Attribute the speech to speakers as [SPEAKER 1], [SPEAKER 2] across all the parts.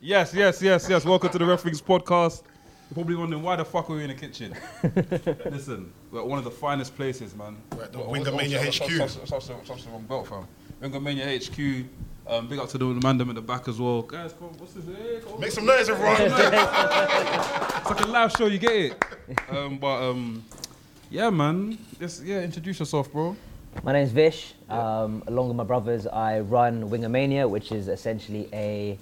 [SPEAKER 1] Yes, yes, yes, yes. Welcome to the Referees Podcast. You're probably wondering why the fuck are we in the kitchen? Listen, we're at one of the finest places, man.
[SPEAKER 2] We're at the
[SPEAKER 1] What-
[SPEAKER 2] Wingermania
[SPEAKER 1] what's- what's-
[SPEAKER 2] HQ.
[SPEAKER 1] what's- what's- what's- what's- what's the wrong belt, fam. Wingermania HQ. Um, big up to the mandem at the back as well. Guys, come on, what's this? Hey, come on.
[SPEAKER 2] Make some noise, everyone.
[SPEAKER 1] It's like a live show, you get it. Um, but um, yeah, man. Just, yeah, introduce yourself, bro.
[SPEAKER 3] My name's Vish. Um, along with my brothers, I run Wingermania, which is essentially a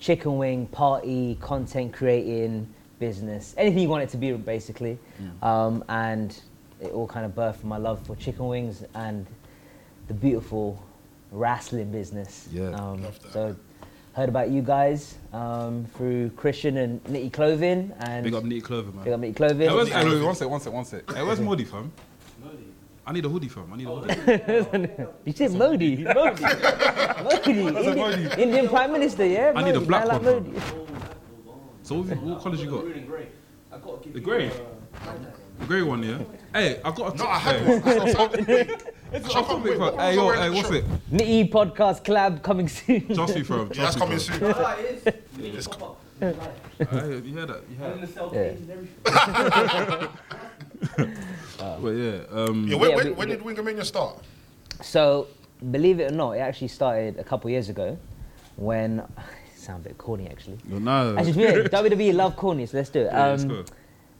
[SPEAKER 3] chicken wing party, content creating business, anything you want it to be, basically. Um, and it all kind of birthed from my love for chicken wings and the beautiful wrestling business.
[SPEAKER 1] Yeah.
[SPEAKER 3] Um,
[SPEAKER 2] Love that.
[SPEAKER 3] So, heard about you guys um, through Christian and Nitty Clothing and
[SPEAKER 1] Big up Nitty Clover, man.
[SPEAKER 3] Big up Nitty Clothing.
[SPEAKER 1] Hey, where's, hey, wait, one sec, one sec, one sec. Hey, where's Modi, fam? I need a hoodie, fam. I need a hoodie.
[SPEAKER 3] You said Modi, Modi, Modi, Indian,
[SPEAKER 1] Modi.
[SPEAKER 3] Indian Prime Minister, yeah.
[SPEAKER 1] I need a
[SPEAKER 3] Modi,
[SPEAKER 1] black
[SPEAKER 3] man like
[SPEAKER 1] one,
[SPEAKER 3] Modi.
[SPEAKER 1] So, what, have you- what colours you got?
[SPEAKER 4] I gotta give
[SPEAKER 1] The
[SPEAKER 4] you
[SPEAKER 1] grey? The grey one, yeah? Hey, I've got a
[SPEAKER 2] no,
[SPEAKER 1] top-
[SPEAKER 2] I had
[SPEAKER 1] hey.
[SPEAKER 2] one. I had one.
[SPEAKER 1] It's
[SPEAKER 2] Shop
[SPEAKER 1] got a
[SPEAKER 2] up,
[SPEAKER 1] topic,
[SPEAKER 2] wait,
[SPEAKER 1] fam.
[SPEAKER 2] what was
[SPEAKER 1] Hey,
[SPEAKER 2] I
[SPEAKER 1] yo,
[SPEAKER 2] wearing
[SPEAKER 1] hey,
[SPEAKER 2] at the
[SPEAKER 1] what's
[SPEAKER 2] shop?
[SPEAKER 1] it?
[SPEAKER 3] Nitty podcast collab coming soon.
[SPEAKER 1] Trust me, fam.
[SPEAKER 2] Yeah, that's
[SPEAKER 1] Trust me,
[SPEAKER 2] coming
[SPEAKER 1] fam.
[SPEAKER 2] soon.
[SPEAKER 4] Ah, it is. You need to pop up. You like it.
[SPEAKER 1] Hey, you hear that? You hear
[SPEAKER 4] And then
[SPEAKER 1] that?
[SPEAKER 4] the cell
[SPEAKER 3] Yeah.
[SPEAKER 4] phones and everything.
[SPEAKER 1] But yeah, um,
[SPEAKER 2] Yeah, when,
[SPEAKER 3] Yeah,
[SPEAKER 2] when,
[SPEAKER 3] we-
[SPEAKER 2] when did Wingermania start?
[SPEAKER 3] So, believe it or not, it actually started a couple years ago, when sound a bit corny actually.
[SPEAKER 1] you're now.
[SPEAKER 3] Actually, yeah, WWE E love corny, so let's do it.
[SPEAKER 1] Yeah, let's
[SPEAKER 3] Um,
[SPEAKER 1] go.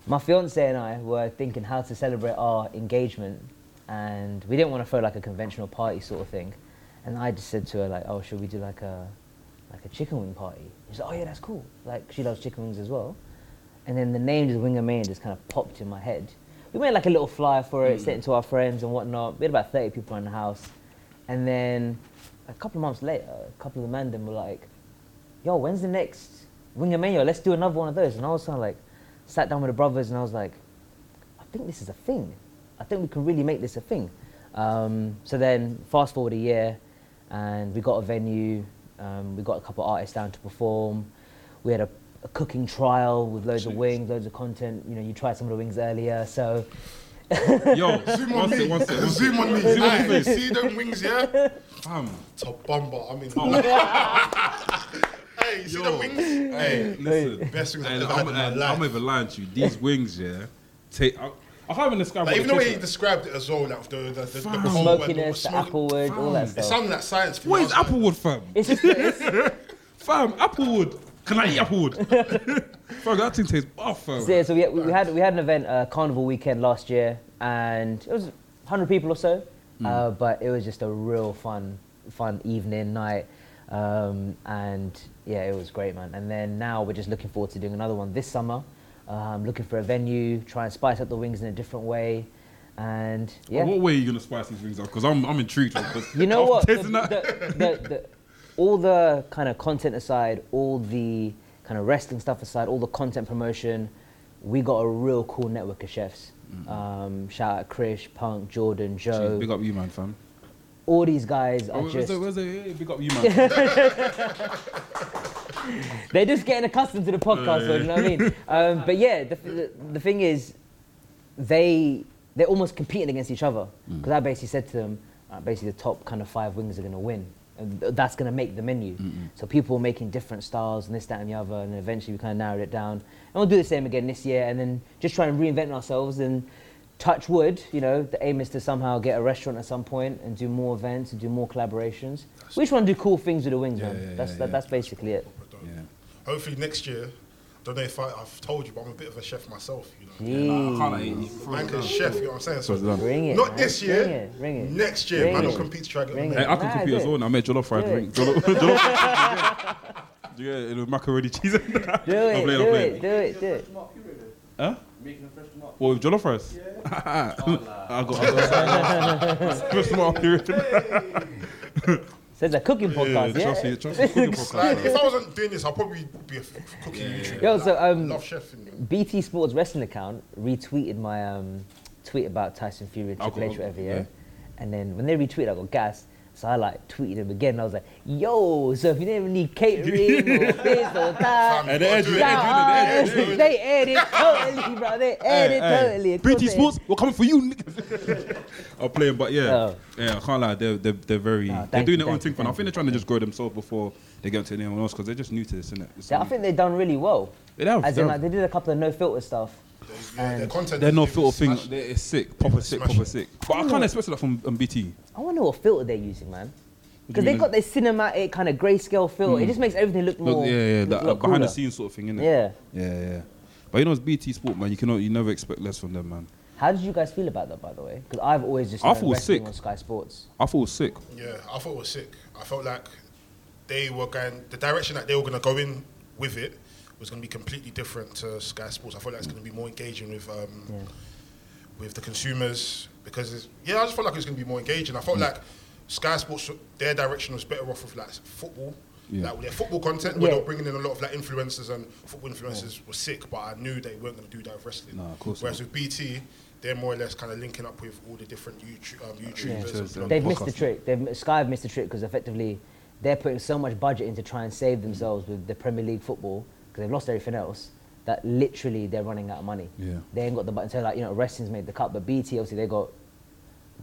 [SPEAKER 3] my fiance and I were thinking how to celebrate our engagement, and we didn't want to throw like a conventional party sort of thing. And I just said to her like, "Oh, should we do like a like a chicken wing party?" She's like, "Oh yeah, that's cool." Like she loves chicken wings as well. And then the name just Winger Man just kind of popped in my head. We made like a little flyer for it, sent it to our friends and whatnot. We had about 30 people in the house. And then a couple of months later, a couple of the men then were like, yo, when's the next Winger Mania? Let's do another one of those. And I was kind of like, sat down with the brothers and I was like, I think this is a thing. I think we can really make this a thing. Um, so then, fast forward a year, and we got a venue, um, we got a couple of artists down to perform. We had a, a cooking trial with loads of wings, loads of content. You know, you tried some of the wings earlier, so
[SPEAKER 1] Yo,
[SPEAKER 2] Zoom on
[SPEAKER 1] one
[SPEAKER 2] me.
[SPEAKER 1] sec, one sec, one sec.
[SPEAKER 2] Zoom on me.
[SPEAKER 1] Zoom on
[SPEAKER 2] Aye,
[SPEAKER 1] your face.
[SPEAKER 2] See them wings, yeah?
[SPEAKER 1] Fam.
[SPEAKER 2] To bomber. I mean, hey, you see
[SPEAKER 1] Oh. Yo.
[SPEAKER 2] them wings?
[SPEAKER 1] Hey, listen.
[SPEAKER 2] Best wings I've
[SPEAKER 1] Hey,
[SPEAKER 2] ever
[SPEAKER 1] I'm,
[SPEAKER 2] had in my
[SPEAKER 1] I'm,
[SPEAKER 2] life.
[SPEAKER 1] I'm even lying to you. These wings, yeah. Take. I, I can't even describe.
[SPEAKER 2] Like,
[SPEAKER 1] what
[SPEAKER 2] even the
[SPEAKER 1] they
[SPEAKER 2] way he
[SPEAKER 1] taste
[SPEAKER 2] described it as well, like the, the, the, the
[SPEAKER 1] Fam.
[SPEAKER 2] cold and all the
[SPEAKER 3] smokiness, the
[SPEAKER 2] smoke.
[SPEAKER 3] applewood, all that
[SPEAKER 1] Fam.
[SPEAKER 2] It
[SPEAKER 3] stuff.
[SPEAKER 2] sounded like science.
[SPEAKER 1] like. What is applewood, fam?
[SPEAKER 3] It's just, it's,
[SPEAKER 1] Fam, applewood. Can I eat applewood? fam, that thing tastes off, fam.
[SPEAKER 3] So, yeah, so we, we had we had an event, uh, Carnival Weekend last year, and it was 100 people or so, uh, but it was just a real fun fun evening night, um, and yeah, it was great, man. And then now we're just looking forward to doing another one this summer. Um, looking for a venue, try and spice up the wings in a different way, and yeah.
[SPEAKER 1] What way are you gonna spice these wings up? Because I'm, I'm intrigued. Because
[SPEAKER 3] You know what? The,
[SPEAKER 1] tasting that.
[SPEAKER 3] the- the- the- all the kind of content aside, all the kind of wrestling stuff aside, all the content promotion, we got a real cool network of chefs. Um, shout out Krish, Punk, Jordan, Joe.
[SPEAKER 1] Jeez, big up you, man, fam.
[SPEAKER 3] all these guys
[SPEAKER 1] Oh,
[SPEAKER 3] are
[SPEAKER 1] where's
[SPEAKER 3] Oh. just,
[SPEAKER 1] the, where's the, hey, big up you, man.
[SPEAKER 3] they're just getting accustomed to the podcast, so you know what I mean? Um, but yeah, the, the, the thing is, they they're almost competing against each other
[SPEAKER 1] Hmm.
[SPEAKER 3] because I basically said to them, uh, basically the top kind of five wings are going to win, and th- that's going to make the menu. So people were making different styles and this, that, and the other, and then eventually we kind of narrowed it down, and we'll do the same again this year, and then just try and reinvent ourselves and. Touch wood, you know, the aim is to somehow get a restaurant at some point and do more events and do more collaborations. we just want to do cool things with the wings,
[SPEAKER 1] Yeah,
[SPEAKER 3] man.
[SPEAKER 1] yeah,
[SPEAKER 3] that's,
[SPEAKER 1] yeah,
[SPEAKER 3] that,
[SPEAKER 1] yeah.
[SPEAKER 3] that's basically it.
[SPEAKER 1] yeah.
[SPEAKER 2] Hopefully next year, don't know if I, I've told you, but I'm a bit of a chef myself. You know,
[SPEAKER 3] Jeez.
[SPEAKER 1] I can't like, eat you.
[SPEAKER 2] man can chef. You know what I'm saying? So
[SPEAKER 1] Frozen down.
[SPEAKER 3] Ring it.
[SPEAKER 2] Not
[SPEAKER 3] man.
[SPEAKER 2] this year.
[SPEAKER 3] Ring it. Ring it.
[SPEAKER 2] next year,
[SPEAKER 3] Ring
[SPEAKER 2] man,
[SPEAKER 3] it.
[SPEAKER 2] I'll compete to try to get
[SPEAKER 3] Ring
[SPEAKER 2] the
[SPEAKER 3] it.
[SPEAKER 1] Hey, I can
[SPEAKER 3] Nah,
[SPEAKER 1] compete
[SPEAKER 3] do
[SPEAKER 1] as
[SPEAKER 3] it.
[SPEAKER 1] well. now. I made jollof fried
[SPEAKER 3] Do it.
[SPEAKER 1] drink. Jollof, jollof fried drink. Yeah, it was macaroni cheese. I'm
[SPEAKER 3] Do it.
[SPEAKER 1] playing, I'm
[SPEAKER 3] do
[SPEAKER 1] playing.
[SPEAKER 3] it. Do it. Do it.
[SPEAKER 4] Tomorrow, you ready?
[SPEAKER 1] Huh?
[SPEAKER 4] Making a fresh tomorrow.
[SPEAKER 1] Well, with jollof rice. I got. I got. Twist them up here.
[SPEAKER 3] So it's a cooking
[SPEAKER 1] Yeah,
[SPEAKER 3] podcast. Yeah.
[SPEAKER 1] trust me. Trust me. Cooking
[SPEAKER 2] Like,
[SPEAKER 1] podcast.
[SPEAKER 2] if I wasn't doing this, I'd probably be a f- cooking YouTuber.
[SPEAKER 3] Yo, so,
[SPEAKER 2] Like,
[SPEAKER 3] um,
[SPEAKER 2] love chefing.
[SPEAKER 3] BT Sports Wrestling account retweeted my um, tweet about Tyson Fury and
[SPEAKER 1] I'll
[SPEAKER 3] Triple
[SPEAKER 1] go-
[SPEAKER 3] H whatever.
[SPEAKER 1] yeah.
[SPEAKER 3] Yeah. And then when they retweeted, I got gassed. So I like tweeted him again. I was like, "Yo, so if you didn't need catering or this or that,
[SPEAKER 1] At the edge,
[SPEAKER 2] Shout
[SPEAKER 1] they
[SPEAKER 3] shout
[SPEAKER 1] edge,
[SPEAKER 3] out."
[SPEAKER 1] they edge.
[SPEAKER 3] They edit totally, bro. They edit totally. Of course
[SPEAKER 1] BT
[SPEAKER 3] they-
[SPEAKER 1] Sports, we're coming for you. niggas. I'm playing, but yeah,
[SPEAKER 3] Oh.
[SPEAKER 1] yeah, I can't lie. They're they're, they're very
[SPEAKER 3] Ah,
[SPEAKER 1] they're
[SPEAKER 3] thank
[SPEAKER 1] doing
[SPEAKER 3] you,
[SPEAKER 1] their own
[SPEAKER 3] thank you,
[SPEAKER 1] thing for now. I
[SPEAKER 3] thank
[SPEAKER 1] think they're trying to just grow themselves before they get to anyone else because they're just new to this, isn't it?
[SPEAKER 3] Yeah, I think they've done really well.
[SPEAKER 1] They have,
[SPEAKER 3] As
[SPEAKER 1] they
[SPEAKER 3] in,
[SPEAKER 1] have.
[SPEAKER 3] like, they did a couple of no filter stuff.
[SPEAKER 2] Yeah, their
[SPEAKER 3] And
[SPEAKER 2] content
[SPEAKER 1] they're
[SPEAKER 2] is-
[SPEAKER 1] no
[SPEAKER 2] is
[SPEAKER 1] filter thing.
[SPEAKER 2] smashed.
[SPEAKER 1] They're- It's sick, proper sick,
[SPEAKER 2] Smash
[SPEAKER 1] proper
[SPEAKER 2] it.
[SPEAKER 1] sick. But I can't expect that from um, BT.
[SPEAKER 3] I wonder what filter they're using,
[SPEAKER 1] What
[SPEAKER 3] man.
[SPEAKER 1] do
[SPEAKER 3] Because
[SPEAKER 1] you
[SPEAKER 3] they've
[SPEAKER 1] mean? Hmm.
[SPEAKER 3] got this cinematic kind of grayscale filter. It just makes everything look more.
[SPEAKER 1] Look, yeah, yeah,
[SPEAKER 3] Oh, look
[SPEAKER 1] that,
[SPEAKER 3] a
[SPEAKER 1] uh,
[SPEAKER 3] lot
[SPEAKER 1] behind the
[SPEAKER 3] cooler.
[SPEAKER 1] scenes sort of thing, innit?
[SPEAKER 3] Yeah.
[SPEAKER 1] yeah, yeah. But you know, it's BT Sport, man. You cannot, you never expect less from them, man.
[SPEAKER 3] How did you guys feel about that, by the way? Because I've always just
[SPEAKER 1] I
[SPEAKER 3] known
[SPEAKER 1] thought it was
[SPEAKER 3] wrestling
[SPEAKER 1] sick.
[SPEAKER 3] on Sky Sports.
[SPEAKER 1] I thought it was sick.
[SPEAKER 2] Yeah, I thought it was sick. I felt like they were going the direction that they were going to go in with it was going to be completely different to Sky Sports. I felt like it's going to be more engaging with um,
[SPEAKER 3] Yeah.
[SPEAKER 2] with the consumers because it's, yeah, I just felt like it was going to be more engaging. I felt like Sky Sports their direction was better off of like football.
[SPEAKER 1] Yeah.
[SPEAKER 2] Like with their football content, where they
[SPEAKER 3] Yeah.
[SPEAKER 2] were bringing in a lot of like influencers and football influencers were sick, but I knew they weren't going to do that with wrestling.
[SPEAKER 1] No, of course
[SPEAKER 2] Whereas
[SPEAKER 1] not.
[SPEAKER 2] with BT, they're more or less kind of linking up with all the different YouTube, um, YouTubers. and
[SPEAKER 1] They've
[SPEAKER 2] bloggers.
[SPEAKER 3] They've missed the
[SPEAKER 1] podcasting.
[SPEAKER 3] trick. They've, Sky have missed the trick because effectively they're putting so much budget in to try and save themselves with the Premier League football because they've lost everything else that literally they're running out of money.
[SPEAKER 1] Yeah.
[SPEAKER 3] They ain't got the button. So like, you know, wrestling's made the cut, but BT obviously they got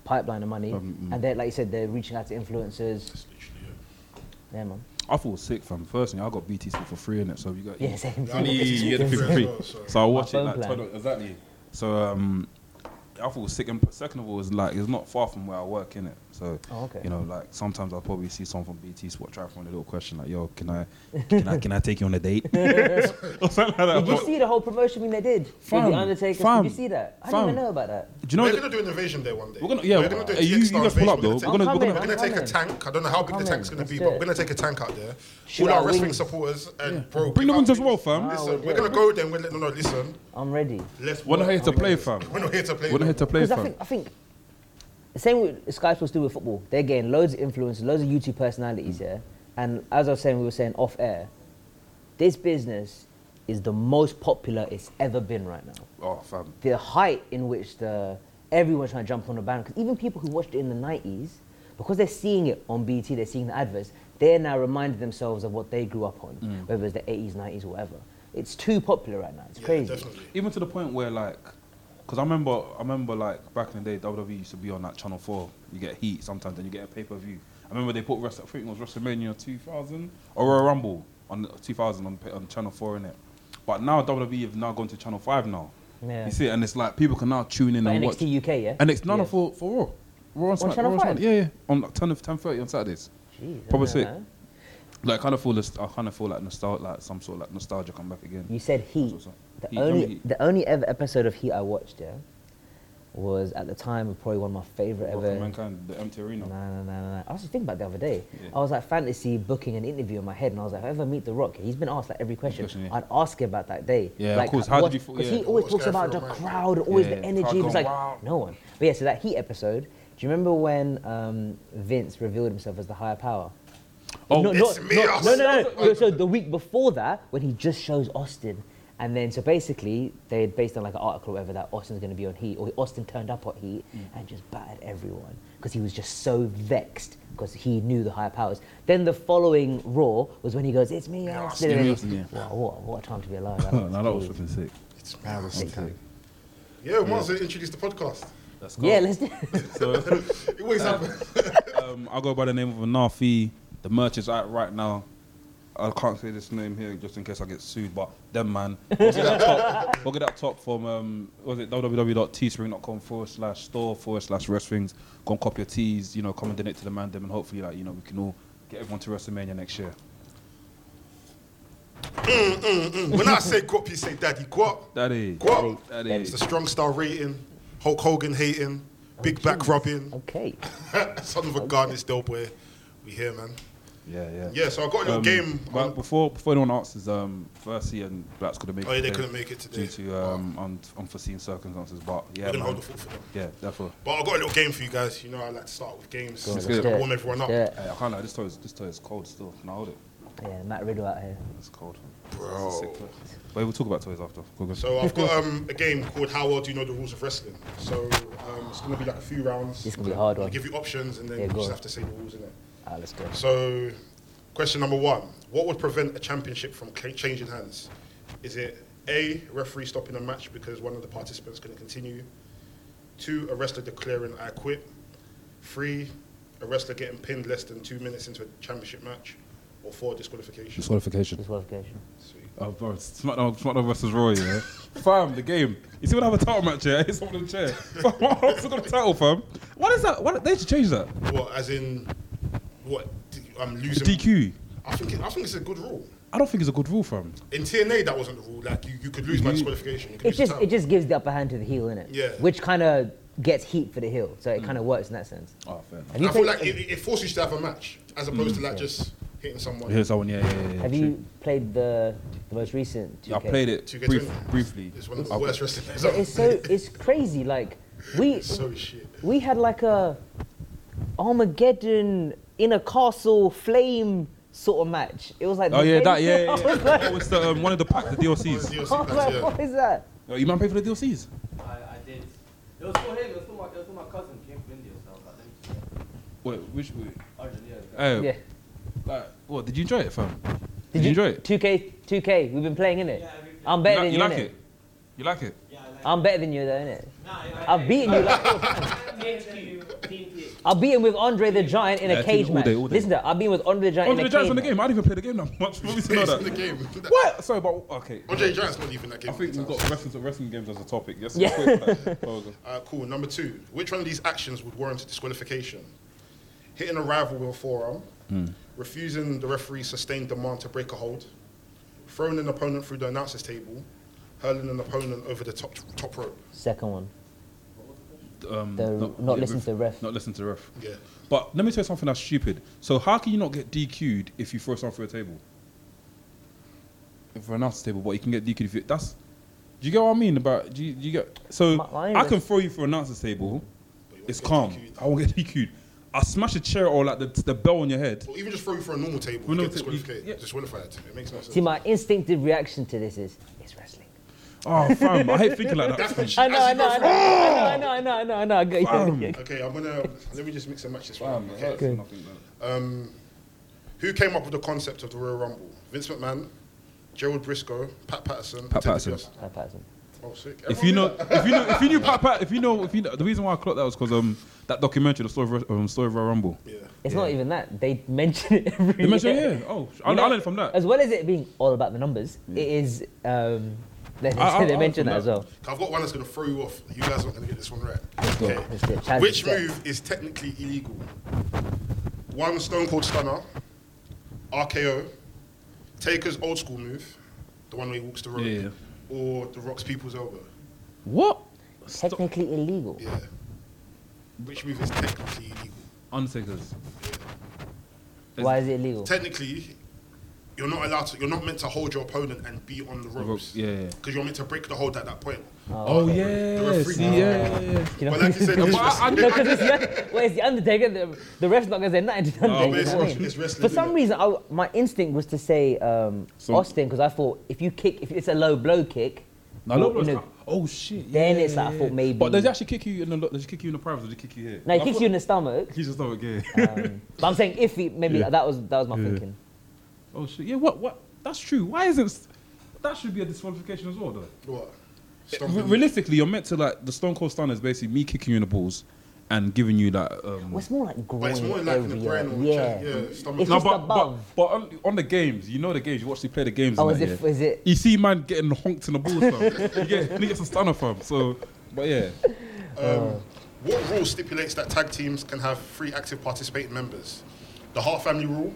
[SPEAKER 3] pipeline of money
[SPEAKER 1] Um, mm.
[SPEAKER 3] and they're like you said, they're reaching out to influencers.
[SPEAKER 2] That's literally it.
[SPEAKER 3] Yeah, man.
[SPEAKER 1] I thought it was sick, fam. Firstly, I got BT Sport for free, innit? So you got
[SPEAKER 3] Yeah, same.
[SPEAKER 2] Yeah, I
[SPEAKER 1] Funny,
[SPEAKER 2] know BT
[SPEAKER 1] you get the thing
[SPEAKER 2] Sport
[SPEAKER 1] for
[SPEAKER 2] free
[SPEAKER 1] free.
[SPEAKER 2] as well, so-
[SPEAKER 1] So I watch it
[SPEAKER 3] phone
[SPEAKER 1] like
[SPEAKER 3] plan.
[SPEAKER 1] turn on- exactly. So um, I thought it was sick. And second of all, is like it's not far from where I work, in it. So
[SPEAKER 3] Oh, okay.
[SPEAKER 1] you know, like sometimes I'll probably see someone from BT Sport try for a little question like, "Yo, can I, can I, can I take you on a date?" or something like that.
[SPEAKER 3] Did you
[SPEAKER 1] But-
[SPEAKER 3] see the whole promotion when they did?
[SPEAKER 1] Fam,
[SPEAKER 3] with the Undertaker.
[SPEAKER 1] fam,
[SPEAKER 3] did you see that? I
[SPEAKER 1] fam.
[SPEAKER 3] didn't even know about that.
[SPEAKER 1] do you know?
[SPEAKER 2] we're
[SPEAKER 1] that-
[SPEAKER 2] gonna do an invasion day one day.
[SPEAKER 1] We're gonna, yeah.
[SPEAKER 2] we're gonna do a
[SPEAKER 1] uh, you, you
[SPEAKER 2] TXR
[SPEAKER 1] guys pull up
[SPEAKER 2] invasion.
[SPEAKER 1] though.
[SPEAKER 2] We're
[SPEAKER 1] We're
[SPEAKER 2] gonna,
[SPEAKER 1] gonna,
[SPEAKER 3] I'm
[SPEAKER 1] we're gonna,
[SPEAKER 2] we're gonna
[SPEAKER 3] I'm
[SPEAKER 2] take a
[SPEAKER 3] coming.
[SPEAKER 2] tank. I don't know how big
[SPEAKER 3] I'm
[SPEAKER 2] the tank's
[SPEAKER 3] coming.
[SPEAKER 2] gonna be,
[SPEAKER 3] Let's do
[SPEAKER 2] but we're
[SPEAKER 3] it.
[SPEAKER 2] gonna take a tank out there.
[SPEAKER 3] Shoot
[SPEAKER 2] all our
[SPEAKER 3] our
[SPEAKER 2] wrestling
[SPEAKER 3] wings.
[SPEAKER 2] supporters and bro,
[SPEAKER 1] bring the
[SPEAKER 2] give
[SPEAKER 1] ones
[SPEAKER 2] our
[SPEAKER 1] as well,
[SPEAKER 2] wings.
[SPEAKER 1] fam.
[SPEAKER 3] Ah,
[SPEAKER 2] Listen,
[SPEAKER 3] we're
[SPEAKER 2] we're gonna
[SPEAKER 3] good.
[SPEAKER 2] go there. and We're no, no, listen.
[SPEAKER 3] I'm ready.
[SPEAKER 2] Let's.
[SPEAKER 1] We're not
[SPEAKER 2] work.
[SPEAKER 1] here to play, fam.
[SPEAKER 2] We're not here to play.
[SPEAKER 1] We're not here to play,
[SPEAKER 3] Because I
[SPEAKER 1] fam.
[SPEAKER 3] think, I think the same with Sky Sports do with football. They're getting loads of influence, loads of YouTube personalities here. And as I was saying, we were saying off air, this business is the most popular it's ever been right now.
[SPEAKER 1] Oh, fam.
[SPEAKER 3] The height in which the everyone's trying to jump on the bandwagon. 'Cause even people who watched it in the 90s, because they're seeing it on BT, they're seeing the adverts, they're now reminding themselves of what they grew up on,
[SPEAKER 1] Mm.
[SPEAKER 3] whether it's the 80s, 90s, whatever. It's too popular right now. It's
[SPEAKER 2] Yeah,
[SPEAKER 3] crazy.
[SPEAKER 2] definitely.
[SPEAKER 1] Even to the point where like, because I remember, I remember like back in the day, WWE used to be on like Channel Four. You get Heat sometimes, and you get a pay per view. I remember they put wrestling. I think it was WrestleMania 2000 or Royal Rumble on 2000 on, pa- on Channel Four in it. But now WWE have now gone to Channel Five now.
[SPEAKER 3] Yeah.
[SPEAKER 1] You see, and it's like people can now tune in
[SPEAKER 3] But
[SPEAKER 1] and
[SPEAKER 3] NXT
[SPEAKER 1] watch.
[SPEAKER 3] UK, yeah?
[SPEAKER 1] And it's none
[SPEAKER 3] yeah.
[SPEAKER 1] of for for Raw. Raw on, Smack-
[SPEAKER 3] Channel
[SPEAKER 1] Raw on
[SPEAKER 3] 5?
[SPEAKER 1] Smack- Yeah, yeah. On like 10 of 10:30 on Saturdays.
[SPEAKER 3] Jeez, I
[SPEAKER 1] Proper
[SPEAKER 3] know
[SPEAKER 1] sick.
[SPEAKER 3] that.
[SPEAKER 1] Like I kind of feel, this- I kind of feel like nostalgia, like some sort of like nostalgia come back again.
[SPEAKER 3] You said Heat.
[SPEAKER 1] That's what's up.
[SPEAKER 3] The
[SPEAKER 1] Heat, tell me
[SPEAKER 3] only
[SPEAKER 1] Heat.
[SPEAKER 3] the only ever episode of Heat I watched, yeah, was at the time probably one of my favorite
[SPEAKER 1] Rock and
[SPEAKER 3] ever.
[SPEAKER 1] Mankind, the empty
[SPEAKER 3] Nah,
[SPEAKER 1] arena.
[SPEAKER 3] nah, nah, nah. I was just thinking about it the other day.
[SPEAKER 1] Yeah.
[SPEAKER 3] I was like fantasy booking an interview in my head, and I was like, if I ever meet The Rock, he's been asked like every question.
[SPEAKER 1] question, yeah.
[SPEAKER 3] I'd ask him about that day.
[SPEAKER 1] Yeah, of
[SPEAKER 3] like,
[SPEAKER 1] course. How did you feel-
[SPEAKER 3] Because
[SPEAKER 1] yeah.
[SPEAKER 3] he always
[SPEAKER 2] What's
[SPEAKER 3] talks
[SPEAKER 2] going
[SPEAKER 3] about
[SPEAKER 2] through
[SPEAKER 3] the
[SPEAKER 2] your mind?
[SPEAKER 3] crowd, always
[SPEAKER 1] Yeah,
[SPEAKER 3] the
[SPEAKER 1] crowd
[SPEAKER 3] energy. It was
[SPEAKER 1] going
[SPEAKER 3] like
[SPEAKER 1] wild.
[SPEAKER 3] no one. But yeah, so that Heat episode. Do you remember when um, Vince revealed himself as the higher power?
[SPEAKER 1] Oh,
[SPEAKER 3] no,
[SPEAKER 2] it's
[SPEAKER 3] no,
[SPEAKER 2] me,
[SPEAKER 3] no, no, no, no,
[SPEAKER 2] Austin.
[SPEAKER 3] no. So the week before that, when he just shows Austin, and then so basically they had based on like an article or whatever that Austin's going to be on Heat, or Austin turned up on Heat
[SPEAKER 1] Mm.
[SPEAKER 3] and just battered everyone because he was just so vexed because he knew the higher powers. Then the following Raw was when he goes, "It's me, Austin."
[SPEAKER 1] Austin,
[SPEAKER 3] And
[SPEAKER 1] Austin, yeah.
[SPEAKER 3] Wow, what, what a time to be alive! That
[SPEAKER 1] no,
[SPEAKER 3] was,
[SPEAKER 1] Oh, that was
[SPEAKER 3] Jeez.
[SPEAKER 1] flipping sick.
[SPEAKER 2] It's
[SPEAKER 3] That was
[SPEAKER 2] mad.
[SPEAKER 3] sick time.
[SPEAKER 2] Yeah, we might as well introduce the podcast.
[SPEAKER 1] Let's
[SPEAKER 3] Yeah, let's do.
[SPEAKER 1] So,
[SPEAKER 2] It always
[SPEAKER 1] Uh,
[SPEAKER 2] happens.
[SPEAKER 1] um, I go by the name of Anafi. The merch is out right now. I can't say this name here just in case I get sued, but them man. Look at that top. Look at that top from um, what was it www.teespring.com forward slash store forward slash wrestlings. Go and cop your teas. You know, come and donate to the man them, and hopefully, like you know, we can all get everyone to WrestleMania next year.
[SPEAKER 2] when I say guap, you say daddy guap.
[SPEAKER 1] Daddy,
[SPEAKER 2] Guap.
[SPEAKER 1] daddy.
[SPEAKER 2] It's the strong star rating. Hulk Hogan hating. Big back rubbing.
[SPEAKER 3] Okay.
[SPEAKER 2] Son of a gun is dope. Where we here, man.
[SPEAKER 1] Yeah, yeah.
[SPEAKER 2] Yeah, so I got a little
[SPEAKER 1] Um,
[SPEAKER 2] game.
[SPEAKER 1] but
[SPEAKER 2] on-
[SPEAKER 1] before before anyone answers, um, Versi and Blacks couldn't make
[SPEAKER 2] Oh,
[SPEAKER 1] it.
[SPEAKER 2] yeah, they
[SPEAKER 1] today
[SPEAKER 2] couldn't make it today.
[SPEAKER 1] due to um, un- unforeseen circumstances. But yeah,
[SPEAKER 2] We're gonna
[SPEAKER 1] man.
[SPEAKER 2] hold the fort for them.
[SPEAKER 1] yeah, therefore.
[SPEAKER 2] But I've got a little game for you guys. You know, I like to start with games.
[SPEAKER 3] Go on,
[SPEAKER 2] Just
[SPEAKER 1] let's
[SPEAKER 2] to
[SPEAKER 1] do it.
[SPEAKER 2] warm everyone up.
[SPEAKER 3] Yeah.
[SPEAKER 1] Hey, I can't lie. This toy is this toy is cold still. Can I hold it?
[SPEAKER 3] Yeah, Matt Riddle out here.
[SPEAKER 1] That's cold. That's a
[SPEAKER 2] Bro.
[SPEAKER 1] sick place. But we'll talk about toys after. Cool, good.
[SPEAKER 2] So I've got um, a game called How Well Do You Know the Rules of Wrestling? So um, it's going to be like a few rounds.
[SPEAKER 3] This is gonna be a hard
[SPEAKER 2] I'll
[SPEAKER 3] one.
[SPEAKER 2] give you options and then
[SPEAKER 3] Yeah,
[SPEAKER 2] you
[SPEAKER 3] go
[SPEAKER 2] just
[SPEAKER 3] on.
[SPEAKER 2] have to say the rules in it.
[SPEAKER 3] Ah, let's go.
[SPEAKER 2] So, question number one: What would prevent a championship from cl- changing hands? Is it a referee stopping a match because one of the participants couldn't continue? Two, a wrestler declaring "I quit." Three, a wrestler getting pinned less than two minutes into a championship match, or four, disqualification.
[SPEAKER 1] Disqualification.
[SPEAKER 3] Disqualification.
[SPEAKER 2] Sweet.
[SPEAKER 1] Oh, bro, SmackDown, SmackDown versus Raw, yeah? fam, the game. You see when I have a title match here, I hit someone in the chair. Fam, I also got a title, fam. What is that? What, they should change that.
[SPEAKER 2] What, as in, what? d- I'm losing.
[SPEAKER 1] DQ.
[SPEAKER 2] I think it, I think it's a good rule.
[SPEAKER 1] I don't think it's a good rule, fam.
[SPEAKER 2] In TNA, that wasn't the rule. Like you, you could lose by disqualification. You could
[SPEAKER 3] It
[SPEAKER 2] lose
[SPEAKER 3] just
[SPEAKER 2] time.
[SPEAKER 3] it just gives the upper hand to the heel, innit?
[SPEAKER 2] Yeah.
[SPEAKER 3] Which kind of gets heat for the heel, so
[SPEAKER 1] Mm.
[SPEAKER 3] it kind of works in that sense.
[SPEAKER 1] Oh, fair enough.
[SPEAKER 3] Have you,
[SPEAKER 2] I feel
[SPEAKER 3] played,
[SPEAKER 2] like it, it forces you to have a match as opposed
[SPEAKER 1] Mm,
[SPEAKER 2] to like just hitting someone.
[SPEAKER 1] Here's someone, yeah, yeah, yeah. yeah,
[SPEAKER 3] have
[SPEAKER 1] true.
[SPEAKER 3] you played the the most recent? 2K?
[SPEAKER 1] I played it
[SPEAKER 2] 2K20.
[SPEAKER 1] brief, briefly. Oh.
[SPEAKER 2] It's one of the
[SPEAKER 1] I've got-
[SPEAKER 2] worst wrestling games
[SPEAKER 3] But it's so it's crazy. Like we
[SPEAKER 2] so shit.
[SPEAKER 3] we had like a Armageddon in a castle flame sort of match. It was like
[SPEAKER 1] Oh
[SPEAKER 3] the
[SPEAKER 1] yeah, that
[SPEAKER 3] same-
[SPEAKER 1] yeah.
[SPEAKER 3] I
[SPEAKER 1] yeah,
[SPEAKER 3] was
[SPEAKER 1] yeah.
[SPEAKER 3] like-
[SPEAKER 1] That was the, um, one of the packs, the DLCs.
[SPEAKER 2] DLC
[SPEAKER 3] I was like,
[SPEAKER 2] packs,
[SPEAKER 3] what is that?
[SPEAKER 1] Yo, Oh, you man pay for the DLCs?
[SPEAKER 4] I, I did. It was for him. It was for my, it was for my cousin. Came from India, so I was like, let me just
[SPEAKER 1] Wait, which? Wait,
[SPEAKER 4] Arjun, yeah.
[SPEAKER 1] oh,
[SPEAKER 3] Yeah.
[SPEAKER 1] like, what? Did you enjoy it, fam? Did, you, enjoy it?
[SPEAKER 3] 2K, 2K. We've been playing in it.
[SPEAKER 4] Yeah, I've been playing.
[SPEAKER 3] I'm better
[SPEAKER 1] you,
[SPEAKER 3] than
[SPEAKER 1] li-
[SPEAKER 3] you.
[SPEAKER 1] you like
[SPEAKER 3] innit?
[SPEAKER 1] it? You like it?
[SPEAKER 4] Yeah, I like.
[SPEAKER 3] I'm better than you though, innit?
[SPEAKER 4] Nah, I, I,
[SPEAKER 3] I've beaten you. Like,
[SPEAKER 4] THQ, Team THQ.
[SPEAKER 3] I've beaten with Andre the Giant in
[SPEAKER 1] Yeah,
[SPEAKER 3] a
[SPEAKER 1] I've
[SPEAKER 3] cage
[SPEAKER 1] beaten all
[SPEAKER 3] match.
[SPEAKER 1] day, all day.
[SPEAKER 3] Listen, to that, I've been with Andre the Giant
[SPEAKER 1] Andre
[SPEAKER 3] in
[SPEAKER 1] the
[SPEAKER 3] a cage
[SPEAKER 1] Giant's on the
[SPEAKER 3] match.
[SPEAKER 1] game. I didn't even play the game that much. for me to know
[SPEAKER 2] It's in the
[SPEAKER 1] that.
[SPEAKER 2] game.
[SPEAKER 1] What? Sorry, but okay.
[SPEAKER 2] Andre Giant's not even that game.
[SPEAKER 1] I think we've got wrestling, so wrestling games as a topic. Yes.
[SPEAKER 3] Yeah.
[SPEAKER 2] Uh, cool. Number two. Which one of these actions would warrant disqualification? Hitting a rival with a forearm,
[SPEAKER 1] Hmm.
[SPEAKER 2] refusing the referee's sustained demand to break a hold, throwing an opponent through the announcer's table, hurling an opponent over the top top rope.
[SPEAKER 3] Second one.
[SPEAKER 1] um,
[SPEAKER 3] The- uh, not listen to the ref.
[SPEAKER 1] Not listen to the ref.
[SPEAKER 2] Yeah.
[SPEAKER 1] But let me tell you something that's stupid. So how can you not get DQ'd if you throw something through a table? If for an announcer's table, but you can get DQ'd if you, that's. Do you get what I mean about? Do you, do you get? So
[SPEAKER 3] My- my
[SPEAKER 1] I can
[SPEAKER 3] is-
[SPEAKER 1] throw you for an announcer's table.
[SPEAKER 2] But you won't
[SPEAKER 1] It's
[SPEAKER 2] get
[SPEAKER 1] calm.
[SPEAKER 2] DQ'd.
[SPEAKER 1] I won't get DQ'd. I smash a chair or like the, the bell on your head.
[SPEAKER 2] Or even just throw you for a normal table.
[SPEAKER 1] Well,
[SPEAKER 2] you
[SPEAKER 1] no,
[SPEAKER 2] get
[SPEAKER 1] it's- you-
[SPEAKER 2] disqualified.
[SPEAKER 1] yeah.
[SPEAKER 2] disqualified. It makes no sense.
[SPEAKER 3] See, my instinctive reaction to this is it's wrestling.
[SPEAKER 1] Oh fam, I hate thinking like
[SPEAKER 2] That's
[SPEAKER 1] that.
[SPEAKER 2] when she-
[SPEAKER 3] I know,
[SPEAKER 2] as
[SPEAKER 3] I
[SPEAKER 2] you
[SPEAKER 3] know,
[SPEAKER 2] go
[SPEAKER 3] I
[SPEAKER 2] through-
[SPEAKER 1] Oh!
[SPEAKER 3] know, I know, I know, I know, I know, I know. I
[SPEAKER 1] Bam.
[SPEAKER 3] know.
[SPEAKER 2] Okay, I'm gonna let me just mix and match this one.
[SPEAKER 1] Fam, it
[SPEAKER 2] Okay.
[SPEAKER 1] hurts
[SPEAKER 3] Okay.
[SPEAKER 1] nothing, man.
[SPEAKER 2] Um, who came up with the concept of the Royal Rumble? Vince McMahon, Gerald Briscoe, Pat Patterson.
[SPEAKER 1] Pat
[SPEAKER 2] Ted
[SPEAKER 1] Patterson.
[SPEAKER 2] DiBiase.
[SPEAKER 3] Pat Patterson.
[SPEAKER 2] Oh, sick.
[SPEAKER 1] If
[SPEAKER 2] Everyone
[SPEAKER 1] you
[SPEAKER 2] knew
[SPEAKER 1] know,
[SPEAKER 2] that.
[SPEAKER 1] if you know, if you knew Pat, Pat if you know, if you know, the reason why I clocked that was because um that documentary, the story of Ru- um, story of Royal Rumble.
[SPEAKER 2] Yeah.
[SPEAKER 3] It's not even that. They mention it every
[SPEAKER 1] You mentioned,
[SPEAKER 3] year.
[SPEAKER 1] yeah. Oh, I,
[SPEAKER 3] You know,
[SPEAKER 1] I learned from that.
[SPEAKER 3] As well as it being all about the numbers, it is. Um, they,
[SPEAKER 1] I- I-
[SPEAKER 3] they
[SPEAKER 1] I
[SPEAKER 3] mention that
[SPEAKER 1] learned
[SPEAKER 3] as well.
[SPEAKER 2] I've got one that's gonna throw you off. You guys aren't gonna get this one right.
[SPEAKER 3] go.
[SPEAKER 2] Okay.
[SPEAKER 3] Let's do it. Challenge
[SPEAKER 2] Which
[SPEAKER 3] accepted.
[SPEAKER 2] move is technically illegal? One Stone Cold Stunner, RKO, Taker's old school move, the one where he walks the road,
[SPEAKER 1] Yeah.
[SPEAKER 2] or the Rock's people's elbow.
[SPEAKER 1] What?
[SPEAKER 3] Technically illegal.
[SPEAKER 2] Yeah. Which move is technically illegal?
[SPEAKER 1] Undertaker's.
[SPEAKER 3] Why is it illegal?
[SPEAKER 2] technically, you're not allowed to. You're not meant to hold your opponent and be on the ropes.
[SPEAKER 1] yeah, yeah.
[SPEAKER 2] Because you're meant to break the hold at that point.
[SPEAKER 1] Oh
[SPEAKER 3] okay.
[SPEAKER 1] yeah,
[SPEAKER 2] free
[SPEAKER 1] see,
[SPEAKER 2] now.
[SPEAKER 1] yeah, yeah, yeah.
[SPEAKER 3] You know-
[SPEAKER 2] But like you said, it's
[SPEAKER 1] But I- I-
[SPEAKER 2] wrestling.
[SPEAKER 3] No, 'cause it's not- well, it's the Undertaker. The, the ref's not gonna say nothing to the Undertaker.
[SPEAKER 1] but
[SPEAKER 3] you know
[SPEAKER 1] it's-
[SPEAKER 3] what I mean?
[SPEAKER 2] it's wrestling,
[SPEAKER 3] For some
[SPEAKER 2] innit?
[SPEAKER 3] reason, I, my instinct was to say um,
[SPEAKER 1] Some-
[SPEAKER 3] Austin because I thought if you kick, if it's a low blow kick,
[SPEAKER 1] No,
[SPEAKER 3] or,
[SPEAKER 1] no,
[SPEAKER 3] you
[SPEAKER 1] no, it's
[SPEAKER 3] know,
[SPEAKER 1] not- oh shit.
[SPEAKER 3] then
[SPEAKER 1] yeah,
[SPEAKER 3] it's like, I
[SPEAKER 1] yeah,
[SPEAKER 3] thought
[SPEAKER 1] yeah.
[SPEAKER 3] maybe-
[SPEAKER 1] But does it actually kick you in the? lo- Does it kick you in the privates or does it kick you Uh. here?
[SPEAKER 3] no, it kicks you in the stomach.
[SPEAKER 1] He's just not gay.
[SPEAKER 3] Um, but I'm saying if he, maybe
[SPEAKER 1] Yeah.
[SPEAKER 3] that was that was my
[SPEAKER 1] Yeah.
[SPEAKER 3] thinking.
[SPEAKER 1] oh shit. Yeah. What? What? That's true. Why isn't? s- That should be a disqualification as well, though.
[SPEAKER 2] What?
[SPEAKER 1] Re-
[SPEAKER 2] Stomping.
[SPEAKER 1] realistically, you're meant to like the Stone Cold Stunner is basically me kicking you in the balls and giving you that. Um,
[SPEAKER 3] Well, it's more like groin
[SPEAKER 2] But it's more like in the
[SPEAKER 3] area.
[SPEAKER 2] brain or the
[SPEAKER 3] yeah.
[SPEAKER 2] chest. Yeah, stomach.
[SPEAKER 3] It's
[SPEAKER 1] No,
[SPEAKER 3] just
[SPEAKER 1] but, but,
[SPEAKER 3] above.
[SPEAKER 1] but on, on the games, you know the games. You actually play the games.
[SPEAKER 3] Oh,
[SPEAKER 1] and
[SPEAKER 3] is
[SPEAKER 1] that,
[SPEAKER 3] it-
[SPEAKER 1] yeah.
[SPEAKER 3] is it-
[SPEAKER 1] You see, man, getting honked in the balls from. you get, he gets a stunner from. So, but yeah,
[SPEAKER 2] Um, what rule stipulates that tag teams can have three active participating members? The Hart Family Rule,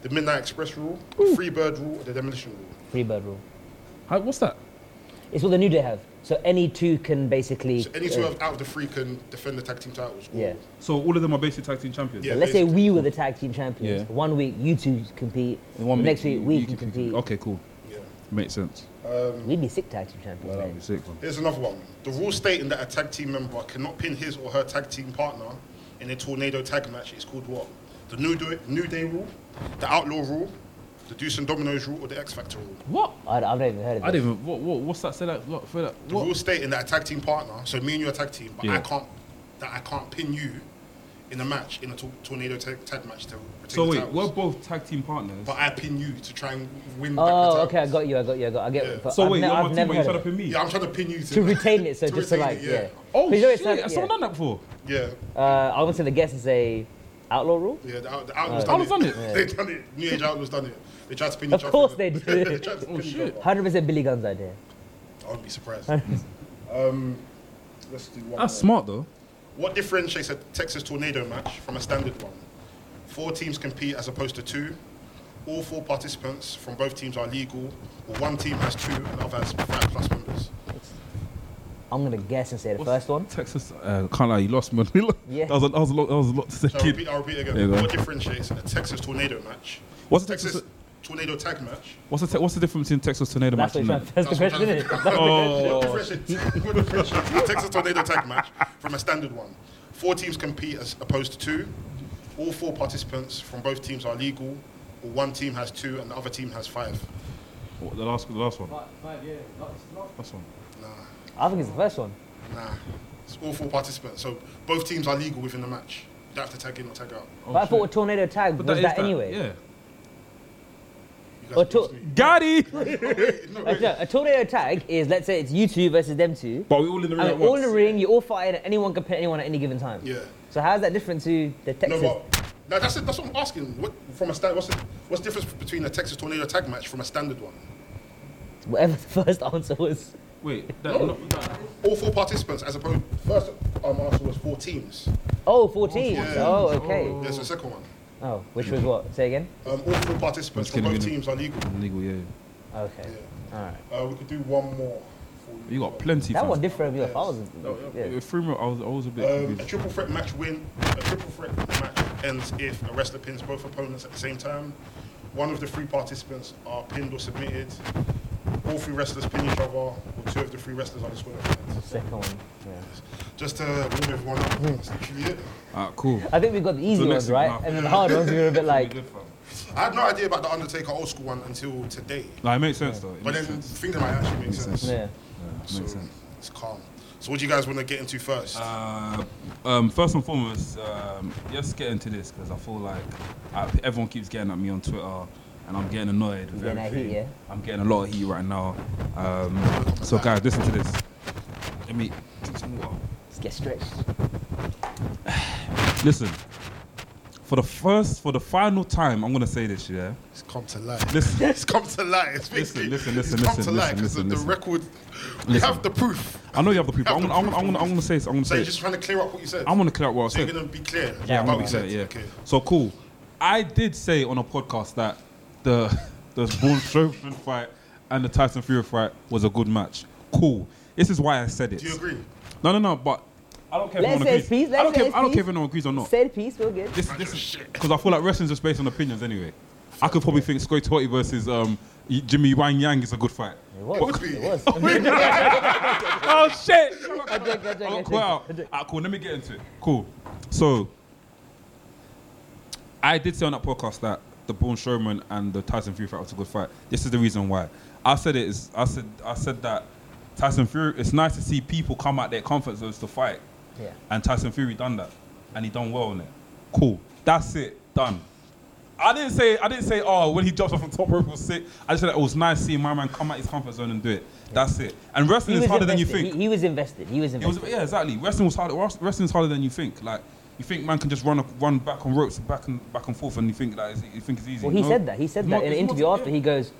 [SPEAKER 2] the Midnight Express Rule, the Free Bird Rule, or the Demolition Rule?
[SPEAKER 3] Free bird rule.
[SPEAKER 1] How, what's that?
[SPEAKER 3] It's what the New Day have. So any two can basically.
[SPEAKER 2] So any two
[SPEAKER 3] uh,
[SPEAKER 2] of- out of the three can defend the tag team titles. or-
[SPEAKER 3] Yeah.
[SPEAKER 1] So all of them are basically tag team champions.
[SPEAKER 2] Yeah.
[SPEAKER 3] Let's say
[SPEAKER 2] basically.
[SPEAKER 3] we were the tag team champions.
[SPEAKER 1] Yeah.
[SPEAKER 3] One week you two compete.
[SPEAKER 1] In one
[SPEAKER 3] the
[SPEAKER 1] minute,
[SPEAKER 3] next week
[SPEAKER 1] you-
[SPEAKER 3] we
[SPEAKER 1] you
[SPEAKER 3] can compete.
[SPEAKER 1] Okay, cool.
[SPEAKER 2] yeah.
[SPEAKER 1] Makes sense.
[SPEAKER 3] We'd be sick tag team champions.
[SPEAKER 1] That'd
[SPEAKER 3] mate.
[SPEAKER 1] be sick. Man.
[SPEAKER 2] Here's another one. The rule stating that a tag team member cannot pin his or her tag team partner in a tornado tag match is called what? The New Day, New Day rule, the Outlaw rule, The Deuce and Dominoes rule or the X Factor rule?
[SPEAKER 1] What?
[SPEAKER 3] I, I've never even heard of
[SPEAKER 1] I
[SPEAKER 3] it.
[SPEAKER 1] didn't even. What, what, what's that? Say that. What, say that.
[SPEAKER 2] The
[SPEAKER 1] What?
[SPEAKER 2] rule stating that a tag team partner, so me and you are tag team, but
[SPEAKER 1] Yeah.
[SPEAKER 2] I can't that I can't pin you in a match in a tor- tornado tag, tag match to retain
[SPEAKER 1] So
[SPEAKER 2] the
[SPEAKER 1] wait,
[SPEAKER 2] titles.
[SPEAKER 1] we're both tag team partners.
[SPEAKER 2] but I pin you to try and win. back the
[SPEAKER 3] Oh,
[SPEAKER 2] titles.
[SPEAKER 3] okay, I got you, I got you, I got. I get.
[SPEAKER 2] Yeah.
[SPEAKER 3] but
[SPEAKER 1] So
[SPEAKER 3] I've
[SPEAKER 1] wait,
[SPEAKER 3] ne-
[SPEAKER 1] you're on
[SPEAKER 3] I've
[SPEAKER 1] my team,
[SPEAKER 3] never
[SPEAKER 1] but you're
[SPEAKER 3] heard
[SPEAKER 1] trying to
[SPEAKER 3] of it.
[SPEAKER 1] pin me.
[SPEAKER 2] Yeah, I'm trying to pin you to,
[SPEAKER 3] to retain it, so just to
[SPEAKER 2] retain
[SPEAKER 3] like,
[SPEAKER 2] it,
[SPEAKER 3] yeah.
[SPEAKER 1] Oh
[SPEAKER 3] But you know it's
[SPEAKER 1] shit!
[SPEAKER 3] not-
[SPEAKER 1] I've
[SPEAKER 3] yeah.
[SPEAKER 1] done that before.
[SPEAKER 2] yeah, yeah,
[SPEAKER 3] Uh, I wanted to guess and say outlaw rule.
[SPEAKER 2] yeah. The, out- the Outlaws done,
[SPEAKER 1] Outlaws done it?
[SPEAKER 2] they done it. New Age Outlaws done it. They tried to pin
[SPEAKER 3] Of
[SPEAKER 2] each other.
[SPEAKER 3] course they did.
[SPEAKER 2] they tried to
[SPEAKER 1] Oh,
[SPEAKER 2] pin each
[SPEAKER 1] shit.
[SPEAKER 2] other.
[SPEAKER 3] Hundred percent Billy Gunn's idea.
[SPEAKER 2] I wouldn't be surprised. um, let's do one.
[SPEAKER 1] That's
[SPEAKER 2] more.
[SPEAKER 1] smart though.
[SPEAKER 2] What differentiates a Texas tornado match from a standard one? Four teams compete as opposed to two. All four participants from both teams are legal, or one team has two and the other has five plus members.
[SPEAKER 3] I'm gonna guess and say the
[SPEAKER 1] What's
[SPEAKER 3] first one.
[SPEAKER 1] Texas. Uh, can't lie, you lost, man.
[SPEAKER 3] Yeah.
[SPEAKER 1] that was a, that was a lot. That was a lot to say.
[SPEAKER 2] So I'll
[SPEAKER 1] kid.
[SPEAKER 2] repeat, I'll repeat again.
[SPEAKER 1] There you go.
[SPEAKER 2] What differentiates a Texas tornado match?
[SPEAKER 1] What's the
[SPEAKER 2] Texas,
[SPEAKER 1] Texas?
[SPEAKER 2] tornado tag match?
[SPEAKER 1] What's the te- What's the difference between Texas tornado
[SPEAKER 3] That's
[SPEAKER 1] match?
[SPEAKER 3] what
[SPEAKER 1] and
[SPEAKER 3] you're trying
[SPEAKER 1] that?
[SPEAKER 3] That's the
[SPEAKER 2] That's what
[SPEAKER 3] question,
[SPEAKER 2] I'm
[SPEAKER 3] isn't it?
[SPEAKER 2] trying to- What
[SPEAKER 1] Oh,
[SPEAKER 2] differentiates what differentiates a Texas tornado tag match from a standard one? Four teams compete as opposed to two. All four participants from both teams are legal, or one team has two and the other team has five.
[SPEAKER 1] What, the last, the last one.
[SPEAKER 4] But, but yeah, not, it's not.
[SPEAKER 1] Last one.
[SPEAKER 2] Nah.
[SPEAKER 3] I think it's the first one.
[SPEAKER 2] Nah, it's all four participants. So both teams are legal within the match. You don't have to tag in or tag out.
[SPEAKER 1] Oh,
[SPEAKER 3] but I
[SPEAKER 1] shit.
[SPEAKER 3] thought a tornado tag
[SPEAKER 1] But
[SPEAKER 3] was
[SPEAKER 1] is
[SPEAKER 3] that, anyway.
[SPEAKER 1] Yeah.
[SPEAKER 2] You guys
[SPEAKER 3] Or
[SPEAKER 2] are
[SPEAKER 3] to-
[SPEAKER 2] listening.
[SPEAKER 1] Gotti.
[SPEAKER 2] No, wait, no,
[SPEAKER 3] Like,
[SPEAKER 2] wait.
[SPEAKER 3] no, a tornado tag is let's say it's you two versus them two.
[SPEAKER 1] But we all in the room
[SPEAKER 3] And
[SPEAKER 1] at
[SPEAKER 3] you're all
[SPEAKER 1] once.
[SPEAKER 3] in the ring, you all fighting, and anyone can pin anyone at any given time.
[SPEAKER 2] Yeah.
[SPEAKER 3] So how's that different to the
[SPEAKER 2] No,
[SPEAKER 3] Texas?
[SPEAKER 2] but no, that's it. That's what I'm asking. What from a stand? What's the, what's the difference between a Texas tornado tag match from a standard one?
[SPEAKER 3] Whatever the first answer was.
[SPEAKER 1] Wait. That, no. that,
[SPEAKER 2] All four participants, as opposed first um, answer was four teams.
[SPEAKER 3] Oh, 14.
[SPEAKER 2] Yeah.
[SPEAKER 3] Oh, okay.
[SPEAKER 2] There's a second one.
[SPEAKER 3] Oh, which was what? Say again?
[SPEAKER 2] Um, all four participants
[SPEAKER 1] Just
[SPEAKER 2] from
[SPEAKER 1] kidding,
[SPEAKER 2] both
[SPEAKER 1] we know.
[SPEAKER 2] teams are legal.
[SPEAKER 1] legal. Yeah.
[SPEAKER 3] Okay.
[SPEAKER 2] Yeah.
[SPEAKER 3] All right.
[SPEAKER 2] Uh, we could do one more. for
[SPEAKER 1] You got plenty.
[SPEAKER 3] That
[SPEAKER 1] fam.
[SPEAKER 3] one did throw me off. I was.
[SPEAKER 1] It
[SPEAKER 3] Yeah.
[SPEAKER 1] was three more. I was, I was a bit.
[SPEAKER 2] Um,
[SPEAKER 1] confused.
[SPEAKER 2] a triple threat match win. A triple threat match ends if a wrestler pins both opponents at the same time. One of the three participants are pinned or submitted. All three wrestlers pin each other, or two of the three wrestlers are disqualified.
[SPEAKER 3] Second one. Yeah.
[SPEAKER 2] Just to warm everyone up, that's literally it.
[SPEAKER 1] Ah, cool.
[SPEAKER 3] I think we got the easy
[SPEAKER 1] So
[SPEAKER 3] ones
[SPEAKER 1] next-
[SPEAKER 3] right,
[SPEAKER 1] nah.
[SPEAKER 3] and then the hard ones we were a bit like.
[SPEAKER 2] I had no idea about the Undertaker old school one until today,
[SPEAKER 1] Like, it makes sense though. It
[SPEAKER 2] but then
[SPEAKER 1] makes sense.
[SPEAKER 2] thinking about it actually makes
[SPEAKER 1] Makes sense.
[SPEAKER 2] sense.
[SPEAKER 3] Yeah.
[SPEAKER 1] Yeah,
[SPEAKER 2] So
[SPEAKER 1] makes sense.
[SPEAKER 2] it's calm. So what do you guys want to get into first?
[SPEAKER 1] Uh, um, first and foremost, um, let's get into this because I feel like I, everyone keeps getting at me on Twitter, and I'm getting annoyed. With
[SPEAKER 3] You're getting that
[SPEAKER 1] everything.
[SPEAKER 3] heat, yeah?
[SPEAKER 1] I'm getting a lot of heat right now. Um, so guys, listen to this. Let me drink some water.
[SPEAKER 3] Let's get stretched.
[SPEAKER 1] Listen. For the first, for the final time, I'm gonna say this, yeah.
[SPEAKER 2] it's come to life.
[SPEAKER 1] Listen.
[SPEAKER 2] It's come to life. It's basically-
[SPEAKER 1] Listen, listen, listen,
[SPEAKER 2] It's come
[SPEAKER 1] listen,
[SPEAKER 2] to life.
[SPEAKER 1] listen,
[SPEAKER 2] 'cause the- the
[SPEAKER 1] listen.
[SPEAKER 2] record. We
[SPEAKER 1] Listen.
[SPEAKER 2] have the proof.
[SPEAKER 1] I know you have the people. I'm gonna, I'm gonna, I'm gonna, I'm gonna say this. I'm gonna
[SPEAKER 2] So
[SPEAKER 1] say.
[SPEAKER 2] you're
[SPEAKER 1] it.
[SPEAKER 2] just trying to clear up what you said.
[SPEAKER 1] I'm gonna clear up what I
[SPEAKER 2] so you're
[SPEAKER 1] said.
[SPEAKER 2] gonna be clear.
[SPEAKER 3] Yeah,
[SPEAKER 1] I'm
[SPEAKER 2] about what
[SPEAKER 1] gonna
[SPEAKER 2] you
[SPEAKER 1] say it,
[SPEAKER 2] said.
[SPEAKER 1] yeah.
[SPEAKER 2] Okay.
[SPEAKER 1] So cool. I did say on a podcast that the the Braun Strowman fight and the Tyson Fury fight was a good match. Cool. This is why I said it.
[SPEAKER 2] Do you agree?
[SPEAKER 1] No, no, no. But I don't care
[SPEAKER 3] Let's
[SPEAKER 1] if
[SPEAKER 3] say
[SPEAKER 1] anyone
[SPEAKER 3] it's peace,
[SPEAKER 1] agrees.
[SPEAKER 3] let's
[SPEAKER 1] I don't
[SPEAKER 3] say
[SPEAKER 1] care.
[SPEAKER 3] it's
[SPEAKER 1] I don't care
[SPEAKER 3] peace.
[SPEAKER 1] if anyone agrees or not.
[SPEAKER 3] Said piece, we're good.
[SPEAKER 1] This,
[SPEAKER 2] Man,
[SPEAKER 1] this
[SPEAKER 2] you're
[SPEAKER 1] is
[SPEAKER 2] shit.
[SPEAKER 1] because I feel like wrestling's just based on opinions anyway. I could probably think Scotty Totti versus um, Y- Jimmy Wang Yang is a good fight.
[SPEAKER 3] It
[SPEAKER 2] Would
[SPEAKER 3] was.
[SPEAKER 2] be.
[SPEAKER 3] It was.
[SPEAKER 1] Oh shit!
[SPEAKER 3] I joke, I joke,
[SPEAKER 1] I
[SPEAKER 3] I
[SPEAKER 1] don't
[SPEAKER 3] joke.
[SPEAKER 1] call out. Ah, cool. Let me get into it. Cool. So, I did say on that podcast that the Braun Strowman and the Tyson Fury fight was a good fight. This is the reason why. I said it is. I said I said that Tyson Fury. It's nice to see people come out their comfort zones to fight,
[SPEAKER 3] Yeah.
[SPEAKER 1] and Tyson Fury done that, and he done well on it. Cool. That's it. Done. I didn't say I didn't say oh when he drops off from top rope it was sick. I just said it was nice seeing my man come out his comfort zone and do it. That's it. And wrestling is harder than you
[SPEAKER 3] invested.
[SPEAKER 1] think.
[SPEAKER 3] He, he was invested. He was
[SPEAKER 1] It was,
[SPEAKER 3] invested.
[SPEAKER 1] yeah, exactly. Wrestling was hard. Wrestling's harder than you think. Like you think man can just run up- run back on ropes, back and back and forth, and you think that is, you think it's easy.
[SPEAKER 3] well, he
[SPEAKER 1] No.
[SPEAKER 3] said that. He said
[SPEAKER 1] It's
[SPEAKER 3] that
[SPEAKER 1] not-
[SPEAKER 3] in an
[SPEAKER 1] it's not-
[SPEAKER 3] interview after.
[SPEAKER 1] yeah.
[SPEAKER 3] He goes,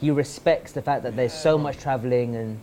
[SPEAKER 3] he respects the fact that there's so much traveling and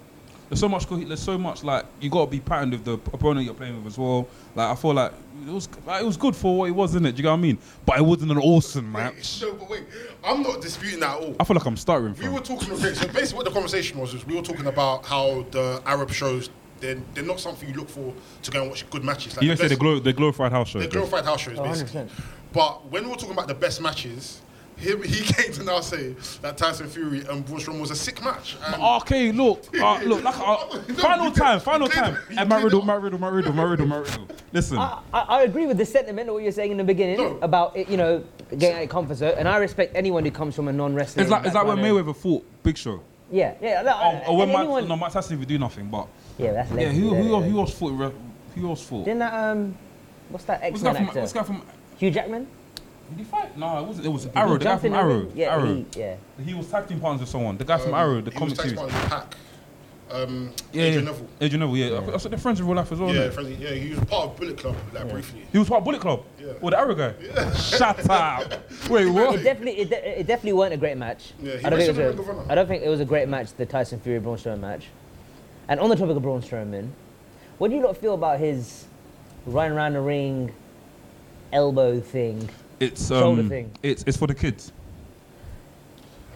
[SPEAKER 1] There's so much. co- There's so much. Like you got to be patterned with the opponent you're playing with as well. Like I feel like it was like, it was good for what it was, isn't it? Do you get what I mean? But it wasn't an awesome
[SPEAKER 2] Wait,
[SPEAKER 1] match.
[SPEAKER 2] no, but wait. I'm not disputing that at all.
[SPEAKER 1] I feel like I'm stuttering.
[SPEAKER 2] We
[SPEAKER 1] fam.
[SPEAKER 2] were talking. okay, So basically, what the conversation was is we were talking about how the Arab shows they're, they're not something you look for to go and watch good matches. Like
[SPEAKER 1] you
[SPEAKER 2] the
[SPEAKER 1] don't say the,
[SPEAKER 2] best-
[SPEAKER 1] glor- the glorified house show.
[SPEAKER 2] they're glorified house shows,
[SPEAKER 3] Oh,
[SPEAKER 2] basically.
[SPEAKER 3] 100%.
[SPEAKER 2] But when we were talking about the best matches, he, he came to now say that Tyson Fury and Braun Strowman was a sick match. And
[SPEAKER 1] Okay, look, uh, look, like, uh,
[SPEAKER 2] No,
[SPEAKER 1] final
[SPEAKER 2] you-
[SPEAKER 1] time, final
[SPEAKER 2] you
[SPEAKER 1] time.
[SPEAKER 2] cleared- you
[SPEAKER 1] And Matt
[SPEAKER 2] cleared
[SPEAKER 1] Riddle,
[SPEAKER 2] up.
[SPEAKER 1] Matt Riddle, Matt Riddle, Matt Riddle, Matt Riddle. Listen,
[SPEAKER 3] I, I I agree with the sentiment of what you're saying in the beginning
[SPEAKER 2] No.
[SPEAKER 3] about it, you know getting out of your comfort zone, and I respect anyone who comes from a non-wrestling.
[SPEAKER 1] Is that, is that when
[SPEAKER 3] background.
[SPEAKER 1] Mayweather fought Big Show?
[SPEAKER 3] Yeah, yeah. No,
[SPEAKER 1] Oh,
[SPEAKER 3] I-
[SPEAKER 1] or when
[SPEAKER 3] I-
[SPEAKER 1] Mike,
[SPEAKER 3] Uh, anyone,
[SPEAKER 1] no, Mike Tyson would do nothing, but.
[SPEAKER 3] yeah, that's
[SPEAKER 1] Yeah,
[SPEAKER 3] legendary,
[SPEAKER 1] who, who,
[SPEAKER 3] yeah.
[SPEAKER 1] who else fought? re- Who else fought?
[SPEAKER 3] Didn't that um, what's that
[SPEAKER 1] What's the
[SPEAKER 3] X-Men
[SPEAKER 1] guy from,
[SPEAKER 3] actor?
[SPEAKER 1] what's the guy from,
[SPEAKER 3] Hugh Jackman.
[SPEAKER 1] did he fight? No, it wasn't, it was
[SPEAKER 3] He
[SPEAKER 1] Arrow, the guy
[SPEAKER 3] jumped
[SPEAKER 1] from
[SPEAKER 3] in the ring.
[SPEAKER 1] Arrow.
[SPEAKER 3] Yeah,
[SPEAKER 1] Arrow.
[SPEAKER 3] He, yeah.
[SPEAKER 1] He was tag team partners with someone. The guy from
[SPEAKER 2] Um,
[SPEAKER 1] Arrow, the
[SPEAKER 2] he was
[SPEAKER 1] comic
[SPEAKER 2] taxed
[SPEAKER 1] series.
[SPEAKER 2] by the pack. Um,
[SPEAKER 1] Yeah,
[SPEAKER 2] Adrian
[SPEAKER 1] yeah.
[SPEAKER 2] Neville.
[SPEAKER 1] Adrian Neville, yeah. I, I said they're friends in real life as well.
[SPEAKER 2] Yeah,
[SPEAKER 1] innit?
[SPEAKER 2] friendly, yeah, he was part of Bullet Club, like briefly.
[SPEAKER 1] He was part of Bullet Club.
[SPEAKER 2] Yeah.
[SPEAKER 1] Or the Arrow guy. Shut up. Wait,
[SPEAKER 3] It
[SPEAKER 1] what?
[SPEAKER 3] definitely, it, de- it definitely weren't a great match.
[SPEAKER 2] Yeah, he
[SPEAKER 3] I, don't think it
[SPEAKER 2] wrestled
[SPEAKER 3] was
[SPEAKER 2] Ring of
[SPEAKER 3] a,
[SPEAKER 2] Honor.
[SPEAKER 3] I don't think it was a great match, the Tyson Fury Braun Strowman match. And on the topic of Braun Strowman, what do you lot feel about his running around the ring, elbow thing?
[SPEAKER 1] It's
[SPEAKER 3] Shoulder
[SPEAKER 1] um,
[SPEAKER 3] thing.
[SPEAKER 1] it's it's for the kids.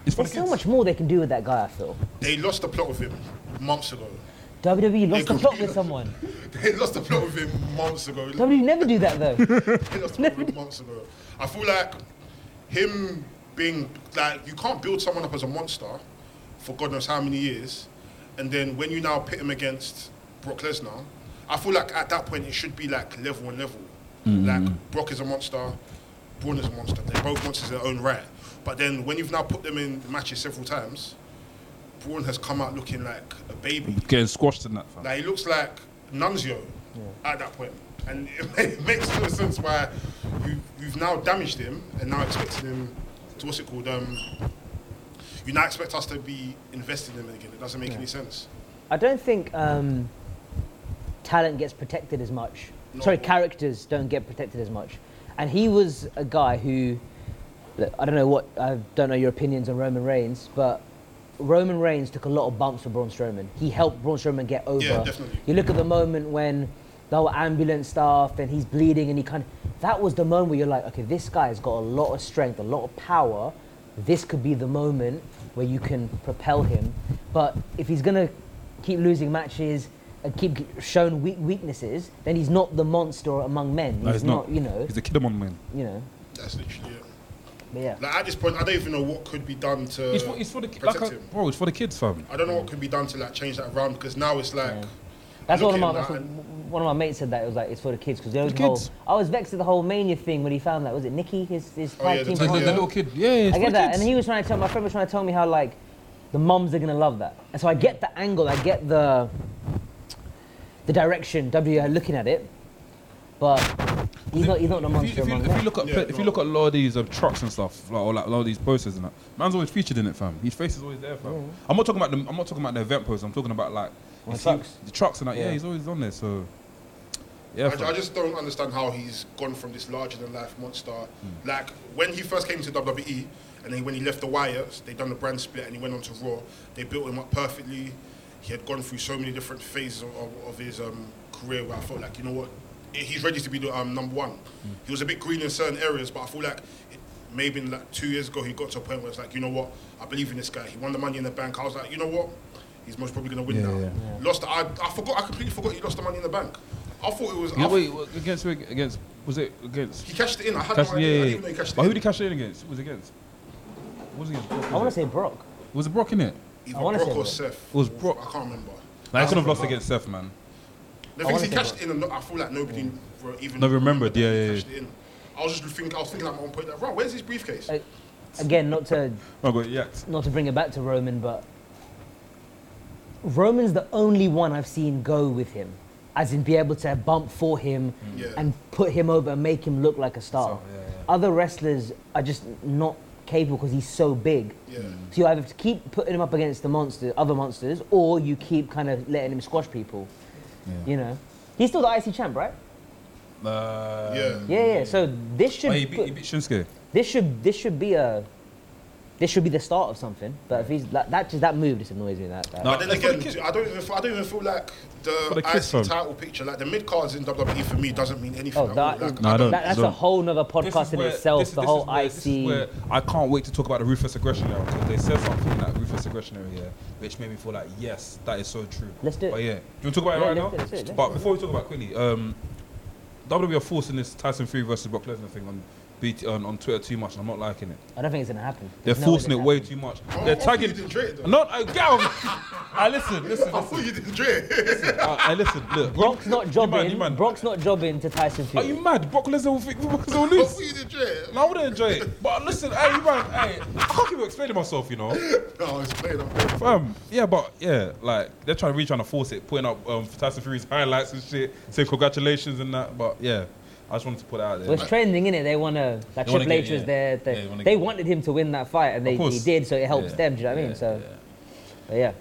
[SPEAKER 1] It's for
[SPEAKER 3] There's
[SPEAKER 1] the
[SPEAKER 3] so
[SPEAKER 1] kids.
[SPEAKER 3] much more they can do with that guy. I feel
[SPEAKER 2] They lost the plot with him months ago.
[SPEAKER 3] WWE E lost
[SPEAKER 2] They
[SPEAKER 3] the plot
[SPEAKER 2] completely-
[SPEAKER 3] with someone.
[SPEAKER 2] They lost the plot with him months ago.
[SPEAKER 3] WWE never do that though.
[SPEAKER 2] They lost the plot with him months ago. I feel like him being like you can't build someone up as a monster for God knows how many years, and then when you now pit him against Brock Lesnar, I feel like at that point it should be like level on level. Like Brock is a monster, Braun is a monster. They're both monsters in their own right. But then when you've now put them in matches several times, Braun has come out looking like a baby.
[SPEAKER 1] Getting squashed in that. Fam.
[SPEAKER 2] Like he looks like Nunzio at that point, and it, ma- it makes no sense why you you've now damaged him and now expecting him to what's it called? Um, you now expect us to be invested in him again. It doesn't make any sense.
[SPEAKER 3] I don't think um, talent gets protected as much.
[SPEAKER 2] No.
[SPEAKER 3] Sorry, characters don't get protected as much. And he was a guy who, look, I don't know what, I don't know your opinions on Roman Reigns, but Roman Reigns took a lot of bumps for Braun Strowman. He helped Braun Strowman get over.
[SPEAKER 2] Yeah, definitely.
[SPEAKER 3] You look at the moment when the whole ambulance stuff and he's bleeding and he kind of, that was the moment where you're like, okay, this guy's got a lot of strength, a lot of power. This could be the moment where you can propel him. But if he's going to keep losing matches and keep g- shown weak weaknesses, then he's not the monster among men.
[SPEAKER 1] No, he's not.
[SPEAKER 3] you know,
[SPEAKER 1] He's a kid among men.
[SPEAKER 3] you know,
[SPEAKER 2] That's literally it.
[SPEAKER 3] but yeah.
[SPEAKER 2] Like at this point, I don't even know what could be done to
[SPEAKER 1] It's for, it's for the ki- like uh,
[SPEAKER 2] protect
[SPEAKER 1] a,
[SPEAKER 2] him.
[SPEAKER 1] bro. It's for the kids, fam.
[SPEAKER 2] I don't know what could be done to like change that around because now it's like.
[SPEAKER 3] That's
[SPEAKER 2] look
[SPEAKER 3] one of
[SPEAKER 2] at
[SPEAKER 3] my
[SPEAKER 2] him,
[SPEAKER 3] that's
[SPEAKER 2] like,
[SPEAKER 3] what one of my mates said that it was like it's for the kids because there was
[SPEAKER 1] the
[SPEAKER 3] the whole,
[SPEAKER 1] kids.
[SPEAKER 3] I was vexed at the whole mania thing when he found that was it Nikki his his
[SPEAKER 2] Oh,
[SPEAKER 3] tag
[SPEAKER 2] yeah, the
[SPEAKER 3] team
[SPEAKER 2] tag
[SPEAKER 1] The,
[SPEAKER 3] partner?
[SPEAKER 1] the little kid. Yeah, it's
[SPEAKER 3] I
[SPEAKER 1] for
[SPEAKER 3] get
[SPEAKER 1] the
[SPEAKER 3] that,
[SPEAKER 1] kids.
[SPEAKER 3] and he was trying to tell my friend was trying to tell me how like the mums are gonna love that, and so I get the angle, I get the the direction W are looking at it, but he's not he's not the
[SPEAKER 1] if
[SPEAKER 3] monster
[SPEAKER 1] you, if, you,
[SPEAKER 3] among
[SPEAKER 1] if you
[SPEAKER 3] men.
[SPEAKER 1] look at
[SPEAKER 2] Yeah,
[SPEAKER 1] if you
[SPEAKER 2] no.
[SPEAKER 1] look at a lot of these um, trucks and stuff, like, or like a lot of these posters and that, man's always featured in it, fam. His face is always there, fam.
[SPEAKER 2] Mm.
[SPEAKER 1] I'm not talking about the I'm not talking about the event posters. I'm talking about like you
[SPEAKER 3] On the
[SPEAKER 1] see
[SPEAKER 3] trucks.
[SPEAKER 1] the trucks and that. Yeah.
[SPEAKER 3] Yeah.
[SPEAKER 1] he's always on there. So yeah,
[SPEAKER 2] I, ju- I
[SPEAKER 1] fam.
[SPEAKER 2] just don't understand how he's gone from this larger than life monster.
[SPEAKER 1] Hmm.
[SPEAKER 2] Like when he first came to WWE, and then when he left the Wires, they done the brand split, and he went on to Raw. They built him up perfectly. He had gone through so many different phases of, of, of his um, career where I felt like, you know what, I- he's ready to be the um, number one.
[SPEAKER 1] Hmm.
[SPEAKER 2] He was a bit green in certain areas, but I feel like it- maybe in like two years ago he got to a point where it's like, you know what, I believe in this guy. He won the Money in the Bank. I was like, you know what, he's most probably gonna win
[SPEAKER 1] Yeah,
[SPEAKER 2] now.
[SPEAKER 1] yeah.
[SPEAKER 2] Lost, the, I, I forgot, I completely forgot he lost the Money in the Bank. I thought it was.
[SPEAKER 1] Yeah,
[SPEAKER 2] I
[SPEAKER 1] wait, what- against who- against was it against?
[SPEAKER 2] he cashed it in. I had
[SPEAKER 1] Cash,
[SPEAKER 2] no
[SPEAKER 1] yeah,
[SPEAKER 2] idea. I didn't even
[SPEAKER 1] yeah.
[SPEAKER 2] know he cashed it
[SPEAKER 1] But
[SPEAKER 2] in.
[SPEAKER 1] who did he cash it in against? Was it against? Was it against? Brock,
[SPEAKER 3] I want to
[SPEAKER 1] was, it?
[SPEAKER 3] say Brock.
[SPEAKER 1] was it Brock in it?
[SPEAKER 2] Either
[SPEAKER 3] I wanna
[SPEAKER 2] Brock
[SPEAKER 3] say
[SPEAKER 2] or
[SPEAKER 3] Brock.
[SPEAKER 2] Seth.
[SPEAKER 1] It was
[SPEAKER 2] or-
[SPEAKER 1] Brock.
[SPEAKER 2] I can't remember.
[SPEAKER 1] Like, I could have lost against Seth, man.
[SPEAKER 2] The thing is,
[SPEAKER 3] wanna
[SPEAKER 2] he
[SPEAKER 3] say
[SPEAKER 2] cashed it in, and no- I feel like nobody were even.
[SPEAKER 1] Mm. No, remembered,
[SPEAKER 2] that he
[SPEAKER 1] yeah, yeah,
[SPEAKER 2] cashed it in. I was just thinking. I was thinking at one point, like, right, where's his briefcase?
[SPEAKER 3] Uh, Again, not to
[SPEAKER 1] I Oh, got yacked.
[SPEAKER 3] not to bring it back to Roman, but Roman's the only one I've seen go with him, as in be able to bump for him
[SPEAKER 2] Yeah.
[SPEAKER 3] and put him over and make him look like a star.
[SPEAKER 1] Mm. So, yeah, yeah.
[SPEAKER 3] Other wrestlers are just not capable because he's so big.
[SPEAKER 2] Yeah.
[SPEAKER 1] Mm.
[SPEAKER 3] So you either have to keep putting him up against the monster, other monsters, or you keep kind of letting him squash people. You know, he's still the IC champ, right?
[SPEAKER 1] Mm. Uh,
[SPEAKER 2] yeah.
[SPEAKER 3] Yeah, yeah. So this should
[SPEAKER 1] Oh, he beat,
[SPEAKER 3] put-
[SPEAKER 1] he beat Shinsuke.
[SPEAKER 3] this should this should be a this should be the start of something. But if he's that that, just, that move just annoys me. That, that.
[SPEAKER 1] No.
[SPEAKER 2] But then
[SPEAKER 1] That's for the
[SPEAKER 2] again,
[SPEAKER 1] kid-
[SPEAKER 2] I don't even. Feel, I don't even feel like the,
[SPEAKER 1] For the
[SPEAKER 2] IC
[SPEAKER 1] kid, fam.
[SPEAKER 2] title picture, like the mid cards in WWE for me, doesn't mean anything.
[SPEAKER 3] Oh,
[SPEAKER 2] at
[SPEAKER 3] that
[SPEAKER 2] all.
[SPEAKER 3] is-
[SPEAKER 2] Like,
[SPEAKER 1] No, I don't.
[SPEAKER 3] That, that's a
[SPEAKER 1] don't.
[SPEAKER 3] whole nother
[SPEAKER 1] This
[SPEAKER 3] podcast
[SPEAKER 1] is
[SPEAKER 3] in
[SPEAKER 1] where-
[SPEAKER 3] itself.
[SPEAKER 1] this is-
[SPEAKER 3] the
[SPEAKER 1] this
[SPEAKER 3] whole
[SPEAKER 1] is where- this is where
[SPEAKER 3] IC.
[SPEAKER 1] I can't wait to talk about the ruthless aggression era because they said something in that ruthless aggression era here, which made me feel like yes, that is so true.
[SPEAKER 3] Let's do it.
[SPEAKER 1] But yeah, do you want to talk about
[SPEAKER 3] Yeah,
[SPEAKER 1] it right
[SPEAKER 3] let's
[SPEAKER 1] now?
[SPEAKER 3] do it, let's do it, let's
[SPEAKER 1] but before we talk about it quickly, um, WWE are forcing this Tyson Fury versus Brock Lesnar thing on BT on, on Twitter too much, and I'm not liking it.
[SPEAKER 3] I don't think it's gonna happen.
[SPEAKER 1] They're
[SPEAKER 3] There's no
[SPEAKER 1] forcing it
[SPEAKER 3] gonna
[SPEAKER 1] way
[SPEAKER 3] happen.
[SPEAKER 1] too much.
[SPEAKER 2] Oh,
[SPEAKER 1] They're
[SPEAKER 2] I thought
[SPEAKER 1] tagging.
[SPEAKER 2] you didn't drink it, though.
[SPEAKER 1] No, I, get out. I listen, listen,
[SPEAKER 2] I
[SPEAKER 1] listen.
[SPEAKER 2] thought you didn't drink.
[SPEAKER 1] I, I listen. Look,
[SPEAKER 3] Brock's not jobbing.
[SPEAKER 1] you man.
[SPEAKER 3] Brock's not jobbing to Tyson
[SPEAKER 1] Are
[SPEAKER 3] Fury.
[SPEAKER 1] you mad? Brock Lesnar will, think, Brock Lesnar will
[SPEAKER 2] I
[SPEAKER 1] lose.
[SPEAKER 2] thought you didn't drink.
[SPEAKER 1] No, I would enjoy it. But listen, hey, you man, hey, I can't keep explaining myself, you know.
[SPEAKER 2] No, it's played. I'm playing.
[SPEAKER 1] Um, yeah, but yeah, like they're trying really trying to force it, putting up um, Tyson Fury's highlights and shit, saying congratulations and that. But yeah, I just wanted to put that out
[SPEAKER 3] Well,
[SPEAKER 1] there.
[SPEAKER 3] it's trending, innit? They want to. Like
[SPEAKER 1] They wanna
[SPEAKER 3] Triple H
[SPEAKER 1] get-
[SPEAKER 3] was
[SPEAKER 1] yeah.
[SPEAKER 3] there. They,
[SPEAKER 1] Yeah, they wanna
[SPEAKER 3] they
[SPEAKER 1] get-
[SPEAKER 3] wanted him to win that fight, and they, he
[SPEAKER 1] course.
[SPEAKER 3] did, so it helps
[SPEAKER 1] Yeah.
[SPEAKER 3] them. Do you know what I mean?
[SPEAKER 1] Yeah,
[SPEAKER 3] So,
[SPEAKER 1] yeah.
[SPEAKER 3] but yeah.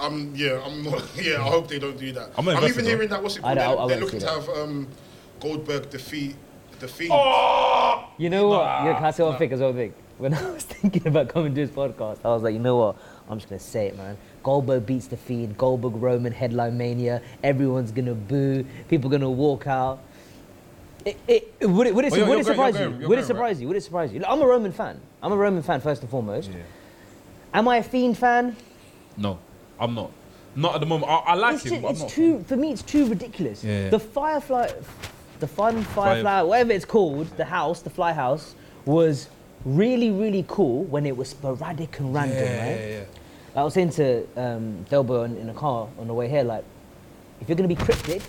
[SPEAKER 2] Um, yeah, I'm not. Yeah, I hope they don't do that.
[SPEAKER 1] I'm
[SPEAKER 2] I'm,
[SPEAKER 1] not invested,
[SPEAKER 2] even
[SPEAKER 1] though.
[SPEAKER 2] hearing that. What's it
[SPEAKER 3] I
[SPEAKER 2] called?
[SPEAKER 3] know, I
[SPEAKER 2] They're,
[SPEAKER 3] won't
[SPEAKER 2] they're looking
[SPEAKER 3] see
[SPEAKER 2] to
[SPEAKER 3] that.
[SPEAKER 2] have um, Goldberg defeat the Fiend.
[SPEAKER 1] Oh!
[SPEAKER 3] You know what? You know, can I say one thing as well, Vic? When I was thinking about coming to this podcast, I was like, you know what? I'm just gonna say it, man. Goldberg beats the Fiend. Goldberg Roman headline mania. Everyone's gonna boo. People gonna walk out. It, it, it- would it, would it,
[SPEAKER 1] Oh, you're-
[SPEAKER 3] would it
[SPEAKER 1] you're going-
[SPEAKER 3] surprise
[SPEAKER 1] you're
[SPEAKER 3] you?
[SPEAKER 1] going- you're
[SPEAKER 3] Would it
[SPEAKER 1] going,
[SPEAKER 3] surprise you? Would it surprise you? Look, I'm a Roman fan. I'm a Roman fan first and foremost. Am I a Fiend fan?
[SPEAKER 1] No, I'm not. Not at the moment. I, I like
[SPEAKER 3] It's,
[SPEAKER 1] him,
[SPEAKER 3] just,
[SPEAKER 1] but I'm
[SPEAKER 3] it's
[SPEAKER 1] not.
[SPEAKER 3] too for me. It's too ridiculous.
[SPEAKER 1] Yeah, yeah.
[SPEAKER 3] The firefly, the fun firefly, whatever it's called, the house, the fly house, was really really cool when it was sporadic and random.
[SPEAKER 1] yeah,
[SPEAKER 3] right?
[SPEAKER 1] yeah, yeah.
[SPEAKER 3] I was saying to um, Delbo in, in the car on the way here, like, if you're gonna be cryptic,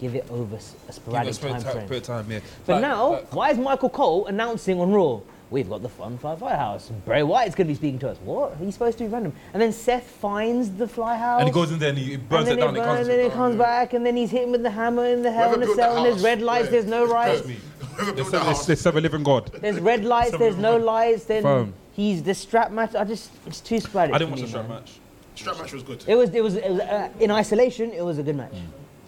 [SPEAKER 3] give it over s- a
[SPEAKER 1] Give it
[SPEAKER 3] sporadic
[SPEAKER 1] a spare
[SPEAKER 3] time
[SPEAKER 1] time,
[SPEAKER 3] frame.
[SPEAKER 1] spare time, yeah.
[SPEAKER 3] But
[SPEAKER 1] Like-
[SPEAKER 3] now,
[SPEAKER 1] like-
[SPEAKER 3] why is Michael Cole announcing on Raw? We've got the fun fly fly house. Bray Wyatt's gonna be speaking to us. What? He's supposed to be random. And then Seth finds the fly house.
[SPEAKER 1] and he goes in there and he burns
[SPEAKER 3] And
[SPEAKER 1] it
[SPEAKER 3] then,
[SPEAKER 1] down. It
[SPEAKER 3] they burn,
[SPEAKER 1] comes Oh,
[SPEAKER 3] and then it
[SPEAKER 2] down,
[SPEAKER 3] comes
[SPEAKER 2] yeah.
[SPEAKER 3] back, and then he's hit him with the hammer in the hell
[SPEAKER 2] Whoever
[SPEAKER 3] in the
[SPEAKER 2] built that
[SPEAKER 3] cell, and there's
[SPEAKER 2] house,
[SPEAKER 3] red lights,
[SPEAKER 2] yeah,
[SPEAKER 3] there's no
[SPEAKER 2] it's
[SPEAKER 3] lights.
[SPEAKER 2] cursed me. Whoever
[SPEAKER 1] They
[SPEAKER 2] built that
[SPEAKER 1] serve,
[SPEAKER 2] house.
[SPEAKER 1] they serve a living god.
[SPEAKER 3] There's red lights, there's no lights, then
[SPEAKER 1] Fam.
[SPEAKER 3] he's the strap match. I just, it's too sporadic.
[SPEAKER 1] I didn't watch
[SPEAKER 3] for me,
[SPEAKER 1] the strap
[SPEAKER 3] man.
[SPEAKER 1] match.
[SPEAKER 2] Strap match was good.
[SPEAKER 3] It was, it was, it was uh, in isolation, it was a good match.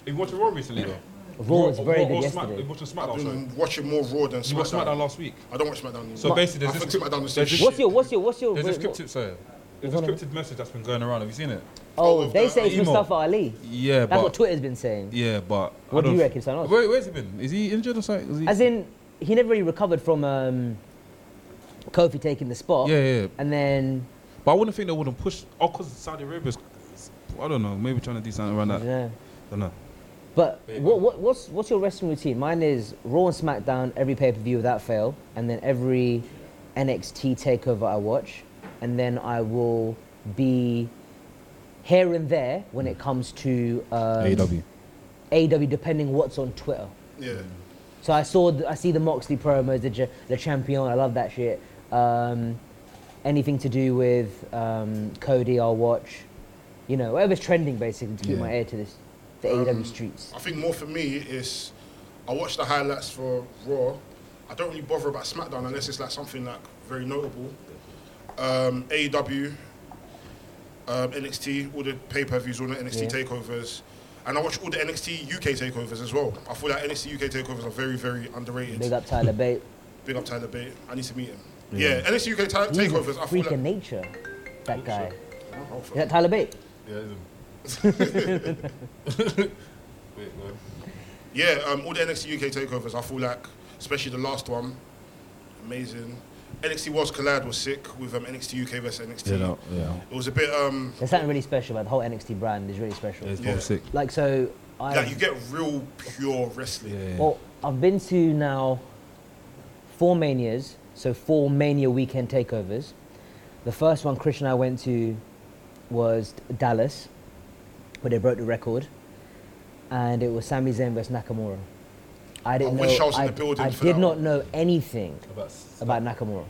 [SPEAKER 1] You watched Raw recently though.
[SPEAKER 3] Raw was very
[SPEAKER 1] Raw
[SPEAKER 3] good
[SPEAKER 1] or Smack-
[SPEAKER 3] yesterday.
[SPEAKER 1] You watched
[SPEAKER 2] I've
[SPEAKER 1] SmackDown. sorry.
[SPEAKER 2] been watching more Raw than
[SPEAKER 1] You watched SmackDown
[SPEAKER 2] SmackDown.
[SPEAKER 1] last week.
[SPEAKER 2] I don't watch SmackDown. anymore.
[SPEAKER 1] So basically,
[SPEAKER 2] I
[SPEAKER 1] there's
[SPEAKER 2] think
[SPEAKER 1] this,
[SPEAKER 2] SmackDown
[SPEAKER 1] crypt-
[SPEAKER 2] is some
[SPEAKER 1] there's
[SPEAKER 2] shit.
[SPEAKER 1] this,
[SPEAKER 3] What's your, what's your, what's your? oh,
[SPEAKER 1] there's this
[SPEAKER 3] what-
[SPEAKER 1] cryptid, sorry. There's this cryptid message that's been going around. Have you seen it?
[SPEAKER 3] oh,
[SPEAKER 2] of
[SPEAKER 3] they
[SPEAKER 2] the
[SPEAKER 3] say it's
[SPEAKER 1] emo.
[SPEAKER 3] Mustafa Ali.
[SPEAKER 1] Yeah,
[SPEAKER 3] That's what Twitter's been saying.
[SPEAKER 1] yeah, but
[SPEAKER 3] What do you reckon, son? Oz?
[SPEAKER 1] Where, where's he been? Is he injured or something? Is he,
[SPEAKER 3] As in, he never really recovered from um, Kofi taking the spot.
[SPEAKER 1] yeah, yeah.
[SPEAKER 3] And then,
[SPEAKER 1] But I wouldn't think they wouldn't push. Oh, because Saudi Arabia's. I don't know. Maybe trying to do something around
[SPEAKER 3] I don't
[SPEAKER 1] that.
[SPEAKER 3] know.
[SPEAKER 1] don't know.
[SPEAKER 3] But
[SPEAKER 1] Yeah,
[SPEAKER 3] what,
[SPEAKER 1] man.
[SPEAKER 3] what, what's what's your wrestling routine? Mine is Raw and SmackDown every pay per view without fail, and then every NXT takeover I watch, and then I will be here and there when it comes to um,
[SPEAKER 1] AEW.
[SPEAKER 3] AEW, depending what's on Twitter.
[SPEAKER 2] Yeah.
[SPEAKER 3] So I saw the, I see the Moxley promos, the Ja- the champion. I love that shit. Um, anything to do with um, Cody, I'll watch. You know, whatever's trending basically to keep
[SPEAKER 1] Yeah.
[SPEAKER 3] my ear to this, the AEW streets.
[SPEAKER 2] I think more for me is I watch the highlights for Raw. I don't really bother about SmackDown unless it's like something like very notable. Um, AEW, um, NXT, all the pay per views, all the NXT
[SPEAKER 3] Yeah.
[SPEAKER 2] takeovers, and I watch all the NXT UK takeovers as well. I feel like NXT UK takeovers are very very underrated.
[SPEAKER 3] Big up Tyler Bate.
[SPEAKER 2] Big up Tyler Bate. I need to meet him. Yeah, NXT UK ta-
[SPEAKER 3] He's a
[SPEAKER 2] takeovers. I feel
[SPEAKER 3] freak of
[SPEAKER 2] like.
[SPEAKER 3] nature, that guy.
[SPEAKER 2] Oh,
[SPEAKER 3] Is
[SPEAKER 2] fuck.
[SPEAKER 3] that Tyler Bate?
[SPEAKER 1] Yeah, is him. Wait, what?
[SPEAKER 2] Yeah, um, all the NXT UK takeovers, I feel like, especially the last one, amazing. NXT Worlds Collide was sick with um, NXT UK versus NXT.
[SPEAKER 1] yeah.
[SPEAKER 2] It was a bit um,
[SPEAKER 3] There's something really special about the whole NXT brand. Is really special.
[SPEAKER 1] It's
[SPEAKER 2] Yeah.
[SPEAKER 1] both sick.
[SPEAKER 3] Like so, I
[SPEAKER 2] like you get real pure wrestling.
[SPEAKER 1] Yeah.
[SPEAKER 3] well, I've been to now four manias, so four mania weekend takeovers. The first one Chris and I went to was Dallas, where they broke the record, and it was Sami Zayn versus Nakamura. I didn't
[SPEAKER 2] wish
[SPEAKER 3] know.
[SPEAKER 2] I was in the building
[SPEAKER 3] I
[SPEAKER 2] for
[SPEAKER 3] did
[SPEAKER 2] that
[SPEAKER 3] not
[SPEAKER 2] one.
[SPEAKER 3] know anything
[SPEAKER 1] About s-
[SPEAKER 3] about Nakamura.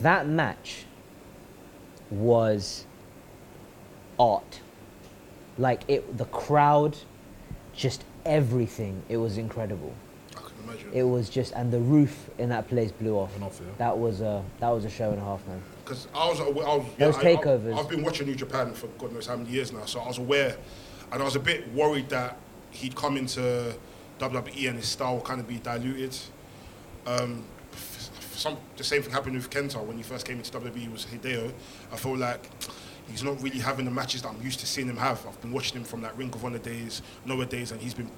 [SPEAKER 3] That match was art. Like it, the crowd, just everything. It was incredible.
[SPEAKER 2] I can
[SPEAKER 3] It
[SPEAKER 2] imagine.
[SPEAKER 3] was just, and the roof in that place blew off.
[SPEAKER 1] Went off, yeah.
[SPEAKER 3] That was a that was a show and a half, man.
[SPEAKER 2] Because I was, I was
[SPEAKER 3] Those
[SPEAKER 2] I,
[SPEAKER 3] takeovers.
[SPEAKER 2] I, have been watching New Japan for God knows how many years now, so I was aware, and I was a bit worried that he'd come into WWE and his style would kind of be diluted. Um, f- f- some the same thing happened with Kenta when he first came into WWE he was Hideo. I feel like he's not really having the matches that I'm used to seeing him have. I've been watching him from like Ring of Honor days, Noah days, and he's been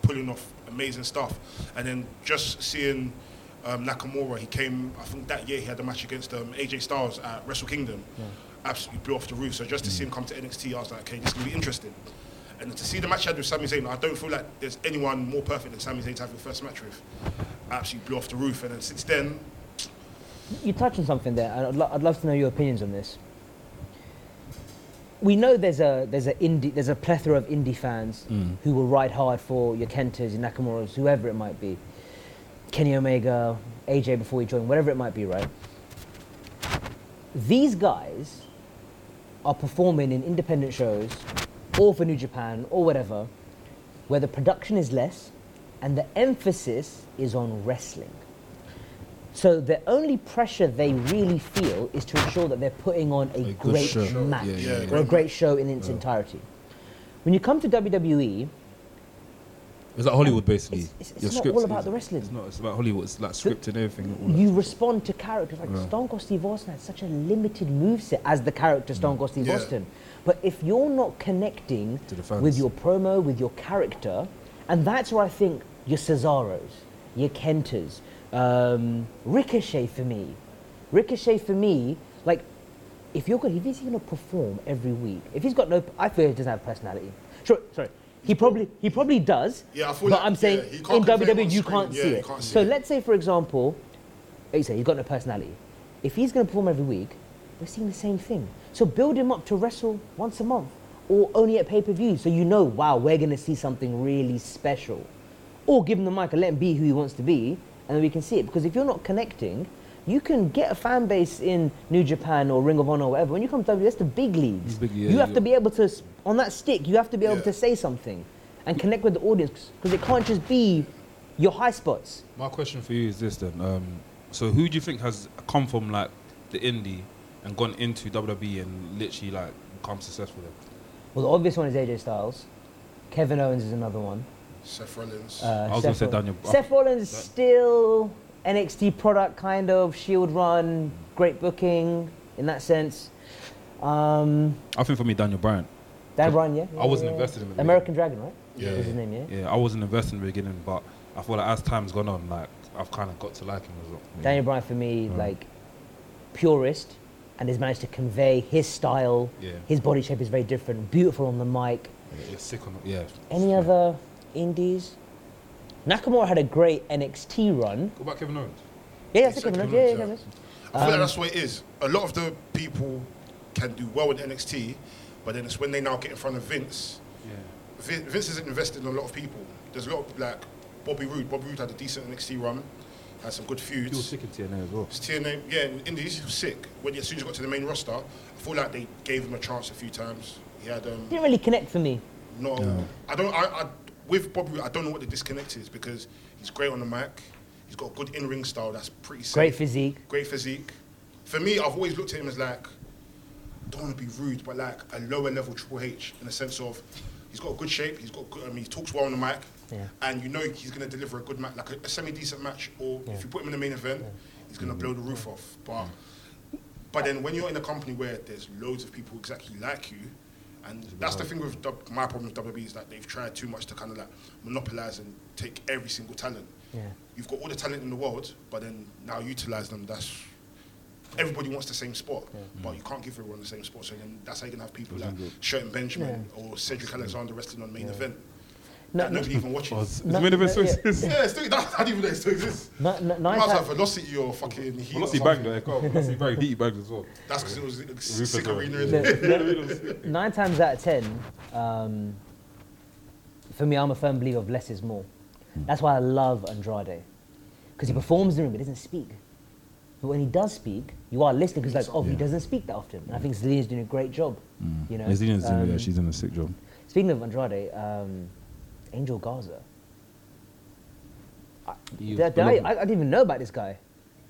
[SPEAKER 2] pulling off amazing stuff. And then just seeing um, Nakamura, he came. I think that year he had a match against um, AJ Styles at Wrestle Kingdom. Absolutely blew off the roof. So just to see him come to NXT, I was like, okay, this can be interesting. And to see the match he had with Sami Zayn, I don't feel like there's anyone more perfect than Sami Zayn to have your first match with. I absolutely blew off the roof. And then since then,
[SPEAKER 3] You touched on something there, and I'd, lo- I'd love to know your opinions on this. We know there's a there's a indie there's a plethora of indie fans who will ride hard for your Kentas, your Nakamura's, whoever it might be, Kenny Omega, AJ before he joined, whatever it might be, right? These guys are performing in independent shows, or for New Japan, or whatever, where the production is less, and the emphasis is on wrestling. So the only pressure they really feel is to ensure that they're putting on a,
[SPEAKER 5] good
[SPEAKER 3] great
[SPEAKER 5] show. Show,
[SPEAKER 3] match
[SPEAKER 5] yeah, yeah,
[SPEAKER 2] Yeah, yeah.
[SPEAKER 3] or a great show in its entirety. When you come to E, WWE,
[SPEAKER 5] It's like Hollywood, basically.
[SPEAKER 3] it's, it's,
[SPEAKER 5] Your
[SPEAKER 3] it's not
[SPEAKER 5] script
[SPEAKER 3] all
[SPEAKER 5] is-
[SPEAKER 3] about the wrestling.
[SPEAKER 5] It's not. It's about Hollywood. It's like script and everything. all that.
[SPEAKER 3] You respond to characters like Stone Cold Steve Austin had such a limited moveset as the character Stone Cold Steve
[SPEAKER 2] Yeah.
[SPEAKER 3] Austin. But if you're not connecting
[SPEAKER 5] To the
[SPEAKER 3] with
[SPEAKER 5] fans.
[SPEAKER 3] your promo, with your character, and that's where I think your Cesaros, your Kentas, um, Ricochet for me, Ricochet for me, like if you're going, if he's going to perform every week, if he's got no, I feel he doesn't have personality. Sure, sorry. He probably, he probably does.
[SPEAKER 2] Yeah, I feel
[SPEAKER 3] but
[SPEAKER 2] like-
[SPEAKER 3] I'm saying
[SPEAKER 2] yeah, he can't
[SPEAKER 3] in
[SPEAKER 2] convey it
[SPEAKER 3] WWE
[SPEAKER 2] on
[SPEAKER 3] you
[SPEAKER 2] screen.
[SPEAKER 3] can't
[SPEAKER 2] Yeah,
[SPEAKER 3] see
[SPEAKER 2] you
[SPEAKER 3] it.
[SPEAKER 2] can't see
[SPEAKER 3] so
[SPEAKER 2] it.
[SPEAKER 3] let's say, for example, like you say he's got no personality. If he's going to perform every week, we're seeing the same thing. So build him up to wrestle once a month or only at pay per view so you know, wow, we're going to see something really special. Or give him the mic and let him be who he wants to be and then we can see it. Because if you're not connecting, you can get a fan base in New Japan or Ring of Honor or whatever. When you come to WWE, that's the big leagues.
[SPEAKER 5] Big, yeah,
[SPEAKER 3] you have
[SPEAKER 5] yeah.
[SPEAKER 3] to be able to, s- on that stick, you have to be able
[SPEAKER 2] Yeah.
[SPEAKER 3] to say something and connect with the audience because it can't just be your high spots.
[SPEAKER 1] My question for you is this then. Um, so who do you think has come from like the indie and gone into WWE and literally like become successful then?
[SPEAKER 3] Well, the obvious one is AJ Styles. Kevin Owens is another one.
[SPEAKER 2] Seth Rollins.
[SPEAKER 3] Uh,
[SPEAKER 1] I was gonna say
[SPEAKER 3] Roll-
[SPEAKER 1] Daniel-
[SPEAKER 3] Seth Rollins is still NXT product, kind of Shield E run, great booking in that sense. Um,
[SPEAKER 1] I think for me, Daniel Bryan.
[SPEAKER 3] Dan Bryan, yeah, yeah,
[SPEAKER 1] I wasn't
[SPEAKER 3] yeah.
[SPEAKER 1] invested in him at the
[SPEAKER 3] American Dragon, right?
[SPEAKER 2] Yeah.
[SPEAKER 3] was his name, yeah.
[SPEAKER 1] Yeah, I wasn't invested in the beginning, but I feel like as time's gone on, like I've kind of got to like him as well.
[SPEAKER 3] Daniel Bryan for me,
[SPEAKER 1] Mm.
[SPEAKER 3] like purist, and has managed to convey his style.
[SPEAKER 1] Yeah.
[SPEAKER 3] His body shape is very different. Beautiful on the mic.
[SPEAKER 1] Yeah, it's sick on yeah.
[SPEAKER 3] Any other indies? Nakamura had a great NXT run.
[SPEAKER 1] What about Kevin Owens?
[SPEAKER 3] Yeah, yeah,
[SPEAKER 2] He's
[SPEAKER 3] second
[SPEAKER 2] second
[SPEAKER 3] run. Yeah, yeah,
[SPEAKER 2] run,
[SPEAKER 3] yeah.
[SPEAKER 2] yeah. I feel like
[SPEAKER 1] um,
[SPEAKER 2] that's what it is. A lot of the people can do well in NXT, but then it's when they now get in front of Vince. Vin- Vince isn't invested in a lot of people. There's a lot of like Bobby Roode. Bobby Roode had a decent NXT run, had some good
[SPEAKER 1] He was
[SPEAKER 2] feuds.
[SPEAKER 1] sick in TNA as well.
[SPEAKER 2] It's TNA, yeah, in Indies, he was sick. When as soon as he got to the main roster, I feel like they gave him a chance a few times. He had um,
[SPEAKER 3] Didn't really connect for me.
[SPEAKER 2] no, I don't. I, I with Bobby, Roode, I don't know what the disconnect is because he's great on the mic. He's got a good in-ring style. That's pretty. Safe
[SPEAKER 3] Great physique.
[SPEAKER 2] great physique. For me, I've always looked at him as like, don't want to be rude, but like a lower level Triple H in the sense of he's got a good shape, he's got good, I mean, he talks well on the mic,
[SPEAKER 3] Yeah.
[SPEAKER 2] and you know he's going to deliver a good match, like a, semi decent match, or
[SPEAKER 3] Yeah.
[SPEAKER 2] if you put him in the main event, he's going to blow the roof off. But but then when you're in a company where there's loads of people exactly like you, and that's the thing with dub- my problem with WWE is that they've tried too much to kind of like monopolize and take every single talent.
[SPEAKER 3] Yeah.
[SPEAKER 2] You've got all the talent in the world, but then now utilize them. That's everybody wants the same spot, but you can't give everyone the same spot. So then that's how you can have people like Shelton Benjamin or Cedric Alexander wrestling on main event.
[SPEAKER 3] No,
[SPEAKER 2] that
[SPEAKER 3] no-
[SPEAKER 2] nobody even watches.
[SPEAKER 3] No,
[SPEAKER 1] made a
[SPEAKER 3] no,
[SPEAKER 1] bit so
[SPEAKER 3] yeah.
[SPEAKER 1] it's-
[SPEAKER 2] Yeah, it's still, that, I didn't even know it still exists.
[SPEAKER 3] No, no,
[SPEAKER 2] You might
[SPEAKER 3] nine
[SPEAKER 2] as well have
[SPEAKER 3] times.
[SPEAKER 2] Velocity or fucking Heat. or
[SPEAKER 1] Velocity
[SPEAKER 2] something.
[SPEAKER 1] bagged though, I can't- Velocity bagged, he bagged as well.
[SPEAKER 2] That's because it was a
[SPEAKER 1] Rufus
[SPEAKER 2] sick
[SPEAKER 1] Hall.
[SPEAKER 2] arena.
[SPEAKER 3] No,
[SPEAKER 2] innit?
[SPEAKER 3] no, nine times out of ten, um, for me, I'm a firm believer of less is more.
[SPEAKER 2] Hmm.
[SPEAKER 3] That's why I love Andrade, because he performs in the room, he doesn't speak. But when he does speak, you are listening because, like, oh, he doesn't speak that often. And I think Zelina's doing a great job.
[SPEAKER 2] Hmm.
[SPEAKER 3] You know, Um,
[SPEAKER 1] she's in a sick job.
[SPEAKER 3] Speaking of Andrade, um, Angel Garza. I, did I- did I, I, I didn't even know about this guy.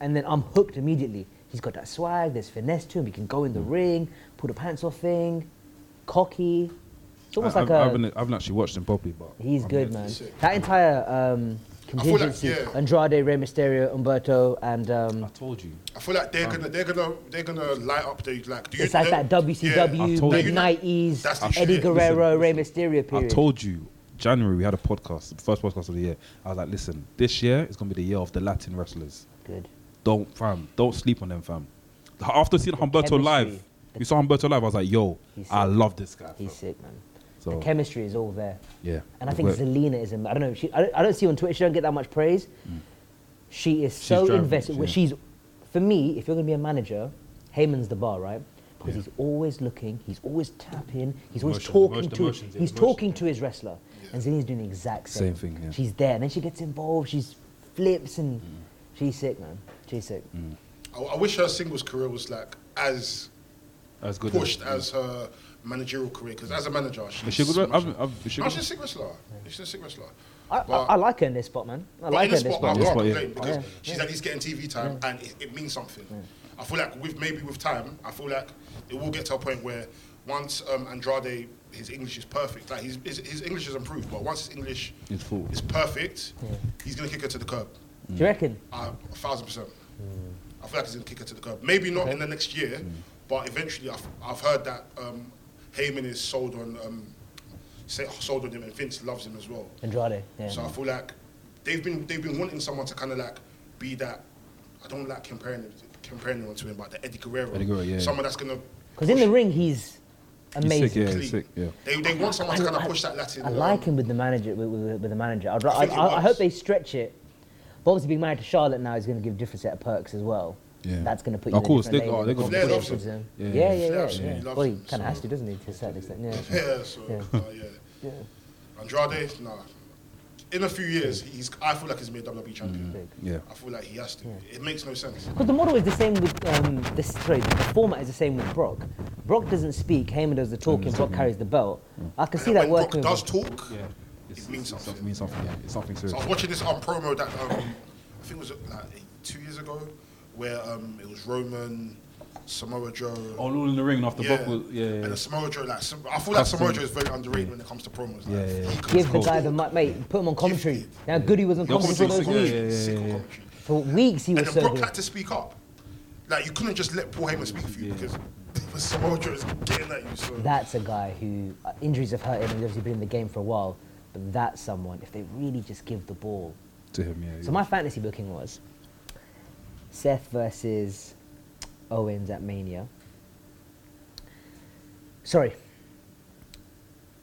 [SPEAKER 3] And then I'm hooked immediately. He's got that swag, there's finesse to him, he can go in the
[SPEAKER 1] Mm.
[SPEAKER 3] ring, pull the pants off thing, cocky. It's almost
[SPEAKER 1] I,
[SPEAKER 3] like
[SPEAKER 1] I,
[SPEAKER 3] a.
[SPEAKER 1] I haven't, I haven't actually watched him properly, but
[SPEAKER 3] he's
[SPEAKER 1] I'm
[SPEAKER 3] good,
[SPEAKER 1] here.
[SPEAKER 3] man.
[SPEAKER 2] sick.
[SPEAKER 3] That entire um,
[SPEAKER 2] feel like,
[SPEAKER 3] contingency
[SPEAKER 2] yeah.
[SPEAKER 3] Andrade, Rey Mysterio, Umberto, and.
[SPEAKER 1] I
[SPEAKER 3] Um,
[SPEAKER 1] told you.
[SPEAKER 2] I feel like they're gonna they're gonna they're gonna light up the like. Do you,
[SPEAKER 3] it's like
[SPEAKER 2] they-
[SPEAKER 3] that
[SPEAKER 1] I
[SPEAKER 3] WCW,
[SPEAKER 1] told
[SPEAKER 3] mid
[SPEAKER 1] you.
[SPEAKER 3] 90s,
[SPEAKER 2] That's the
[SPEAKER 3] Eddie
[SPEAKER 2] shit.
[SPEAKER 3] Guerrero,
[SPEAKER 1] Listen,
[SPEAKER 3] Rey Mysterio
[SPEAKER 1] I
[SPEAKER 3] period.
[SPEAKER 1] told you. January we had a podcast, the first podcast of the year. I was like, listen, this year is gonna be the year of the Latin wrestlers.
[SPEAKER 3] Good.
[SPEAKER 1] Don't fam, don't sleep on them, fam. After seeing Humberto
[SPEAKER 3] chemistry.
[SPEAKER 1] live,
[SPEAKER 3] The-
[SPEAKER 1] you saw Humberto live. I was like, yo,
[SPEAKER 3] He's
[SPEAKER 1] I
[SPEAKER 3] sick.
[SPEAKER 1] love this guy.
[SPEAKER 3] He's
[SPEAKER 1] fam.
[SPEAKER 3] sick, man.
[SPEAKER 1] So
[SPEAKER 3] the chemistry is all there.
[SPEAKER 1] yeah,
[SPEAKER 3] And I
[SPEAKER 1] it
[SPEAKER 3] think
[SPEAKER 1] worked.
[SPEAKER 3] Zelina is. am- I don't know. She, I, don't, I don't see her on Twitter. She don't get that much praise. She is so
[SPEAKER 1] Mm. driving,
[SPEAKER 3] invested.
[SPEAKER 1] yeah.
[SPEAKER 3] She's, for me, if you're going to be a manager, Heyman's the bar, right? Because he's always looking. He's always tapping. He's always
[SPEAKER 5] Emotion,
[SPEAKER 3] talking
[SPEAKER 5] emotion,
[SPEAKER 3] to.
[SPEAKER 5] emotions, yeah,
[SPEAKER 3] he's
[SPEAKER 5] emotion.
[SPEAKER 3] talking to his wrestler, and Zelina's doing the exact
[SPEAKER 1] Same
[SPEAKER 3] same.
[SPEAKER 1] thing, yeah. Mm.
[SPEAKER 3] She's there, and then she gets involved. She's flips, and she's sick, man. She's sick.
[SPEAKER 2] I, I wish her singles career was like as
[SPEAKER 1] That's good.
[SPEAKER 2] pushed as her managerial career because as a manager, she's
[SPEAKER 1] Is she a good
[SPEAKER 2] so
[SPEAKER 1] wrestler?
[SPEAKER 2] much-
[SPEAKER 1] I've- I've- is she a
[SPEAKER 2] No,
[SPEAKER 1] good-
[SPEAKER 2] she's a sick wrestler. She's a sick wrestler.
[SPEAKER 3] I, I,
[SPEAKER 2] But-
[SPEAKER 3] I like her in this spot, man. I
[SPEAKER 2] but
[SPEAKER 3] like
[SPEAKER 2] in
[SPEAKER 3] her
[SPEAKER 2] this
[SPEAKER 3] in this
[SPEAKER 2] spot,
[SPEAKER 3] spot.
[SPEAKER 2] I
[SPEAKER 1] This
[SPEAKER 2] can't
[SPEAKER 1] spot, yeah.
[SPEAKER 2] complain because
[SPEAKER 3] Yeah,
[SPEAKER 2] she's at least getting TV time and it, it means something. I feel like with maybe with time, I feel like it will get to a point where once um, Andrade, his English is perfect. Like his, his, his English is improved, but once his English
[SPEAKER 1] It's full.
[SPEAKER 2] is perfect,
[SPEAKER 3] Yeah.
[SPEAKER 2] he's gonna kick her to the curb.
[SPEAKER 3] Do you reckon?
[SPEAKER 2] Uh, a thousand percent. I feel like he's gonna kick her to the curb. Maybe not in the next year, but eventually I've, I've heard that um, Heyman is sold on um, say, sold on him, and Vince loves him as well.
[SPEAKER 3] Andrade. Yeah.
[SPEAKER 2] So I feel like they've been they've been wanting someone to kind of like be that. I don't like comparing him, comparing anyone to him, but the Eddie Guerrero,
[SPEAKER 1] Eddie Guerrero, yeah.
[SPEAKER 2] someone that's gonna
[SPEAKER 3] Because in the ring, he's amazing.
[SPEAKER 1] He's sick, yeah, he's
[SPEAKER 2] clean.
[SPEAKER 1] sick, yeah.
[SPEAKER 2] They, they want someone to kind
[SPEAKER 3] I-
[SPEAKER 2] of push that Latin.
[SPEAKER 3] I like
[SPEAKER 2] um,
[SPEAKER 3] him with the manager. With, with, with the manager, I'd,
[SPEAKER 2] I
[SPEAKER 3] I,
[SPEAKER 2] think it
[SPEAKER 3] I, I
[SPEAKER 2] works.
[SPEAKER 3] hope they stretch it. But obviously, being married to Charlotte now is going to give a different set of perks as well.
[SPEAKER 1] Yeah.
[SPEAKER 3] That's going to put you.
[SPEAKER 1] Of
[SPEAKER 3] in a
[SPEAKER 1] course,
[SPEAKER 3] different
[SPEAKER 1] they-
[SPEAKER 3] lane
[SPEAKER 1] oh,
[SPEAKER 3] in
[SPEAKER 1] they
[SPEAKER 3] the
[SPEAKER 1] got-
[SPEAKER 2] Flair loves
[SPEAKER 3] competition.
[SPEAKER 2] him.
[SPEAKER 3] Yeah,
[SPEAKER 1] Yeah,
[SPEAKER 3] yeah,
[SPEAKER 1] yeah.
[SPEAKER 3] yeah.
[SPEAKER 2] Flair
[SPEAKER 3] yeah,
[SPEAKER 2] absolutely loves
[SPEAKER 3] Well, he
[SPEAKER 2] him,
[SPEAKER 3] kind of
[SPEAKER 2] so-
[SPEAKER 3] has to, doesn't he, to a certain extent? Yeah.
[SPEAKER 2] Yeah, so
[SPEAKER 3] Yeah.
[SPEAKER 2] uh, yeah. Andrade, nah. In a few years, he's. I feel like he's gonna be a WWE E champion.
[SPEAKER 3] Big.
[SPEAKER 1] Yeah.
[SPEAKER 2] I feel like he has to. It makes no sense.
[SPEAKER 3] Because the model is the same with um, this. Sorry, the format is the same with Brock. Brock doesn't speak. Heyman does the talking. Brock carries the belt.
[SPEAKER 1] Mm.
[SPEAKER 3] I can see
[SPEAKER 2] And
[SPEAKER 3] that
[SPEAKER 2] when Brock
[SPEAKER 3] working.
[SPEAKER 2] does
[SPEAKER 3] with him.
[SPEAKER 2] talk,
[SPEAKER 1] Yeah,
[SPEAKER 2] It's- means it's- it's something.
[SPEAKER 1] It means something. Yeah, it's something
[SPEAKER 2] So I
[SPEAKER 1] serious.
[SPEAKER 2] was watching this um, promo that um, I think it was like eight- two years ago, where um, it was Roman, Samoa Joe.
[SPEAKER 3] Oh,
[SPEAKER 1] All in the ring after
[SPEAKER 2] yeah.
[SPEAKER 1] Brock was yeah. yeah,
[SPEAKER 2] And
[SPEAKER 1] yeah.
[SPEAKER 2] the Samoa Joe, like Sam- I feel like Samoa Joe
[SPEAKER 1] Custom.
[SPEAKER 2] is very underrated when it comes to promos. Like,
[SPEAKER 1] Yeah, yeah, yeah.
[SPEAKER 2] he can
[SPEAKER 3] Give the
[SPEAKER 1] Cool.
[SPEAKER 3] guy the mic, mate. Put him on commentary. Now Goody was on
[SPEAKER 1] Yeah,
[SPEAKER 3] commentary for
[SPEAKER 1] commentary,
[SPEAKER 3] those
[SPEAKER 1] yeah,
[SPEAKER 3] weeks.
[SPEAKER 1] yeah,
[SPEAKER 2] Sick
[SPEAKER 1] yeah.
[SPEAKER 2] on commentary.
[SPEAKER 3] For weeks he
[SPEAKER 2] And then
[SPEAKER 3] was so
[SPEAKER 2] Brock
[SPEAKER 3] good.
[SPEAKER 2] had to speak up. Like you couldn't just let Paul Heyman speak for you
[SPEAKER 1] Yeah.
[SPEAKER 2] because Samoa Joe is getting at you. So
[SPEAKER 3] That's a guy who uh, injuries have hurt him. and He's obviously been in the game for a while, but that's someone. If they really just give the ball.
[SPEAKER 1] to him, yeah.
[SPEAKER 3] So my fantasy booking was Seth versus Owens at Mania. Sorry.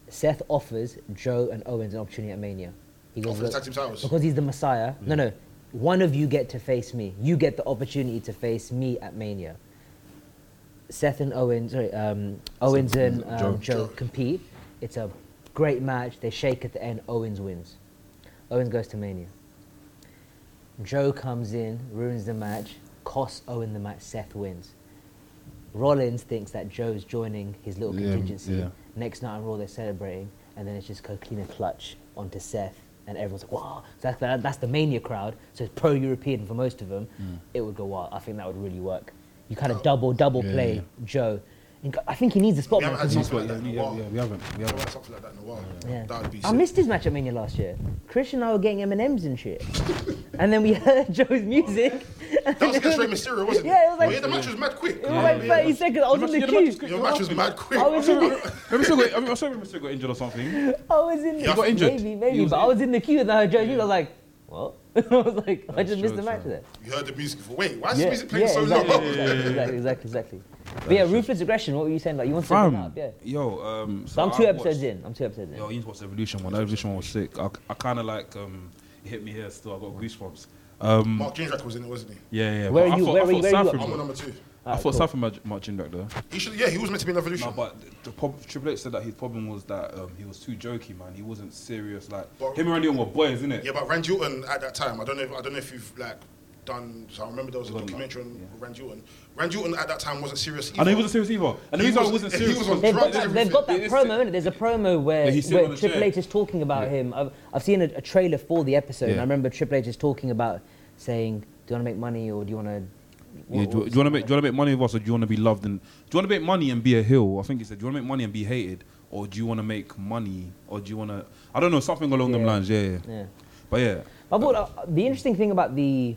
[SPEAKER 3] Seth offers Joe and Owens an opportunity at Mania. He
[SPEAKER 2] Oh, for the
[SPEAKER 3] "Look,"
[SPEAKER 2] tag team titles?
[SPEAKER 3] because he's the Messiah. No, no. One of you get to face me. You get the opportunity to face me at Mania. Seth and Owens, sorry, um, Owens and um,
[SPEAKER 1] Joe.
[SPEAKER 3] Joe. compete. It's a great match. They shake at the end. Owens wins. Owens goes to Mania. Joe comes in, ruins the match, costs Owen the match. Seth wins. Rollins thinks that Joe's joining his little
[SPEAKER 1] Yeah, mm,
[SPEAKER 3] contingency.
[SPEAKER 1] yeah.
[SPEAKER 3] Next night on Raw, they're celebrating, and then it's just Coquelina clutch onto Seth, and everyone's like, "Wow!" So that's, that, that's the Mania crowd. So it's pro-European for most of them.
[SPEAKER 1] Mm.
[SPEAKER 3] It would go wild. I think that would really work. You kind
[SPEAKER 2] Oh.
[SPEAKER 3] of double double
[SPEAKER 1] Yeah,
[SPEAKER 3] play
[SPEAKER 1] yeah.
[SPEAKER 3] Joe. And go- I think he needs a spot.
[SPEAKER 2] We haven't
[SPEAKER 3] man, 'cause
[SPEAKER 2] had
[SPEAKER 3] he's-
[SPEAKER 1] yeah, yeah, yeah, yeah, we haven't. We
[SPEAKER 2] I don't
[SPEAKER 1] haven't.
[SPEAKER 2] like something like that in a while.
[SPEAKER 3] yeah.
[SPEAKER 2] That would be.
[SPEAKER 3] I
[SPEAKER 2] sick.
[SPEAKER 3] missed his match at Mania last year. Chris and I were getting M and M's and shit, and then we heard Joe's music.
[SPEAKER 2] That was against Rey Mysterio, wasn't it?
[SPEAKER 3] Yeah, it was like-
[SPEAKER 2] yeah, the match was mad quick.
[SPEAKER 3] It was like 30 seconds. I was in the
[SPEAKER 1] Yeah, the match was
[SPEAKER 3] queue.
[SPEAKER 2] Your match was mad quick.
[SPEAKER 3] I was in the,
[SPEAKER 1] Remember, still got, I mean, I'm sorry, remember, still got injured or something.
[SPEAKER 3] I was in the
[SPEAKER 2] got
[SPEAKER 1] injured.
[SPEAKER 3] Maybe,
[SPEAKER 1] He
[SPEAKER 3] maybe.
[SPEAKER 1] was
[SPEAKER 3] But I was in the queue and I heard Joe Smith. I was like, what? I was like, I just
[SPEAKER 1] true,
[SPEAKER 3] missed the
[SPEAKER 1] that's
[SPEAKER 3] match
[SPEAKER 1] true.
[SPEAKER 3] there.
[SPEAKER 2] You heard the music for wait, why is the music playing so
[SPEAKER 3] exactly,
[SPEAKER 2] loud?
[SPEAKER 3] exactly, exactly, exactly, exactly. But yeah, ruthless aggression. What were you saying? Like you want to bring it
[SPEAKER 1] Fam,
[SPEAKER 3] up? Yeah.
[SPEAKER 1] yo, um,
[SPEAKER 3] So I'm
[SPEAKER 1] I
[SPEAKER 3] two episodes
[SPEAKER 1] watched-
[SPEAKER 3] in. I'm two episodes in.
[SPEAKER 1] Yo, you just watched Evolution one. Evolution one was sick. I, I kind of like um, it hit me here still. I got goosebumps. Um,
[SPEAKER 2] Mark Jindrak was in it, wasn't he?
[SPEAKER 1] yeah, yeah.
[SPEAKER 3] Where
[SPEAKER 1] but
[SPEAKER 3] are
[SPEAKER 1] I
[SPEAKER 3] you-
[SPEAKER 1] thought,
[SPEAKER 3] where
[SPEAKER 1] I
[SPEAKER 3] are you-
[SPEAKER 1] thought
[SPEAKER 3] where are you
[SPEAKER 1] Sanford-
[SPEAKER 2] I'm on
[SPEAKER 3] Alright,
[SPEAKER 2] number two.
[SPEAKER 1] I thought
[SPEAKER 3] cool.
[SPEAKER 1] Sanford march- marching back there.
[SPEAKER 2] He should, yeah, he was meant to be in Evolution.
[SPEAKER 1] No, but the, the problem, Triple H said that his problem was that um, he was too jokey, man. He wasn't serious. Like
[SPEAKER 2] But-
[SPEAKER 1] him and Randy Orton were boys, innit?
[SPEAKER 2] yeah, but Randy Orton at that time, I don't know, if, I don't know if you've like done. So I remember there was a
[SPEAKER 1] Wasn't
[SPEAKER 2] documentary on
[SPEAKER 1] that-
[SPEAKER 2] Randy Orton. Randy Orton at that time wasn't serious. Either.
[SPEAKER 1] I know he wasn't serious either. And the
[SPEAKER 2] He
[SPEAKER 1] reason why he
[SPEAKER 2] was-
[SPEAKER 1] wasn't
[SPEAKER 2] he
[SPEAKER 1] serious
[SPEAKER 2] was
[SPEAKER 1] was
[SPEAKER 2] on
[SPEAKER 3] They've
[SPEAKER 2] drugs
[SPEAKER 1] because
[SPEAKER 3] got,
[SPEAKER 2] and
[SPEAKER 3] that, they've got that
[SPEAKER 1] It's-
[SPEAKER 3] promo, innit? There's a promo where,
[SPEAKER 1] Yeah, he's sitting
[SPEAKER 3] where
[SPEAKER 1] on a
[SPEAKER 3] Triple
[SPEAKER 1] chair.
[SPEAKER 3] H is talking about him. I've, I've seen a, a trailer for the episode, and
[SPEAKER 1] Yeah.
[SPEAKER 3] I remember Triple H is talking about saying, "Do you want to make money, or do you want to?"
[SPEAKER 1] Yeah, do, you want to make do you want to make money with us, or do you want to be loved and do you want to make money and be a hill? I think he said, do you want to make money and be hated, or do you want to make money, or do you want to? I don't know something along them
[SPEAKER 3] Yeah.
[SPEAKER 1] lines. Yeah, yeah.
[SPEAKER 3] Yeah.
[SPEAKER 1] But yeah,
[SPEAKER 3] I thought uh, the interesting thing about the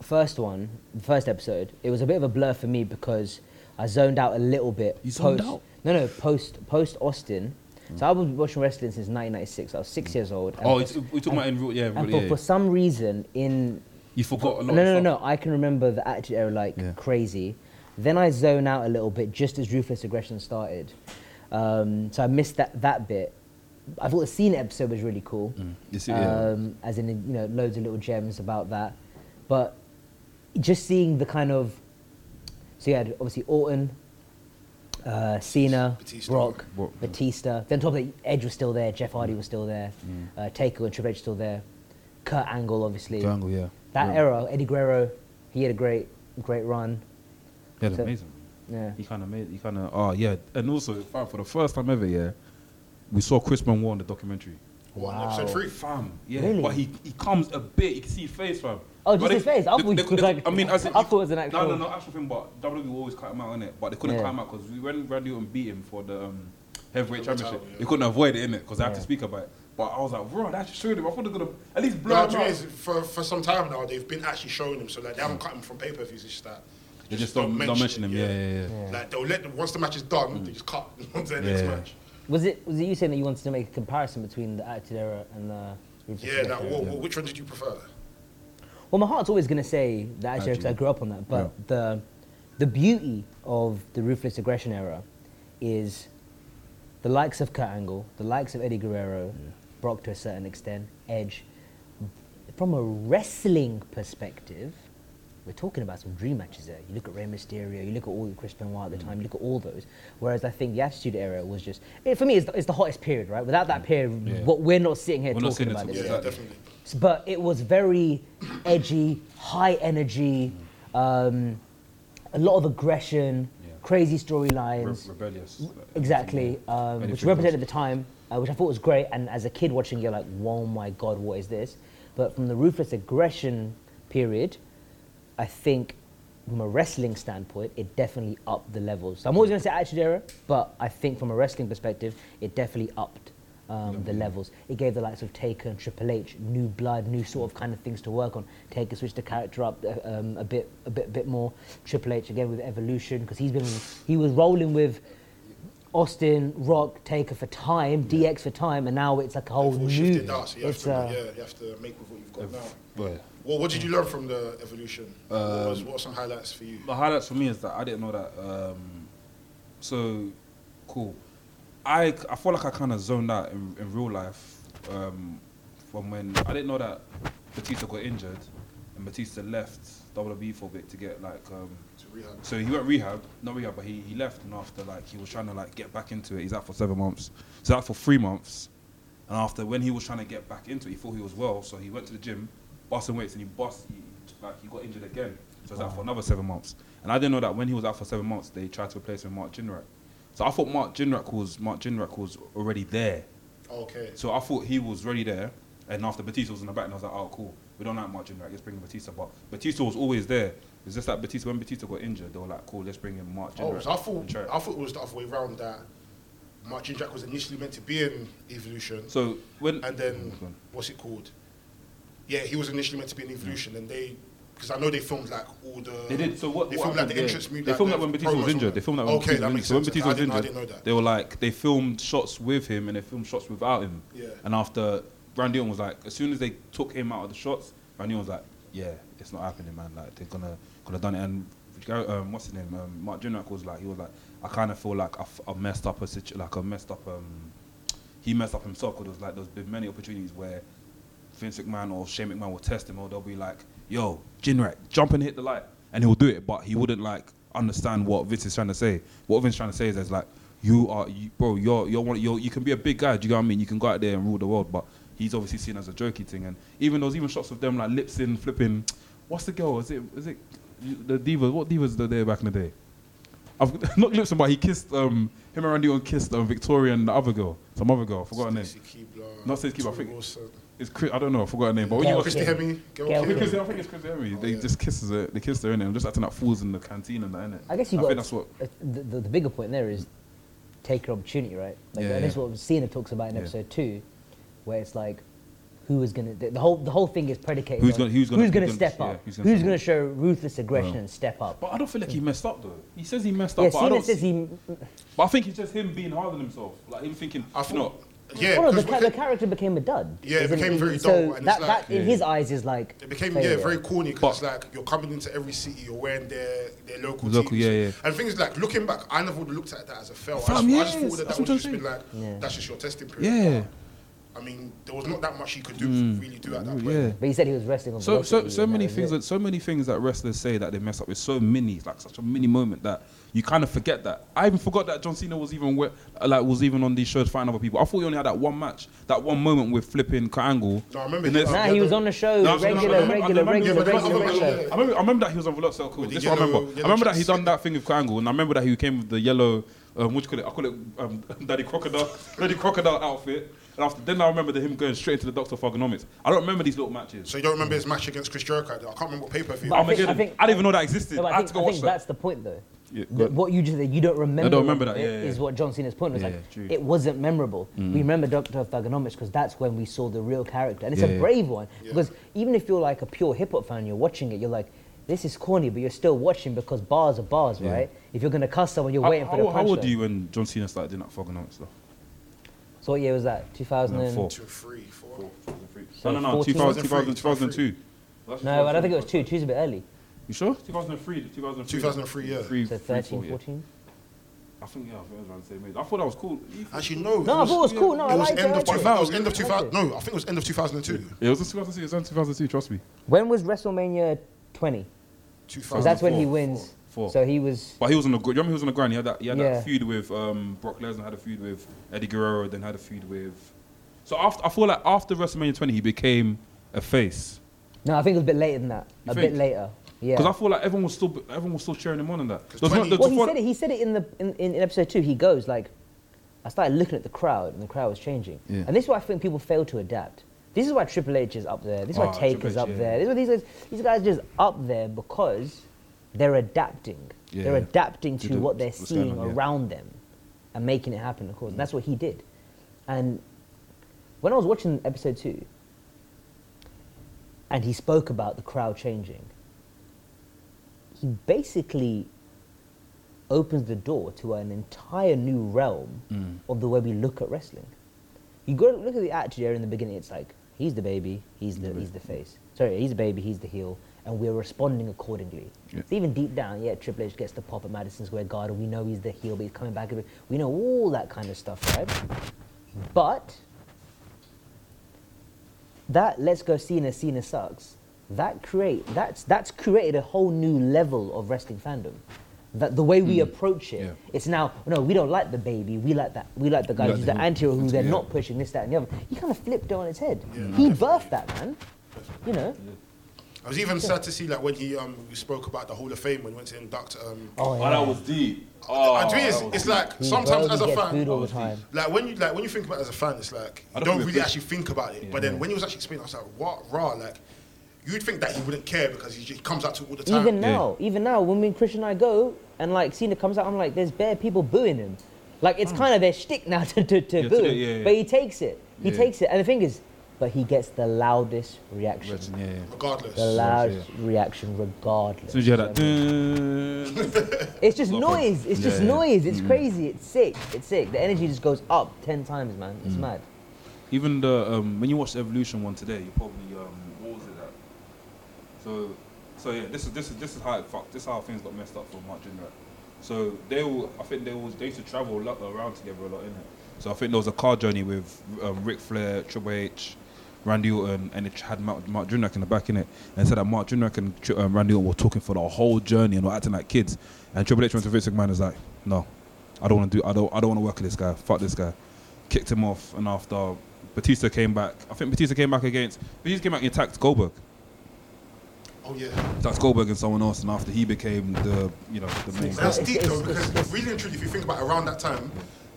[SPEAKER 3] first one, the first episode, it was a bit of a blur for me because I zoned out a little bit.
[SPEAKER 1] You zoned
[SPEAKER 3] post,
[SPEAKER 1] out?
[SPEAKER 3] No, no, post post Austin. So I was watching wrestling since 1996. I was six years old. and
[SPEAKER 1] oh,
[SPEAKER 3] for-
[SPEAKER 1] it's, we talking about in real, yeah,
[SPEAKER 3] and
[SPEAKER 1] real,
[SPEAKER 3] for,
[SPEAKER 1] yeah.
[SPEAKER 3] for some reason, in
[SPEAKER 1] you forgot a lot.
[SPEAKER 3] no, no, no, no, I can remember the Attitude Era like
[SPEAKER 1] Yeah.
[SPEAKER 3] crazy. Then I zone out a little bit just as Ruthless Aggression started. Um, so I missed that, that bit. I thought the scene episode was really cool.
[SPEAKER 1] Mm.
[SPEAKER 5] Yes, it is.
[SPEAKER 3] um, as in you know loads of little gems about that. But just seeing the kind of so you had obviously Orton, uh, Cena,
[SPEAKER 2] Batista.
[SPEAKER 3] Brock,
[SPEAKER 1] Brock, yeah.
[SPEAKER 3] Batista. Then on top of that, Edge was still there, Jeff Hardy was still there,
[SPEAKER 1] Mm.
[SPEAKER 3] uh, Taker and Triple H still there, Kurt Angle obviously.
[SPEAKER 1] Jungle, yeah.
[SPEAKER 3] That
[SPEAKER 1] yeah.
[SPEAKER 3] era, Eddie Guerrero, he had a great great run.
[SPEAKER 1] Yeah, that's
[SPEAKER 3] So-
[SPEAKER 1] amazing.
[SPEAKER 3] Yeah.
[SPEAKER 1] He kind of made, he kind of, oh yeah. And also, fam, for the first time ever, yeah, we saw Chris Benoit in the documentary.
[SPEAKER 2] One
[SPEAKER 3] Wow.
[SPEAKER 2] episode three.
[SPEAKER 1] Fam, yeah.
[SPEAKER 3] Really?
[SPEAKER 1] But he, he comes a bit, you can see his face, fam.
[SPEAKER 3] Oh, just
[SPEAKER 1] But
[SPEAKER 3] his face? I thought he was like-
[SPEAKER 1] I mean, as
[SPEAKER 3] I
[SPEAKER 1] in-
[SPEAKER 3] thought it was an actual-
[SPEAKER 1] No, no, no, actual thing, but WWE will always cut him out, innit? But they couldn't
[SPEAKER 3] Yeah.
[SPEAKER 1] cut him out because when Randy Orton beat him for the um, heavyweight
[SPEAKER 2] Heavyweight
[SPEAKER 1] championship,
[SPEAKER 2] title, yeah.
[SPEAKER 1] they couldn't avoid it, innit? Because I had to
[SPEAKER 3] Yeah.
[SPEAKER 1] speak about it. But I was like, bro, that showed him. I thought they're going to at least blow
[SPEAKER 2] No,
[SPEAKER 1] him
[SPEAKER 2] the thing is,
[SPEAKER 1] out.
[SPEAKER 2] for, for some time now, they've been actually showing him, so like, they haven't cut him from pay per views. It's just that
[SPEAKER 1] They just don't, don't mention
[SPEAKER 2] it,
[SPEAKER 1] him. Yeah, yeah, yeah.
[SPEAKER 3] Yeah.
[SPEAKER 2] Like they'll let them, once the match is done, they just cut onto the next
[SPEAKER 1] Yeah.
[SPEAKER 2] match.
[SPEAKER 3] Was it was it you saying that you wanted to make a comparison between the Attitude Era and the Ruthless
[SPEAKER 2] Yeah,
[SPEAKER 3] Era?
[SPEAKER 2] now what, what- which one did you prefer?
[SPEAKER 3] Well, my heart's always going to say that actually because I grew up on that. But the the beauty of the ruthless aggression era is the likes of Kurt Angle, the likes of Eddie Guerrero, Brock to a certain extent, Edge. From a wrestling perspective, we're talking about some dream matches there. You look at Rey Mysterio, you look at all the Chris Benoit at the time, you look at all those. Whereas I think the Attitude Era was just, it, for me, it's the, it's the hottest period, right? Without that period,
[SPEAKER 1] Yeah.
[SPEAKER 3] what we're not sitting here
[SPEAKER 1] We're not sitting
[SPEAKER 3] talking
[SPEAKER 1] here
[SPEAKER 3] about
[SPEAKER 1] talking
[SPEAKER 3] this.
[SPEAKER 2] Yeah,
[SPEAKER 1] Exactly.
[SPEAKER 2] definitely.
[SPEAKER 3] S- but it was very edgy, high energy, um, a lot of aggression,
[SPEAKER 1] Yeah.
[SPEAKER 3] crazy
[SPEAKER 1] Re-
[SPEAKER 3] storylines.
[SPEAKER 1] rebellious. like,
[SPEAKER 3] exactly,
[SPEAKER 1] yeah.
[SPEAKER 3] um, which
[SPEAKER 1] Anything
[SPEAKER 3] represented
[SPEAKER 1] goes.
[SPEAKER 3] the time, uh, which I thought was great. And as a kid watching, you're like, "Whoa, my God, what is this?" But from the ruthless aggression period, I think. From a wrestling standpoint, it definitely upped the levels. So I'm always going to say Attitude Era, but I think from a wrestling perspective, it definitely upped um, the levels. It gave the likes of Taker and Triple H new blood, new sort of kind of things to work on. Taker switched the character up uh, um, a bit, a bit, bit more. Triple H again with Evolution because he's been he was rolling with Austin, Rock, Taker for time, DX for time, and now it's like a whole
[SPEAKER 2] Full
[SPEAKER 3] new.
[SPEAKER 2] shifted now, so you have,
[SPEAKER 3] it's
[SPEAKER 2] to,
[SPEAKER 3] uh,
[SPEAKER 2] yeah, you have to make with what you've got now.
[SPEAKER 1] But
[SPEAKER 2] Well, what did you learn from the evolution? what,
[SPEAKER 1] Um,
[SPEAKER 2] was, what are some highlights for you?
[SPEAKER 1] the highlights for me is that I didn't know that. Um, so, cool. I I feel like I kind of zoned out in, in real life um, from when I didn't know that Batista got injured and Batista left WWE for a bit to get like. Um,
[SPEAKER 2] To rehab.
[SPEAKER 1] so he went rehab, not rehab, but he, he left and after like he was trying to like get back into it. He's out for seven months. So out for three months, and after when he was trying to get back into it, he thought he was well, so he went to the gym, busting weights, and he bust he, like he got injured again. So he was out for another seven months. And I didn't know that when he was out for seven months, they tried to replace him with Mark Jinrak. So I thought Mark Jinrak was Mark Jinrak was already there.
[SPEAKER 2] Oh, Okay.
[SPEAKER 1] So I thought he was already there, and after Batista was in the back, and I was like, oh, cool. We don't like Mark Jindrak, let's bring in Batista. But Batista was always there. It's just like Batista, when Batista got injured, they were like, cool, let's bring in Mark
[SPEAKER 2] Oh,
[SPEAKER 1] Jindrak.
[SPEAKER 2] so I
[SPEAKER 1] and
[SPEAKER 2] thought
[SPEAKER 1] try it."
[SPEAKER 2] I thought it was the other way round that Martin Jack was initially meant to be in Evolution,
[SPEAKER 1] so when.
[SPEAKER 2] and then what's it called? Yeah, he was initially meant to be in Evolution, and they because I know they filmed like all the
[SPEAKER 1] They did. So what?
[SPEAKER 2] they
[SPEAKER 1] what
[SPEAKER 2] filmed like
[SPEAKER 1] happened
[SPEAKER 2] the
[SPEAKER 1] there-
[SPEAKER 2] entrance music.
[SPEAKER 1] They filmed that when Batista was injured. They filmed that when
[SPEAKER 2] okay,
[SPEAKER 1] Batista
[SPEAKER 2] that
[SPEAKER 1] was
[SPEAKER 2] makes
[SPEAKER 1] injured. So when
[SPEAKER 2] sense.
[SPEAKER 1] Batista
[SPEAKER 2] I
[SPEAKER 1] was
[SPEAKER 2] didn't,
[SPEAKER 1] injured,
[SPEAKER 2] I didn't know that.
[SPEAKER 1] they were like they filmed shots with him and they filmed shots without him.
[SPEAKER 2] Yeah.
[SPEAKER 1] And after Randy Orton was like, as soon as they took him out of the shots, Randy Orton was like, yeah, it's not happening, man. Like they're gonna gonna done it. And Gar- um, what's his name? Um, Mark Jindrak was like, he was like, I kind of feel like I, f- I messed up a situ- like I messed up. Um, he messed up himself because like there's been many opportunities where Vince McMahon or Shane McMahon will test him, or they'll be like, "Yo, Jinrak, jump and hit the light," and he'll do it, but he wouldn't like understand what Vince is trying to say. What Vince is trying to say is, is like, "You are, you, bro, you're, you're one, you're, you can be a big guy. Do you know what I mean? You can go out there and rule the world." But he's obviously seen as a jokey thing, and even those even shots of them like lips in flipping. What's the girl? Is it is it the diva? What divas were there back in the day? I've not Lipson, but he kissed um, him and Randy Orton kissed um, Victoria and the other girl, some other girl. I forgot her name.
[SPEAKER 2] Stacey Keebler,
[SPEAKER 1] Not Stacey Keebler, I
[SPEAKER 2] Tori
[SPEAKER 1] think-
[SPEAKER 2] Wilson,
[SPEAKER 1] It's Chris, I don't know. I forgot her name. But when you
[SPEAKER 3] Gail
[SPEAKER 1] watch um,
[SPEAKER 2] Christy
[SPEAKER 3] Kim.
[SPEAKER 2] Hemme, Gail
[SPEAKER 3] Gail
[SPEAKER 2] Kim.
[SPEAKER 3] Kim.
[SPEAKER 1] Christy, I think it's Chris Henry. They
[SPEAKER 2] yeah.
[SPEAKER 1] just kisses her. They kissed her in and just acting like fools in the canteen and that innit?
[SPEAKER 3] I guess you
[SPEAKER 1] I
[SPEAKER 3] got.
[SPEAKER 1] think that's what.
[SPEAKER 3] uh, the, the, the bigger point there is take your opportunity, right? Like,
[SPEAKER 1] Yeah,
[SPEAKER 3] and this is
[SPEAKER 1] yeah.
[SPEAKER 3] what Cena talks about in
[SPEAKER 1] Yeah.
[SPEAKER 3] episode two, where it's like, who is gonna the, the whole the whole thing is predicated
[SPEAKER 1] Who's
[SPEAKER 3] on
[SPEAKER 1] gonna- who's gonna- who's gonna-
[SPEAKER 3] step
[SPEAKER 1] yeah,
[SPEAKER 3] up,
[SPEAKER 1] who's
[SPEAKER 3] who's
[SPEAKER 1] gonna
[SPEAKER 3] gonna,
[SPEAKER 1] step up.
[SPEAKER 3] show ruthless aggression
[SPEAKER 1] Well.
[SPEAKER 3] and step up.
[SPEAKER 1] But I don't feel like he messed up though. He says he messed up,
[SPEAKER 3] Yeah,
[SPEAKER 1] but I
[SPEAKER 3] Cena
[SPEAKER 1] don't.
[SPEAKER 3] says
[SPEAKER 1] Says
[SPEAKER 3] he
[SPEAKER 1] but I think it's just him being hard on himself. Like him thinking,
[SPEAKER 2] I
[SPEAKER 1] you know,
[SPEAKER 2] thought- Yeah,
[SPEAKER 3] well, no, oh, the,
[SPEAKER 2] because
[SPEAKER 3] ca-
[SPEAKER 2] we
[SPEAKER 3] the
[SPEAKER 2] could-
[SPEAKER 3] character became a dud.
[SPEAKER 2] Yeah, it
[SPEAKER 3] isn't
[SPEAKER 2] became very
[SPEAKER 3] So
[SPEAKER 2] dull, and
[SPEAKER 3] that,
[SPEAKER 2] it's like-
[SPEAKER 3] that in his eyes is like
[SPEAKER 2] It became
[SPEAKER 3] failure.
[SPEAKER 2] yeah very corny
[SPEAKER 1] But-
[SPEAKER 2] because like you're coming into every city, you're wearing their their local,
[SPEAKER 1] Local,
[SPEAKER 2] teams.
[SPEAKER 1] yeah, yeah.
[SPEAKER 2] And things like looking back, I never would have looked at that as a fail. I
[SPEAKER 1] Fam,
[SPEAKER 2] just, I just
[SPEAKER 1] yes,
[SPEAKER 2] thought that
[SPEAKER 1] that's
[SPEAKER 2] that
[SPEAKER 1] what
[SPEAKER 2] would
[SPEAKER 1] I'm
[SPEAKER 2] just been
[SPEAKER 1] saying.
[SPEAKER 2] like
[SPEAKER 3] Yeah.
[SPEAKER 2] that's just your testing period.
[SPEAKER 1] Yeah. Mm.
[SPEAKER 2] I mean, there was not that much you could do really do at that point.
[SPEAKER 1] Yeah.
[SPEAKER 3] But he said he was resting on
[SPEAKER 1] So so
[SPEAKER 3] velocity
[SPEAKER 1] so
[SPEAKER 3] and
[SPEAKER 1] many
[SPEAKER 3] that was
[SPEAKER 1] things
[SPEAKER 3] it.
[SPEAKER 1] that so many things that wrestlers say that they mess up is so mini, like such a mini moment that you kind of forget that. I even forgot that John Cena was even we- like was even on these shows fighting other people. I thought he only had that one match, that one moment with flipping Triangle.
[SPEAKER 2] No, I remember
[SPEAKER 1] And
[SPEAKER 2] he-
[SPEAKER 1] then-
[SPEAKER 3] Nah,
[SPEAKER 2] Yeah,
[SPEAKER 3] he
[SPEAKER 2] the-
[SPEAKER 3] was on the show,
[SPEAKER 1] No, I was gonna- I
[SPEAKER 3] Oh, regular,
[SPEAKER 1] remember- I
[SPEAKER 3] regular,
[SPEAKER 1] remember-
[SPEAKER 3] regular,
[SPEAKER 2] yeah, but
[SPEAKER 3] regular,
[SPEAKER 2] I remember-
[SPEAKER 1] I
[SPEAKER 3] regular.
[SPEAKER 1] remember, I remember that he was on Velox Circle.
[SPEAKER 2] the
[SPEAKER 1] This is what I
[SPEAKER 2] yellow-
[SPEAKER 1] remember. I
[SPEAKER 2] yellow
[SPEAKER 1] remember that he
[SPEAKER 2] chest.
[SPEAKER 1] done that thing with Triangle, and I remember that he came with the yellow, um, what do you call it? I call it um, Daddy Crocodile, Daddy Crocodile outfit. And after then, I remember that him going straight into the Doctor of Ergonomics. I don't remember these little matches.
[SPEAKER 2] So you don't remember his match against Chris Jericho? I can't remember what pay per view.
[SPEAKER 3] But I
[SPEAKER 1] I'm
[SPEAKER 3] think-
[SPEAKER 1] I,
[SPEAKER 3] think-
[SPEAKER 1] I didn't even know that existed.
[SPEAKER 3] No, but
[SPEAKER 1] I,
[SPEAKER 3] I
[SPEAKER 1] had
[SPEAKER 3] think,
[SPEAKER 1] to go
[SPEAKER 3] I
[SPEAKER 1] watch
[SPEAKER 3] think
[SPEAKER 1] that.
[SPEAKER 3] that's the point, though.
[SPEAKER 1] Yeah,
[SPEAKER 3] That
[SPEAKER 1] go on.
[SPEAKER 3] what you just said, you don't remember.
[SPEAKER 1] remember
[SPEAKER 3] all of
[SPEAKER 1] that,
[SPEAKER 3] it
[SPEAKER 1] yeah, yeah.
[SPEAKER 3] is what John Cena's point was.
[SPEAKER 1] Yeah,
[SPEAKER 3] like,
[SPEAKER 1] yeah, true. Mm.
[SPEAKER 3] it wasn't memorable. We remember Doctor Thugonomics because that's when we saw the real character, and it's
[SPEAKER 1] Yeah,
[SPEAKER 3] a
[SPEAKER 1] yeah.
[SPEAKER 3] brave one
[SPEAKER 2] Yeah.
[SPEAKER 3] because even if you're like a pure hip hop fan, you're watching it, you're like, this is corny, but you're still watching because bars are bars, right? If you're gonna cuss someone, you're
[SPEAKER 1] How,
[SPEAKER 3] waiting for the
[SPEAKER 1] how, how
[SPEAKER 3] punchline.
[SPEAKER 1] old are you when John Cena started doing that Ergonomics stuff?
[SPEAKER 3] So what year was that?
[SPEAKER 1] 2004.
[SPEAKER 3] 2004.
[SPEAKER 2] Two, three, four.
[SPEAKER 1] No, no, no,
[SPEAKER 3] 14.
[SPEAKER 1] 2000, 2000, 2002.
[SPEAKER 2] 2003.
[SPEAKER 3] No, I don't think it was two. Two's a bit early.
[SPEAKER 1] You sure? 2003, 2003.
[SPEAKER 2] 2003, yeah.
[SPEAKER 1] Three,
[SPEAKER 3] So
[SPEAKER 1] three,
[SPEAKER 3] 13,
[SPEAKER 1] four, yeah.
[SPEAKER 3] 14.
[SPEAKER 1] I think, yeah, I think it was around the same age. I thought that was cool.
[SPEAKER 2] Actually, no.
[SPEAKER 3] No, I thought it was cool. No, I
[SPEAKER 2] it was
[SPEAKER 3] liked it.
[SPEAKER 2] end
[SPEAKER 3] I
[SPEAKER 2] of
[SPEAKER 3] liked it.
[SPEAKER 2] 2000. It was end of
[SPEAKER 3] I liked
[SPEAKER 2] 2000.
[SPEAKER 3] it.
[SPEAKER 2] No, I think it was end of 2002.
[SPEAKER 1] It was in 2002, it was in 2002, trust me.
[SPEAKER 3] When was WrestleMania 20?
[SPEAKER 2] 2000.
[SPEAKER 3] Because that's when he
[SPEAKER 1] 2004,
[SPEAKER 3] wins.
[SPEAKER 1] four.
[SPEAKER 3] So he was.
[SPEAKER 1] But he was on the gr- you remember he was on the ground. He had that he had
[SPEAKER 3] Yeah.
[SPEAKER 1] that feud with um, Brock Lesnar, had a feud with Eddie Guerrero, then had a feud with. So after I feel like after WrestleMania 20, he became a face
[SPEAKER 3] No, I think it was a bit later than that.
[SPEAKER 1] You
[SPEAKER 3] a
[SPEAKER 1] think?
[SPEAKER 3] bit later. Yeah.
[SPEAKER 1] because I feel like everyone was still everyone was still cheering him on in that.
[SPEAKER 2] 'Cause
[SPEAKER 1] There was one-
[SPEAKER 2] 20
[SPEAKER 1] there
[SPEAKER 3] Well,
[SPEAKER 1] was
[SPEAKER 3] he
[SPEAKER 1] one-
[SPEAKER 3] said it. He said it in the in, in episode two. He goes like, I started looking at the crowd, and the crowd was changing.
[SPEAKER 1] Yeah.
[SPEAKER 3] And this is why I think people fail to adapt. This is why Triple H is up there. This is why
[SPEAKER 1] Ah,
[SPEAKER 3] Take
[SPEAKER 1] Triple
[SPEAKER 3] is
[SPEAKER 1] H,
[SPEAKER 3] up
[SPEAKER 1] yeah.
[SPEAKER 3] there. This is why these guys, these guys are just up there because they're adapting.
[SPEAKER 1] Yeah,
[SPEAKER 3] they're
[SPEAKER 1] yeah.
[SPEAKER 3] adapting to
[SPEAKER 1] To the-
[SPEAKER 3] what they're
[SPEAKER 1] what's going
[SPEAKER 3] seeing
[SPEAKER 1] on, yeah. Mm.
[SPEAKER 3] around them, and making it happen. Of course, and that's what he did. And when I was watching episode two, and he spoke about the crowd changing, he basically opens the door to an entire new realm
[SPEAKER 1] Mm.
[SPEAKER 3] of the way we look at wrestling. You go look at the attitude era in the beginning. It's like he's the baby, he's the he's the face. Sorry, he's the baby, he's the heel, and we're responding accordingly.
[SPEAKER 1] Yeah.
[SPEAKER 3] So even deep down, yeah, Triple H gets the pop at Madison Square Garden. We know he's the heel, but he's coming back. We know all that kind of stuff, right? But that let's go Cena, Cena sucks. That create that's that's created a whole new level of wrestling fandom. That the way we approach it,
[SPEAKER 1] Hmm. yeah.
[SPEAKER 3] it's now no, we don't like the baby. We like that. We like the guy
[SPEAKER 1] like
[SPEAKER 3] who's
[SPEAKER 1] the
[SPEAKER 3] the
[SPEAKER 1] heel.
[SPEAKER 3] anti-hero who they're
[SPEAKER 1] Yeah.
[SPEAKER 3] not pushing this, that, and the other. He kind of flipped it on its head. he birthed that man. You know.
[SPEAKER 2] I was even sad to see like when he um we spoke about the Hall of Fame when he went to induct um.
[SPEAKER 3] Oh
[SPEAKER 1] Oh, that was deep. Oh,
[SPEAKER 2] and to me, it's,
[SPEAKER 1] that was
[SPEAKER 2] it's
[SPEAKER 1] deep.
[SPEAKER 2] like
[SPEAKER 3] He
[SPEAKER 2] sometimes
[SPEAKER 3] verbally
[SPEAKER 2] as a
[SPEAKER 3] gets
[SPEAKER 2] fan,
[SPEAKER 3] booed all the time.
[SPEAKER 2] Like when you like when you think about it as a fan, it's like
[SPEAKER 1] I
[SPEAKER 2] you
[SPEAKER 1] don't
[SPEAKER 2] don't
[SPEAKER 1] think
[SPEAKER 2] really
[SPEAKER 1] it's-
[SPEAKER 2] actually think about it. But then when he was actually explaining, I was like, "What raw?" Like you'd think that he wouldn't care because he just comes out to it all the time.
[SPEAKER 3] Even now, even now, when me and Chris and I go and like Cena comes out, I'm like, there's bare people booing him. Like it's kind of their shtick now to, to, to
[SPEAKER 1] Hmm. Yeah,
[SPEAKER 3] boo
[SPEAKER 1] to-
[SPEAKER 3] him.
[SPEAKER 1] yeah, yeah.
[SPEAKER 3] But he takes it. He
[SPEAKER 1] Yeah.
[SPEAKER 3] takes it. And the thing is, but he gets the loudest reaction.
[SPEAKER 1] Imagine, yeah, yeah.
[SPEAKER 2] regardless.
[SPEAKER 3] The loudest
[SPEAKER 1] yeah.
[SPEAKER 3] reaction, regardless.
[SPEAKER 1] As soon as you hear that, dun,
[SPEAKER 3] It's just
[SPEAKER 1] Love it.
[SPEAKER 3] noise. It's
[SPEAKER 1] Yeah,
[SPEAKER 3] just
[SPEAKER 1] yeah. Mm-hmm.
[SPEAKER 3] noise. It's crazy. It's sick. It's sick. The energy just goes up ten times, man.
[SPEAKER 1] Mm.
[SPEAKER 3] It's mad.
[SPEAKER 1] even the um, when you watch the Evolution one today, you probably um, what was it that? So, so yeah, this is this is this is how it fucked. This is how things got messed up for Mark Jindrak. So they all, I think they was they used to travel a lot around together a lot in it. So I think there was a car journey with um, Ric Flair, Triple H, Randy Orton, and it had Mark, Mark Jindrak in the back in it, and it said that Mark Jindrak and Tri- um, Randy Orton were talking for the whole journey and were acting like kids. And Triple H went to Vince McMahon and was like, no, I don't want to do, I don't, I don't want to work with this guy. Fuck this guy. Kicked him off, and after Batista came back, I think Batista came back against Batista came back and attacked Goldberg.
[SPEAKER 2] oh yeah,
[SPEAKER 1] That's Goldberg and someone else, and after he became the, you know, the main.
[SPEAKER 2] But that's
[SPEAKER 3] It's-
[SPEAKER 2] deep
[SPEAKER 3] it's-
[SPEAKER 2] though
[SPEAKER 3] it's-
[SPEAKER 2] because really and truly, if you think about it, around that time,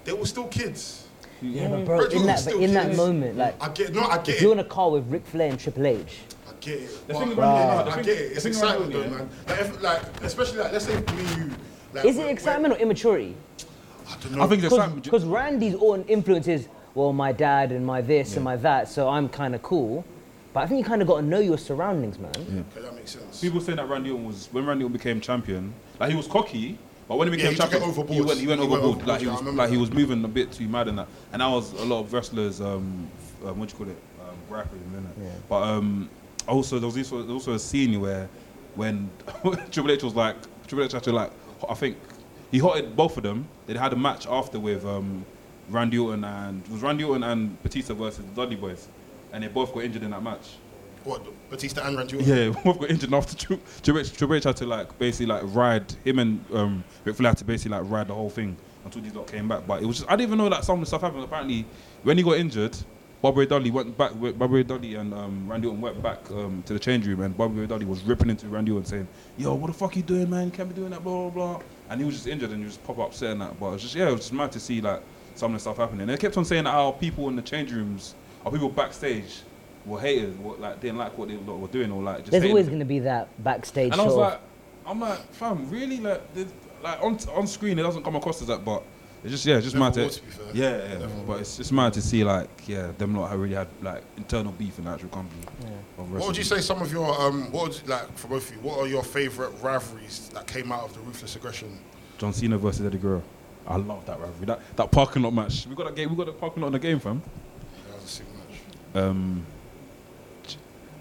[SPEAKER 2] they were still kids.
[SPEAKER 3] Yeah, but bro,
[SPEAKER 2] Virgil
[SPEAKER 3] in that
[SPEAKER 2] was
[SPEAKER 3] but
[SPEAKER 2] still
[SPEAKER 3] in that
[SPEAKER 2] kids.
[SPEAKER 3] moment, like
[SPEAKER 2] I get no, I get
[SPEAKER 3] if you're
[SPEAKER 2] it.
[SPEAKER 3] in a car with Ric Flair and Triple H,
[SPEAKER 2] I get it.
[SPEAKER 1] The
[SPEAKER 2] But-
[SPEAKER 1] thing about
[SPEAKER 3] Bruh.
[SPEAKER 1] it, yeah,
[SPEAKER 2] I
[SPEAKER 1] the
[SPEAKER 2] get
[SPEAKER 1] thing-
[SPEAKER 2] it. It's
[SPEAKER 1] the thing about
[SPEAKER 2] exciting
[SPEAKER 1] it,
[SPEAKER 2] though,
[SPEAKER 1] yeah.
[SPEAKER 2] man. Like, if, like especially like let's say me and you. Like, we're-
[SPEAKER 3] is it
[SPEAKER 2] we're-
[SPEAKER 3] excitement or immaturity?
[SPEAKER 2] I don't know.
[SPEAKER 1] I think the excitement.
[SPEAKER 3] Because Randy's Orton influence is, well, my dad and my this and my that, so I'm kind of cool. But I think you kind of got to know your surroundings, man.
[SPEAKER 2] Okay, that makes sense.
[SPEAKER 1] People say that Randy Orton was when Randy Orton became champion, like he was cocky, But when he became
[SPEAKER 2] he took it
[SPEAKER 1] champion, he
[SPEAKER 2] overboard.
[SPEAKER 1] went, he went
[SPEAKER 2] He went
[SPEAKER 1] overboard.
[SPEAKER 2] overboard,
[SPEAKER 1] Like he
[SPEAKER 2] yeah, I
[SPEAKER 1] was,
[SPEAKER 2] remember
[SPEAKER 1] like he
[SPEAKER 2] that.
[SPEAKER 1] was moving a bit too mad in that. And that was a lot of wrestlers. Um, f- um what do you call it? Um, grappling, innit?
[SPEAKER 3] Yeah.
[SPEAKER 1] But um, also there was also, there was also a scene where when Triple H was like Triple H had to like I think he hotted both of them. They had a match after with um, Randy Orton and it was Randy Orton and Batista versus the Dudley Boys, and they both got injured in that match.
[SPEAKER 2] What Batista and Randy? Orton?
[SPEAKER 1] Yeah, both got injured after Tri- Triple H. Triple H had to like basically like ride him and um, Ric Flair had to basically like ride the whole thing until these lot came back. But it was just I didn't even know that some stuff happened. Apparently, when he got injured, Bobby Ray Dudley went back. with- Bobby Ray Dudley and um, Randy Orton went back um, to the change room, and Bobby Ray Dudley was ripping into Randy Orton saying, "Yo, what the fuck you doing, man? You can't be doing that, blah blah blah." And he was just injured, and he was pop up saying that. But it was just yeah, it was just mad to see like some of the stuff happening. And they kept on saying that our people in the change rooms, our people backstage. Were haters, were, like didn't like what they lot were doing, or like just
[SPEAKER 3] There's
[SPEAKER 1] hated
[SPEAKER 3] always
[SPEAKER 1] them.
[SPEAKER 3] going to be that backstage
[SPEAKER 1] And I
[SPEAKER 3] sort
[SPEAKER 1] was
[SPEAKER 3] of
[SPEAKER 1] like, I'm like, fam, really? Like, this- like on on screen, it doesn't come across as that, but it's just yeah, it's just
[SPEAKER 2] Never
[SPEAKER 1] mad to,
[SPEAKER 2] will, to be fair.
[SPEAKER 1] yeah, yeah, yeah.
[SPEAKER 2] Never
[SPEAKER 1] But it's just mad to see like yeah, them lot have really had like internal beef in the actual company. of
[SPEAKER 2] What would you say
[SPEAKER 1] wrestling.
[SPEAKER 2] some of your um? What would, like for both of you? What are your favorite rivalries that came out of the ruthless aggression?
[SPEAKER 1] John Cena versus Eddie Guerrero. I love that rivalry. That that parking lot match. We got a game. We got a parking lot in the game, fam.
[SPEAKER 2] That was a sick match.
[SPEAKER 1] Um,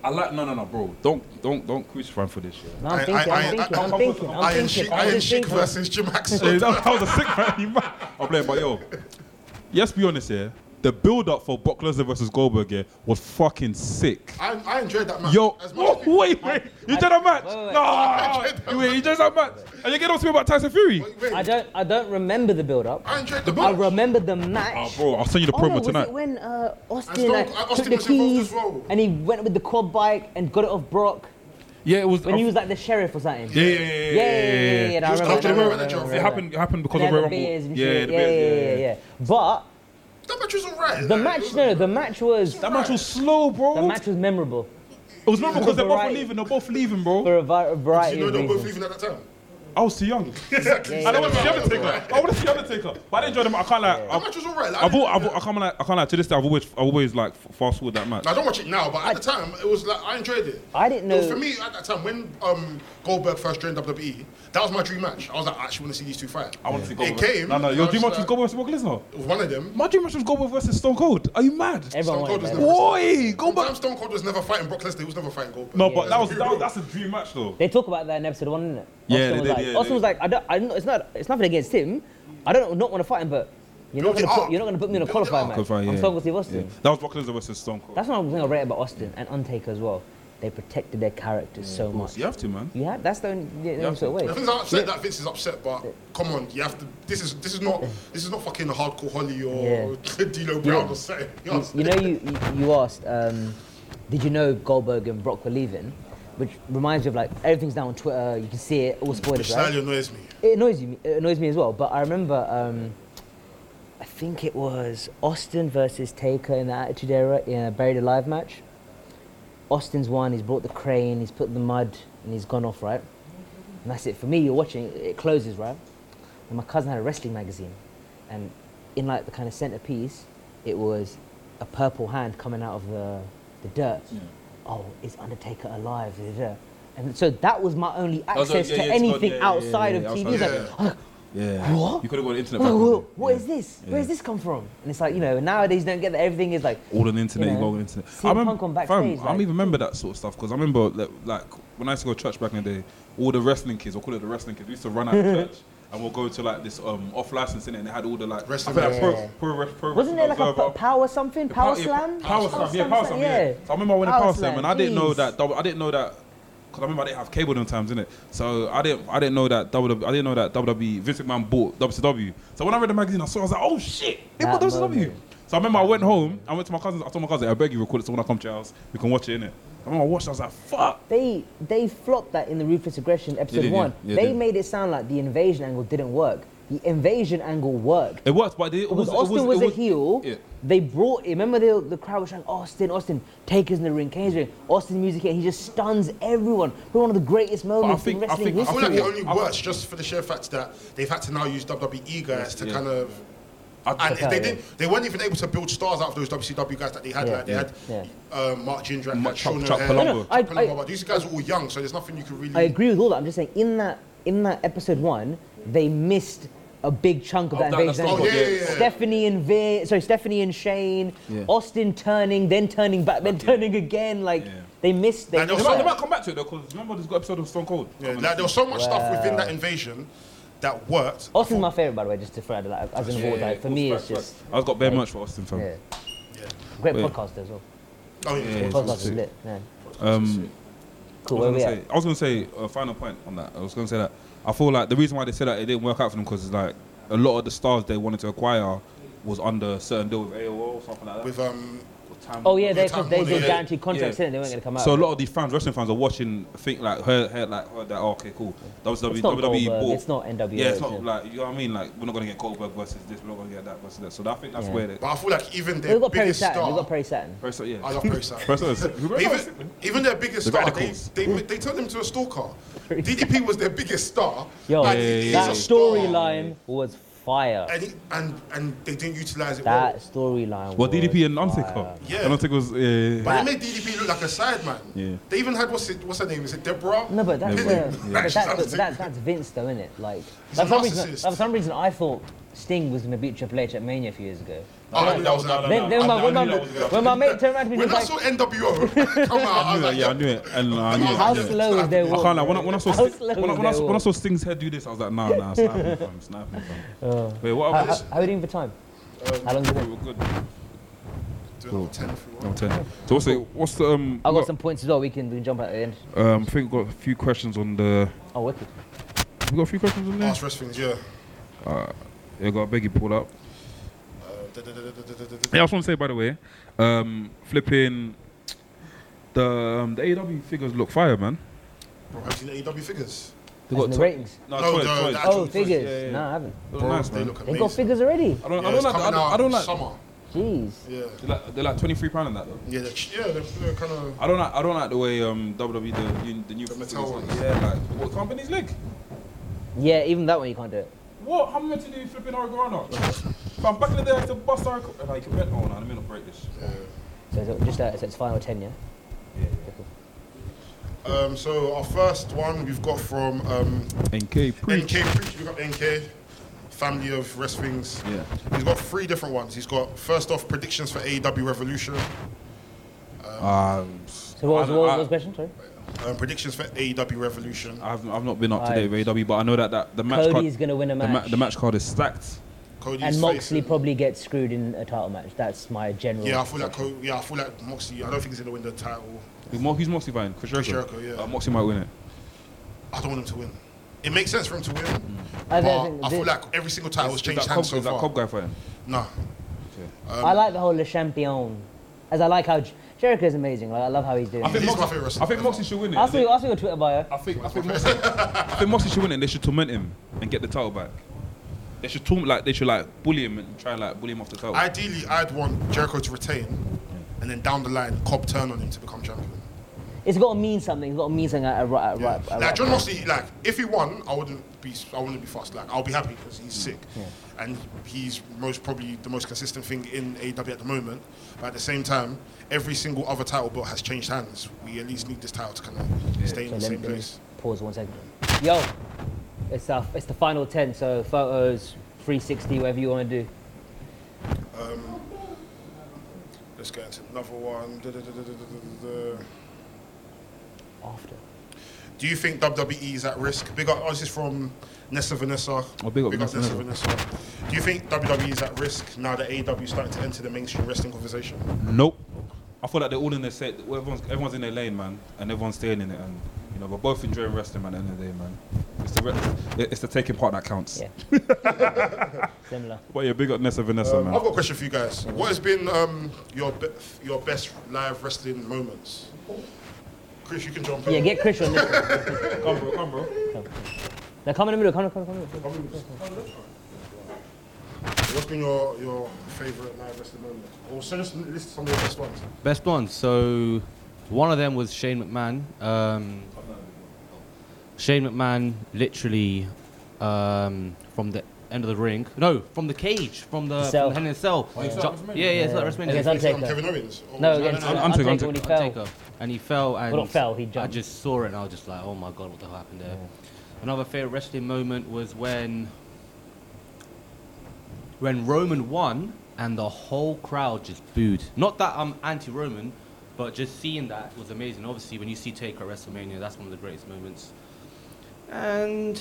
[SPEAKER 1] I like no, no, no, bro. Don't don't don't crucify him for this shit.
[SPEAKER 3] No,
[SPEAKER 2] I- I-
[SPEAKER 3] I'm thinking,
[SPEAKER 2] I-
[SPEAKER 3] I'm thinking,
[SPEAKER 2] I-
[SPEAKER 3] I'm
[SPEAKER 1] I-
[SPEAKER 3] thinking, I'm
[SPEAKER 2] Iron
[SPEAKER 3] thinking,
[SPEAKER 2] Sheik,
[SPEAKER 3] I'm
[SPEAKER 2] Iron
[SPEAKER 3] just
[SPEAKER 2] Sheik
[SPEAKER 3] thinking.
[SPEAKER 2] versus Jim Axel.
[SPEAKER 1] Yeah, that, that was a sick man. You mad. I'm playing, but yo, let's be honest here. The build up for Brock Lesnar versus Goldberg here was fucking sick.
[SPEAKER 2] I, I enjoyed that match.
[SPEAKER 1] Yo,
[SPEAKER 2] as much
[SPEAKER 1] oh,
[SPEAKER 2] as-
[SPEAKER 1] wait, wait, you did a match?
[SPEAKER 3] wait, wait.
[SPEAKER 1] No, you, wait, you did a match, and you get on to me about Tyson Fury.
[SPEAKER 2] wait, wait.
[SPEAKER 3] I don't, I don't remember the build-up.
[SPEAKER 2] I enjoyed the
[SPEAKER 3] I
[SPEAKER 2] match.
[SPEAKER 3] remember the
[SPEAKER 1] Oh,
[SPEAKER 3] match.
[SPEAKER 1] bro, I'll send you the
[SPEAKER 3] Oh,
[SPEAKER 1] promo
[SPEAKER 3] no, Was
[SPEAKER 1] tonight.
[SPEAKER 3] it when uh, Austin,
[SPEAKER 2] Stone-
[SPEAKER 3] like,
[SPEAKER 2] uh,
[SPEAKER 3] took
[SPEAKER 2] Austin
[SPEAKER 3] the
[SPEAKER 2] was involved
[SPEAKER 3] keys
[SPEAKER 2] as well.
[SPEAKER 3] and he went with the quad bike and got it off Brock
[SPEAKER 1] Yeah, it was.
[SPEAKER 3] when he was like the sheriff or something?
[SPEAKER 1] yeah, yeah, yeah,
[SPEAKER 3] yeah, yeah, yeah, yeah,
[SPEAKER 1] It
[SPEAKER 3] I
[SPEAKER 1] was
[SPEAKER 3] remember
[SPEAKER 1] after the
[SPEAKER 3] that, I
[SPEAKER 1] Royal
[SPEAKER 3] remember
[SPEAKER 1] Rumble.
[SPEAKER 3] that, I
[SPEAKER 1] It happened. It happened because of
[SPEAKER 3] They
[SPEAKER 1] Royal
[SPEAKER 3] had
[SPEAKER 1] Rumble.
[SPEAKER 3] the beers and
[SPEAKER 1] yeah,
[SPEAKER 3] shit.
[SPEAKER 1] the
[SPEAKER 3] yeah,
[SPEAKER 1] beers,
[SPEAKER 3] yeah, yeah, yeah, yeah. But
[SPEAKER 2] That match was alright.
[SPEAKER 3] the
[SPEAKER 2] Like,
[SPEAKER 3] match,
[SPEAKER 2] it
[SPEAKER 3] no, no,
[SPEAKER 2] was-
[SPEAKER 3] the match was
[SPEAKER 1] That match was slow, bro.
[SPEAKER 3] the match was memorable
[SPEAKER 1] it was not because they're both
[SPEAKER 3] Variety.
[SPEAKER 1] leaving. They're both leaving, bro.
[SPEAKER 3] for a vi- a
[SPEAKER 2] You
[SPEAKER 3] variety
[SPEAKER 2] know
[SPEAKER 3] of
[SPEAKER 2] they were both
[SPEAKER 3] reasons.
[SPEAKER 2] leaving at that time.
[SPEAKER 1] I was too young. I don't want to see Undertaker. I want to see Undertaker, but I didn't enjoy them. I can't like.
[SPEAKER 2] That match was alright. Like, I
[SPEAKER 1] I've, al-
[SPEAKER 2] didn't-
[SPEAKER 1] I've, al- I can't like, I can't like to this day. I've always, I've always like f- fast forward that match.
[SPEAKER 2] I don't watch it now, but at the time, it was like I enjoyed it.
[SPEAKER 3] I didn't
[SPEAKER 2] It was
[SPEAKER 3] know-
[SPEAKER 2] for me at that time when um, Goldberg first joined WWE, that was my dream match. I was like, I actually want to see these two fight.
[SPEAKER 1] I want to see Goldberg.
[SPEAKER 2] It came.
[SPEAKER 1] No, no,
[SPEAKER 2] and
[SPEAKER 1] your
[SPEAKER 2] I
[SPEAKER 1] dream
[SPEAKER 2] was
[SPEAKER 1] match was
[SPEAKER 2] like-
[SPEAKER 1] Goldberg versus Brock Lesnar.
[SPEAKER 2] It was one of them.
[SPEAKER 1] My dream match was Goldberg versus Stone Cold. Are you mad?
[SPEAKER 3] Everyone
[SPEAKER 2] Stone Cold
[SPEAKER 3] wanted
[SPEAKER 2] was
[SPEAKER 3] that.
[SPEAKER 2] never-
[SPEAKER 1] Oi,
[SPEAKER 2] Sometimes
[SPEAKER 1] Goldberg.
[SPEAKER 2] Stone Cold was never fighting Brock Lesnar. He was never fighting Goldberg.
[SPEAKER 1] No, but
[SPEAKER 2] Let's
[SPEAKER 1] that was
[SPEAKER 2] be
[SPEAKER 1] that,
[SPEAKER 2] real.
[SPEAKER 1] was- that's a dream match though.
[SPEAKER 3] They talk about that in episode one, isn't it?
[SPEAKER 1] Yeah, they
[SPEAKER 3] Austin was
[SPEAKER 1] did,
[SPEAKER 3] like,
[SPEAKER 1] yeah,
[SPEAKER 3] Austin
[SPEAKER 1] they
[SPEAKER 3] was like, I don't, I don't, it's not, it's nothing against him. I don't not want to fight him, but you're not
[SPEAKER 2] Build it
[SPEAKER 3] going to
[SPEAKER 2] up.
[SPEAKER 3] put, you're not going to put me in a
[SPEAKER 2] Build it
[SPEAKER 3] qualifier
[SPEAKER 2] up.
[SPEAKER 3] match.
[SPEAKER 1] Qualifying,
[SPEAKER 3] I'm
[SPEAKER 1] yeah.
[SPEAKER 3] so with Steve Austin.
[SPEAKER 1] Yeah. That was Brock Lesnar versus Stone Cold.
[SPEAKER 3] That's one thing I rate about Austin and Undertaker as well. They protected their characters so
[SPEAKER 1] Of course,
[SPEAKER 3] much.
[SPEAKER 1] you have to, man.
[SPEAKER 3] You have that's the only, the only
[SPEAKER 1] have
[SPEAKER 3] sort of way.
[SPEAKER 2] The thing's not upset that Vince is upset, but come on, you have to. This is this is not this is not fucking hardcore Holly or D'Lo Brown or something. You know what I'm
[SPEAKER 3] You know, you, you- you asked, um, did you know Goldberg and Brock were leaving? Which reminds me of like everything's now on Twitter. You can see it, all spoilers,
[SPEAKER 2] saying?
[SPEAKER 3] right?
[SPEAKER 2] Slightly annoys me.
[SPEAKER 3] It annoys you. It annoys me as well. But I remember, um, I think it was Austin versus Taker in the Attitude Era in a Buried Alive match. Austin's won. He's brought the crane. He's put the mud, and he's gone off right. And that's it for me. You're watching. It it closes right. And my cousin had a wrestling magazine, and in like the kind of centerpiece, it was a purple hand coming out of the the dirt. Oh, is Undertaker alive? Da, da, da. And so that was my only
[SPEAKER 1] was like,
[SPEAKER 3] access
[SPEAKER 1] Oh, yeah,
[SPEAKER 3] to
[SPEAKER 1] yeah, it's gone,
[SPEAKER 3] anything
[SPEAKER 1] yeah, yeah,
[SPEAKER 3] outside
[SPEAKER 1] yeah, yeah,
[SPEAKER 3] of TV.
[SPEAKER 1] outside,
[SPEAKER 3] It's like, oh,
[SPEAKER 2] yeah.
[SPEAKER 3] I was like,
[SPEAKER 1] Yeah.
[SPEAKER 3] What?
[SPEAKER 1] You could have got an internet.
[SPEAKER 3] Whoa,
[SPEAKER 1] back
[SPEAKER 3] whoa,
[SPEAKER 1] then.
[SPEAKER 3] what
[SPEAKER 1] Yeah.
[SPEAKER 3] is this?
[SPEAKER 1] Yeah.
[SPEAKER 3] Where's this come from? And it's like, you know, nowadays you don't get that. Everything is like,
[SPEAKER 1] All on the internet, you,
[SPEAKER 3] You know,
[SPEAKER 1] go on the internet.
[SPEAKER 3] CM Punk on backstage,
[SPEAKER 1] I
[SPEAKER 3] like-
[SPEAKER 1] even remember that sort of stuff because I remember like, like when I used to go to church back in the day, all the wrestling kids, or call it the wrestling kids, we used to run out of church and we'll go to like this um, off license in it and they had all the like
[SPEAKER 2] Wrestling,
[SPEAKER 1] I think, like,
[SPEAKER 2] yeah.
[SPEAKER 1] pro, pro, pro,
[SPEAKER 3] wasn't there like a
[SPEAKER 1] Observer.
[SPEAKER 3] p- power something?
[SPEAKER 1] The
[SPEAKER 3] Power
[SPEAKER 1] pow- yeah,
[SPEAKER 3] slam?
[SPEAKER 1] Power slam, yeah, power slam, yeah. So I remember when I
[SPEAKER 3] Power
[SPEAKER 1] power slam,
[SPEAKER 3] slam,
[SPEAKER 1] and I didn't know
[SPEAKER 3] jeez.
[SPEAKER 1] that. Double, I didn't know that because I remember I didn't have cable them times, innit? So I didn't, I didn't know that WWE, I didn't know that WWE Vince McMahon bought WCW. So when I read the magazine, I saw, I was like, oh shit, they
[SPEAKER 3] That
[SPEAKER 1] bought WCW.
[SPEAKER 3] moment.
[SPEAKER 1] So I remember I went home, I went to my cousins, I told my cousin, I beg you, record it so when I come to your house, we can watch it, innit? I remember I watched, I was like, fuck.
[SPEAKER 3] They, they flopped that in the Ruthless Aggression episode
[SPEAKER 1] did, yeah.
[SPEAKER 3] one.
[SPEAKER 1] Yeah,
[SPEAKER 3] they
[SPEAKER 1] they-
[SPEAKER 3] made it sound like the invasion angle didn't work. The invasion angle worked.
[SPEAKER 1] It worked, but it, it was,
[SPEAKER 3] Because Austin
[SPEAKER 1] it
[SPEAKER 3] was,
[SPEAKER 1] was, it
[SPEAKER 3] a heel.
[SPEAKER 1] Yeah.
[SPEAKER 3] They brought him. Remember the, the crowd was shouting, Austin, Austin, Taker's in the ring, Kane's in the ring, Austin music hit. He just stuns everyone. Probably one of the greatest moments
[SPEAKER 1] think-
[SPEAKER 3] in
[SPEAKER 1] I
[SPEAKER 3] wrestling
[SPEAKER 1] think-
[SPEAKER 2] I feel
[SPEAKER 3] history.
[SPEAKER 2] like it only
[SPEAKER 1] I-
[SPEAKER 2] works just for the sheer fact that they've had to now use WWE guys to
[SPEAKER 1] Yeah.
[SPEAKER 2] kind of.
[SPEAKER 1] I-
[SPEAKER 2] And if they
[SPEAKER 3] Yeah.
[SPEAKER 2] didn't, they weren't even able to build stars out of those WCW guys that they had.
[SPEAKER 3] Yeah.
[SPEAKER 2] Like they had
[SPEAKER 3] Yeah.
[SPEAKER 2] uh, Mark Jindrak,
[SPEAKER 1] Mark- Chuck-
[SPEAKER 2] Sean
[SPEAKER 1] Chuck
[SPEAKER 2] O'Hare,
[SPEAKER 1] Palumbo. No,
[SPEAKER 3] no, I-
[SPEAKER 2] Chuck
[SPEAKER 3] I-
[SPEAKER 2] Palumbo, but These guys are all young, so there's nothing you can really.
[SPEAKER 3] I agree with all that. I'm just saying in that in that episode one, they missed a big chunk of
[SPEAKER 5] Oh,
[SPEAKER 3] that
[SPEAKER 5] that-
[SPEAKER 3] invasion.
[SPEAKER 5] that's
[SPEAKER 2] not- Oh, yeah, yeah, yeah.
[SPEAKER 3] Stephanie and Ve- sorry, Stephanie and Shane,
[SPEAKER 5] Yeah.
[SPEAKER 3] Austin turning, then turning back, then
[SPEAKER 1] Fuck yeah.
[SPEAKER 3] turning again. Like
[SPEAKER 5] Yeah.
[SPEAKER 3] they missed. They
[SPEAKER 2] And
[SPEAKER 1] They
[SPEAKER 3] missed
[SPEAKER 2] also-
[SPEAKER 1] might,
[SPEAKER 3] that.
[SPEAKER 1] they might come back to it though, because remember this got episode of Stone Cold.
[SPEAKER 2] Yeah, like, there was so much stuff within that invasion that worked.
[SPEAKER 3] Austin's my favorite, by the way. Just to further, like, as an award, like, for me, it's just
[SPEAKER 1] I've got bare much for Austin fam.
[SPEAKER 3] yeah,
[SPEAKER 2] Yeah.
[SPEAKER 3] great
[SPEAKER 1] Yeah.
[SPEAKER 3] podcast as well.
[SPEAKER 2] Oh, yeah.
[SPEAKER 1] Yeah.
[SPEAKER 3] Podcast
[SPEAKER 1] it's
[SPEAKER 3] is
[SPEAKER 1] sick.
[SPEAKER 3] lit. Man.
[SPEAKER 1] Um,
[SPEAKER 3] Cool.
[SPEAKER 1] I
[SPEAKER 3] Where
[SPEAKER 1] was
[SPEAKER 3] we
[SPEAKER 1] gonna
[SPEAKER 3] at?
[SPEAKER 1] say, I was gonna say a final point on that. I was gonna say that I feel like the reason why they said that it didn't work out for them because it's like a lot of the stars they wanted to acquire was under a certain deal with AOL or something like that.
[SPEAKER 2] With um,
[SPEAKER 1] or Time
[SPEAKER 3] Oh yeah,
[SPEAKER 2] Yeah,
[SPEAKER 3] they
[SPEAKER 2] Time
[SPEAKER 3] they
[SPEAKER 2] Warner,
[SPEAKER 3] did
[SPEAKER 2] yeah.
[SPEAKER 3] guaranteed contracts
[SPEAKER 1] Yeah.
[SPEAKER 3] in it. They weren't gonna come out.
[SPEAKER 1] So a lot of these fans, wrestling fans, are watching. Think like her, her like her, that. Oh, okay, cool. WWE,
[SPEAKER 3] it's not
[SPEAKER 1] WWE
[SPEAKER 3] Goldberg,
[SPEAKER 1] bought.
[SPEAKER 3] It's not NWA.
[SPEAKER 1] yeah, it's
[SPEAKER 3] it?
[SPEAKER 1] not like you know what I mean. Like we're not gonna get Goldberg versus this. We're not gonna get that versus that. So I think that's
[SPEAKER 3] Yeah.
[SPEAKER 1] where they.
[SPEAKER 2] but I feel like even
[SPEAKER 3] They've
[SPEAKER 2] their
[SPEAKER 3] got Perry
[SPEAKER 2] biggest
[SPEAKER 3] Saturn. They've
[SPEAKER 2] star.
[SPEAKER 3] got Perry Saturn.
[SPEAKER 1] Press- yeah.
[SPEAKER 2] I love Perry Saturn.
[SPEAKER 1] Press us.
[SPEAKER 2] Even, even their biggest
[SPEAKER 1] The
[SPEAKER 2] star, they,
[SPEAKER 1] radicals.
[SPEAKER 2] they, they turned him to a stalker. DDP was their biggest star.
[SPEAKER 3] Yo,
[SPEAKER 2] Like,
[SPEAKER 1] yeah,
[SPEAKER 2] he's
[SPEAKER 3] that
[SPEAKER 2] a star.
[SPEAKER 3] storyline was fire.
[SPEAKER 2] And, he- and, and they didn't utilize it
[SPEAKER 3] That
[SPEAKER 2] well.
[SPEAKER 3] storyline.
[SPEAKER 1] Well,
[SPEAKER 3] was
[SPEAKER 1] DDP and
[SPEAKER 3] fire.
[SPEAKER 1] Untaker.
[SPEAKER 2] Yeah.
[SPEAKER 1] Untaker was. Yeah. yeah, yeah.
[SPEAKER 2] But they made DDP look like a sideman.
[SPEAKER 1] Yeah.
[SPEAKER 2] They even had, what's, it, what's her name? Is it Deborah?
[SPEAKER 3] No, but that's
[SPEAKER 1] Yeah,
[SPEAKER 3] uh,
[SPEAKER 1] yeah.
[SPEAKER 3] but
[SPEAKER 2] She's
[SPEAKER 3] that, but
[SPEAKER 2] unsick.
[SPEAKER 3] that, that's Vince, though, isn't it? Like,
[SPEAKER 2] He's
[SPEAKER 3] like
[SPEAKER 2] a
[SPEAKER 3] for some reason,
[SPEAKER 2] narcissist.
[SPEAKER 3] like, for some reason, I thought Sting was gonna beat Triple H at Mania a few years ago.
[SPEAKER 2] Oh, that was
[SPEAKER 1] No, no,
[SPEAKER 3] Then, then
[SPEAKER 1] I-
[SPEAKER 3] when,
[SPEAKER 1] I
[SPEAKER 3] my, when,
[SPEAKER 1] knew
[SPEAKER 3] my,
[SPEAKER 1] that was gonna
[SPEAKER 3] when my mate turned around to me, he
[SPEAKER 2] When
[SPEAKER 3] was
[SPEAKER 2] I
[SPEAKER 3] like,
[SPEAKER 2] saw NWO come out, I
[SPEAKER 1] I
[SPEAKER 2] was
[SPEAKER 1] knew it,
[SPEAKER 2] like,
[SPEAKER 1] yeah, I knew it. And, uh, I knew it.
[SPEAKER 3] "How
[SPEAKER 1] I knew it.
[SPEAKER 3] slow is their
[SPEAKER 1] I
[SPEAKER 3] walk?"
[SPEAKER 1] can't lie. When I, when I saw
[SPEAKER 3] How
[SPEAKER 1] Sting-
[SPEAKER 3] slow
[SPEAKER 1] when I,
[SPEAKER 3] is
[SPEAKER 1] when I,
[SPEAKER 3] their
[SPEAKER 1] saw- when I
[SPEAKER 3] walk?
[SPEAKER 1] saw Sting's head do this, I was like, nah, nah, snap him, fam, snap him, fam. Wait, what?
[SPEAKER 3] How,
[SPEAKER 1] Are
[SPEAKER 3] how, how are you doing for time? how long? Did
[SPEAKER 1] we?
[SPEAKER 3] it?
[SPEAKER 1] We're good.
[SPEAKER 2] Doing like 10 if you want.
[SPEAKER 1] Number ten. So what's the what's the um?
[SPEAKER 3] I got
[SPEAKER 1] what-
[SPEAKER 3] some points as well. We can we can jump at the end.
[SPEAKER 1] Um, I think we've got a few questions on the.
[SPEAKER 3] Oh, wicked.
[SPEAKER 1] We got a few questions on there.
[SPEAKER 2] Last rest things, yeah.
[SPEAKER 1] Yeah, got a biggie pulled up.
[SPEAKER 2] Uh, da- da- da- da- da- da- da- da-
[SPEAKER 1] Yeah, I just want to say by the way, um, flipping the um, the AEW figures look fire, man.
[SPEAKER 2] Bro, have you seen the AEW figures?
[SPEAKER 3] As in the
[SPEAKER 1] to-
[SPEAKER 3] ratings.
[SPEAKER 1] No,
[SPEAKER 2] No,
[SPEAKER 1] toys,
[SPEAKER 2] the-
[SPEAKER 1] toys.
[SPEAKER 2] the actual
[SPEAKER 3] Oh,
[SPEAKER 2] toys,
[SPEAKER 3] figures.
[SPEAKER 1] yeah, yeah.
[SPEAKER 3] No, I haven't.
[SPEAKER 1] They look
[SPEAKER 2] Bro,
[SPEAKER 1] nice,
[SPEAKER 2] they
[SPEAKER 1] man.
[SPEAKER 2] look
[SPEAKER 3] They
[SPEAKER 2] amazing.
[SPEAKER 3] got figures already.
[SPEAKER 1] I don't,
[SPEAKER 2] Yeah,
[SPEAKER 1] I
[SPEAKER 2] it's
[SPEAKER 1] don't like.
[SPEAKER 2] coming
[SPEAKER 1] I don't, I
[SPEAKER 2] out
[SPEAKER 1] don't like.
[SPEAKER 2] summer.
[SPEAKER 3] Jeez.
[SPEAKER 2] Yeah.
[SPEAKER 1] They're like, they're like twenty three pound and that though.
[SPEAKER 2] Yeah, they're, yeah, they're, they're kind of.
[SPEAKER 1] I don't like. I don't like the way um, WWE the, new- the new
[SPEAKER 2] The Mattel
[SPEAKER 1] figures-
[SPEAKER 2] ones.
[SPEAKER 1] Yeah, like what companies like?
[SPEAKER 3] Yeah, even that one you can't do it.
[SPEAKER 1] What? How am I meant to do flipping oregano? Fam, back in the day, I used to bust oregano. Like, you can bet. Oh no, let me not break this.
[SPEAKER 3] So it's just uh, so it's final ten, yeah.
[SPEAKER 1] Yeah.
[SPEAKER 2] Um, so our first one we've got from um,
[SPEAKER 1] NK
[SPEAKER 2] NK Preach. We've got NK, family of wrestlings.
[SPEAKER 1] Yeah.
[SPEAKER 2] He's got three different ones. He's got first off predictions for AEW Revolution,
[SPEAKER 1] Um,
[SPEAKER 3] So what was,
[SPEAKER 1] I
[SPEAKER 3] what was
[SPEAKER 1] don't-
[SPEAKER 3] the question? Sorry.
[SPEAKER 2] um, predictions for AEW Revolution.
[SPEAKER 1] I, I've, I've not been up to date
[SPEAKER 3] Right.
[SPEAKER 1] with AW, but I know that, that the match
[SPEAKER 3] Cody
[SPEAKER 1] card,
[SPEAKER 3] is gonna win a
[SPEAKER 1] the, ma-
[SPEAKER 3] match.
[SPEAKER 1] the match card is stacked.
[SPEAKER 2] Cody's
[SPEAKER 3] And Moxley
[SPEAKER 2] facing-
[SPEAKER 3] probably gets screwed in a title match. That's my general.
[SPEAKER 2] Yeah, I feel like Co- yeah, I feel like Moxley. I don't think he's gonna win the title.
[SPEAKER 1] Who Mo- Who's Moxie fighting? Chris Jericho.
[SPEAKER 2] Jericho, yeah.
[SPEAKER 1] Uh, Moxie might win it.
[SPEAKER 2] I don't want him to win. It makes sense for him to win, but
[SPEAKER 3] I don't
[SPEAKER 2] I,
[SPEAKER 3] think
[SPEAKER 2] feel
[SPEAKER 3] this-
[SPEAKER 2] like every single title has
[SPEAKER 1] Is
[SPEAKER 2] changed
[SPEAKER 1] that
[SPEAKER 2] hands
[SPEAKER 1] Cobb-
[SPEAKER 2] so
[SPEAKER 1] is that
[SPEAKER 2] far.
[SPEAKER 1] Cobb guy fighting?
[SPEAKER 2] Nah,
[SPEAKER 3] I
[SPEAKER 2] um,
[SPEAKER 3] like the whole Le Champion, as I like how J- Jericho is amazing. Like, I love how he's doing.
[SPEAKER 1] I think,
[SPEAKER 2] He's my
[SPEAKER 1] Moxie,
[SPEAKER 2] favourite wrestler
[SPEAKER 1] I think
[SPEAKER 2] ever.
[SPEAKER 1] Moxie should win it.
[SPEAKER 3] I'll see, I'll see your Twitter bio.
[SPEAKER 1] I think, I think, Moxie, I think Moxie should win it and they should torment him and get the title back. They should torment, like, they should, like, bully him and try and, like, bully him off the title.
[SPEAKER 2] Ideally, I'd want Jericho to retain, and then down the line, Cobb turn on him to become champion.
[SPEAKER 3] It's got to mean something. It's got to mean something. At, at, at,
[SPEAKER 2] Yeah.
[SPEAKER 3] at, at,
[SPEAKER 2] Like John Moxley, like if he won, I wouldn't be, I wouldn't be fussed. Like I'll be happy because he's sick, and he's most probably the most consistent thing in AEW at the moment. But at the same time, every single other title belt has changed hands. We at least need this title to kind of stay in
[SPEAKER 3] So
[SPEAKER 2] the
[SPEAKER 3] let me,
[SPEAKER 2] same
[SPEAKER 3] let me
[SPEAKER 2] place.
[SPEAKER 3] pause one second. Yo, it's uh, it's the final ten. So photos, 360, whatever you want to do.
[SPEAKER 2] Let's get into another one. Da, da, da, da, da, da, da, da.
[SPEAKER 3] After.
[SPEAKER 2] Do you think WWE is at risk? Big up, oh, this is from Nessa Vanessa.
[SPEAKER 1] Oh, big up Nessa
[SPEAKER 2] Nessa Vanessa. Do you think WWE is at risk now that AEW is starting to enter the mainstream wrestling conversation?
[SPEAKER 1] Nope. I feel like they're all in their set. Everyone's, everyone's in their lane, man, and everyone's staying in it. And you know, we're both enjoying wrestling, man. At the end of the day, man, it's the re- it's the taking part that counts.
[SPEAKER 3] Yeah. Similar.
[SPEAKER 1] But yeah, big up Nessa Vanessa,
[SPEAKER 2] Um,
[SPEAKER 1] man.
[SPEAKER 2] I've got a question for you guys. What has been um, your be- your best live wrestling moments? Chris, you can jump in.
[SPEAKER 3] Yeah, get Chris on this. one.
[SPEAKER 1] come, bro, come, bro.
[SPEAKER 3] Now come in the middle. Come, come, come. come.
[SPEAKER 2] What's been your, your favourite live wrestling moment? Or so just list some of your best ones.
[SPEAKER 6] Best one. So one of them was Shane McMahon. Um, Shane McMahon literally um, from the end of the ring. No, from the cage, from the,
[SPEAKER 3] Cell.
[SPEAKER 6] from the Hell in a Cell.
[SPEAKER 1] Oh, you saw
[SPEAKER 6] Ju-
[SPEAKER 1] that WrestleMania?
[SPEAKER 6] yeah, yeah, it's like
[SPEAKER 2] Um,
[SPEAKER 3] Against
[SPEAKER 6] WrestleMania.
[SPEAKER 3] Undertaker.
[SPEAKER 2] Kevin Owens? Or
[SPEAKER 3] No,
[SPEAKER 2] was it-
[SPEAKER 3] against
[SPEAKER 1] no, no,
[SPEAKER 3] Undertaker,
[SPEAKER 1] I'm taking-
[SPEAKER 3] when he fell.
[SPEAKER 6] Undertaker. And he fell and
[SPEAKER 3] not fell, he jumped.
[SPEAKER 6] I just saw it and I was just like, oh my god, what the hell happened there? Another favorite wrestling moment was when when Roman won and the whole crowd just booed. Not that I'm anti-Roman, but just seeing that was amazing. Obviously, when you see Taker at WrestleMania, that's one of the greatest moments. And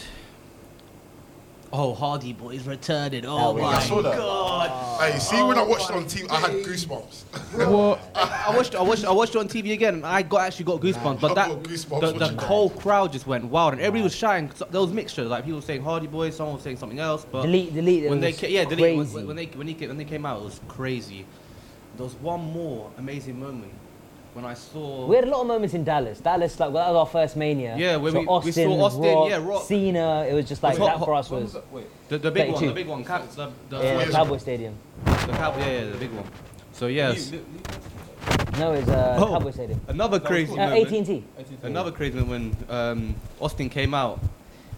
[SPEAKER 6] oh, Hardy Boys returning! Oh
[SPEAKER 3] we-
[SPEAKER 6] my
[SPEAKER 3] I
[SPEAKER 2] saw that.
[SPEAKER 6] god!
[SPEAKER 2] Hey, see, when I watched it on TV, I had goosebumps.
[SPEAKER 5] What?
[SPEAKER 6] I watched, I watched, I watched it on TV again. And I got actually got goosebumps, but
[SPEAKER 2] I
[SPEAKER 6] that
[SPEAKER 2] got goosebumps
[SPEAKER 6] the,
[SPEAKER 2] watching
[SPEAKER 6] the
[SPEAKER 2] that.
[SPEAKER 6] whole crowd just went wild, and everybody was shouting. So there was a mixture, like people were saying Hardy Boys, someone was saying something else, but
[SPEAKER 3] delete, delete. it
[SPEAKER 6] when they
[SPEAKER 3] was
[SPEAKER 6] ca- yeah, delete, when-
[SPEAKER 3] crazy.
[SPEAKER 6] when, when they when, he, ca- when they came out, it was crazy. There was one more amazing moment when I saw.
[SPEAKER 3] We had a lot of moments in Dallas. Dallas, like, well, that was our first mania.
[SPEAKER 6] Yeah, where
[SPEAKER 3] so
[SPEAKER 6] we- we saw
[SPEAKER 3] Austin,
[SPEAKER 6] Austin,
[SPEAKER 3] Rock,
[SPEAKER 6] yeah, Rock.
[SPEAKER 3] Cena. It was just like
[SPEAKER 6] Hot-
[SPEAKER 3] that
[SPEAKER 6] hot-
[SPEAKER 3] for us
[SPEAKER 6] when
[SPEAKER 3] was
[SPEAKER 6] that? Wait, the, the big one, the
[SPEAKER 3] 32.
[SPEAKER 6] big one, Cap, the, the,
[SPEAKER 3] yeah,
[SPEAKER 2] years
[SPEAKER 3] Cowboy Stadium.
[SPEAKER 6] the Cap- yeah, yeah, the big one. So yes,
[SPEAKER 3] No, it's uh,
[SPEAKER 6] Oh.
[SPEAKER 3] Cowboy Stadium.
[SPEAKER 6] another crazy
[SPEAKER 3] Uh,
[SPEAKER 6] moment.
[SPEAKER 3] AT&T.
[SPEAKER 6] Another crazy moment when um, Austin came out.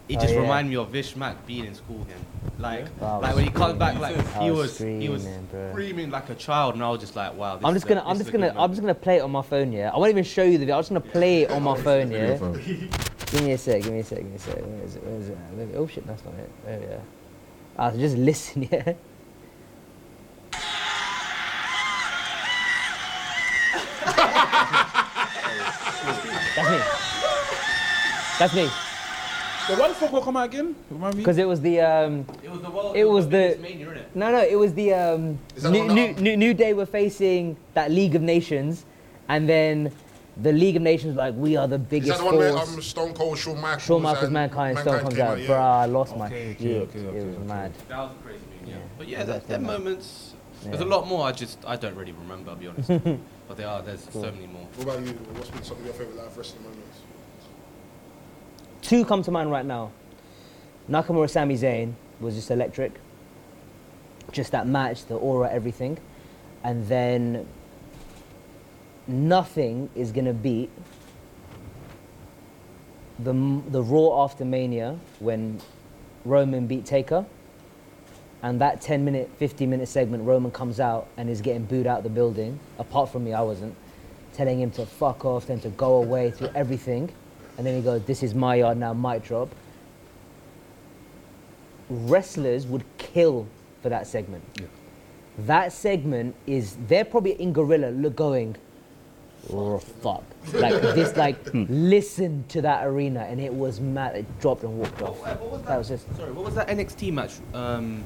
[SPEAKER 6] It
[SPEAKER 3] Oh,
[SPEAKER 6] just
[SPEAKER 3] yeah.
[SPEAKER 6] reminded me of Vish Mack being in school again. Like,
[SPEAKER 3] Wow,
[SPEAKER 6] like when he comes back, like
[SPEAKER 3] I
[SPEAKER 6] he
[SPEAKER 3] was
[SPEAKER 6] was, he was
[SPEAKER 3] screaming, bro.
[SPEAKER 6] screaming like a child, and I was just like, wow. This
[SPEAKER 3] I'm
[SPEAKER 6] is
[SPEAKER 3] just gonna,
[SPEAKER 6] a,
[SPEAKER 3] I'm just
[SPEAKER 6] this is a good
[SPEAKER 3] gonna, I'm
[SPEAKER 6] moment.
[SPEAKER 3] just gonna play it on my phone, yeah. I won't even show you the video. I'm just gonna play it on my phone, yeah. Give me a sec. Give me a sec. Give me a sec. Where is it? Where is it? Where Oh shit, that's not it. There we go. Ah, so just listen, yeah. that's me. That's me.
[SPEAKER 1] So why the fuck will come out again? Remind me.
[SPEAKER 3] Because it was the um,
[SPEAKER 6] It was the world.
[SPEAKER 3] It was the-
[SPEAKER 6] biggest mania, innit?
[SPEAKER 3] no, no, it was the um,
[SPEAKER 2] Is that
[SPEAKER 3] new,
[SPEAKER 2] one
[SPEAKER 3] new,
[SPEAKER 2] that-
[SPEAKER 3] new, new day were facing that League of Nations, and then the League of Nations like we are the
[SPEAKER 2] Is that
[SPEAKER 3] biggest
[SPEAKER 2] the one where
[SPEAKER 3] force.
[SPEAKER 2] um, Stone Cold, Shawn Michaels,
[SPEAKER 3] Shawn Michaels,
[SPEAKER 2] and
[SPEAKER 3] Mankind, Stone comes
[SPEAKER 2] came
[SPEAKER 3] out.
[SPEAKER 2] yeah.
[SPEAKER 3] Bruh, I lost my
[SPEAKER 1] Okay, okay,
[SPEAKER 3] shit.
[SPEAKER 1] okay,
[SPEAKER 3] it
[SPEAKER 1] okay,
[SPEAKER 3] was
[SPEAKER 1] okay.
[SPEAKER 3] mad.
[SPEAKER 6] That was a crazy mania.
[SPEAKER 3] Yeah.
[SPEAKER 6] But yeah,
[SPEAKER 3] That's
[SPEAKER 6] that,
[SPEAKER 3] actually
[SPEAKER 6] that
[SPEAKER 3] mad.
[SPEAKER 6] moments. There's a
[SPEAKER 3] Yeah.
[SPEAKER 6] lot more. I just, I don't really remember. I'll be honest. but there are. There's so many more.
[SPEAKER 2] What about you? What's been some of your favourite live wrestling moments?
[SPEAKER 3] Two come to mind right now. Nakamura Sami Zayn was just electric. Just that match, the aura, everything. And then nothing is going to beat the, m- the Raw after Mania when Roman beat Taker. And that 10 minute, 15 minute segment, Roman comes out and is getting booed out the building. Apart from me, I wasn't. Telling him to fuck off, then to go away, to everything. And then he goes, This is my yard now, mic drop. Wrestlers would kill for that segment. That segment is, they're probably in Gorilla look going, oh, fuck. Like, this, like, listen to that arena. And it was mad. It dropped and walked
[SPEAKER 6] What,
[SPEAKER 3] off.
[SPEAKER 6] what was that?
[SPEAKER 3] That was just
[SPEAKER 6] Sorry, what was that NXT match? Um, we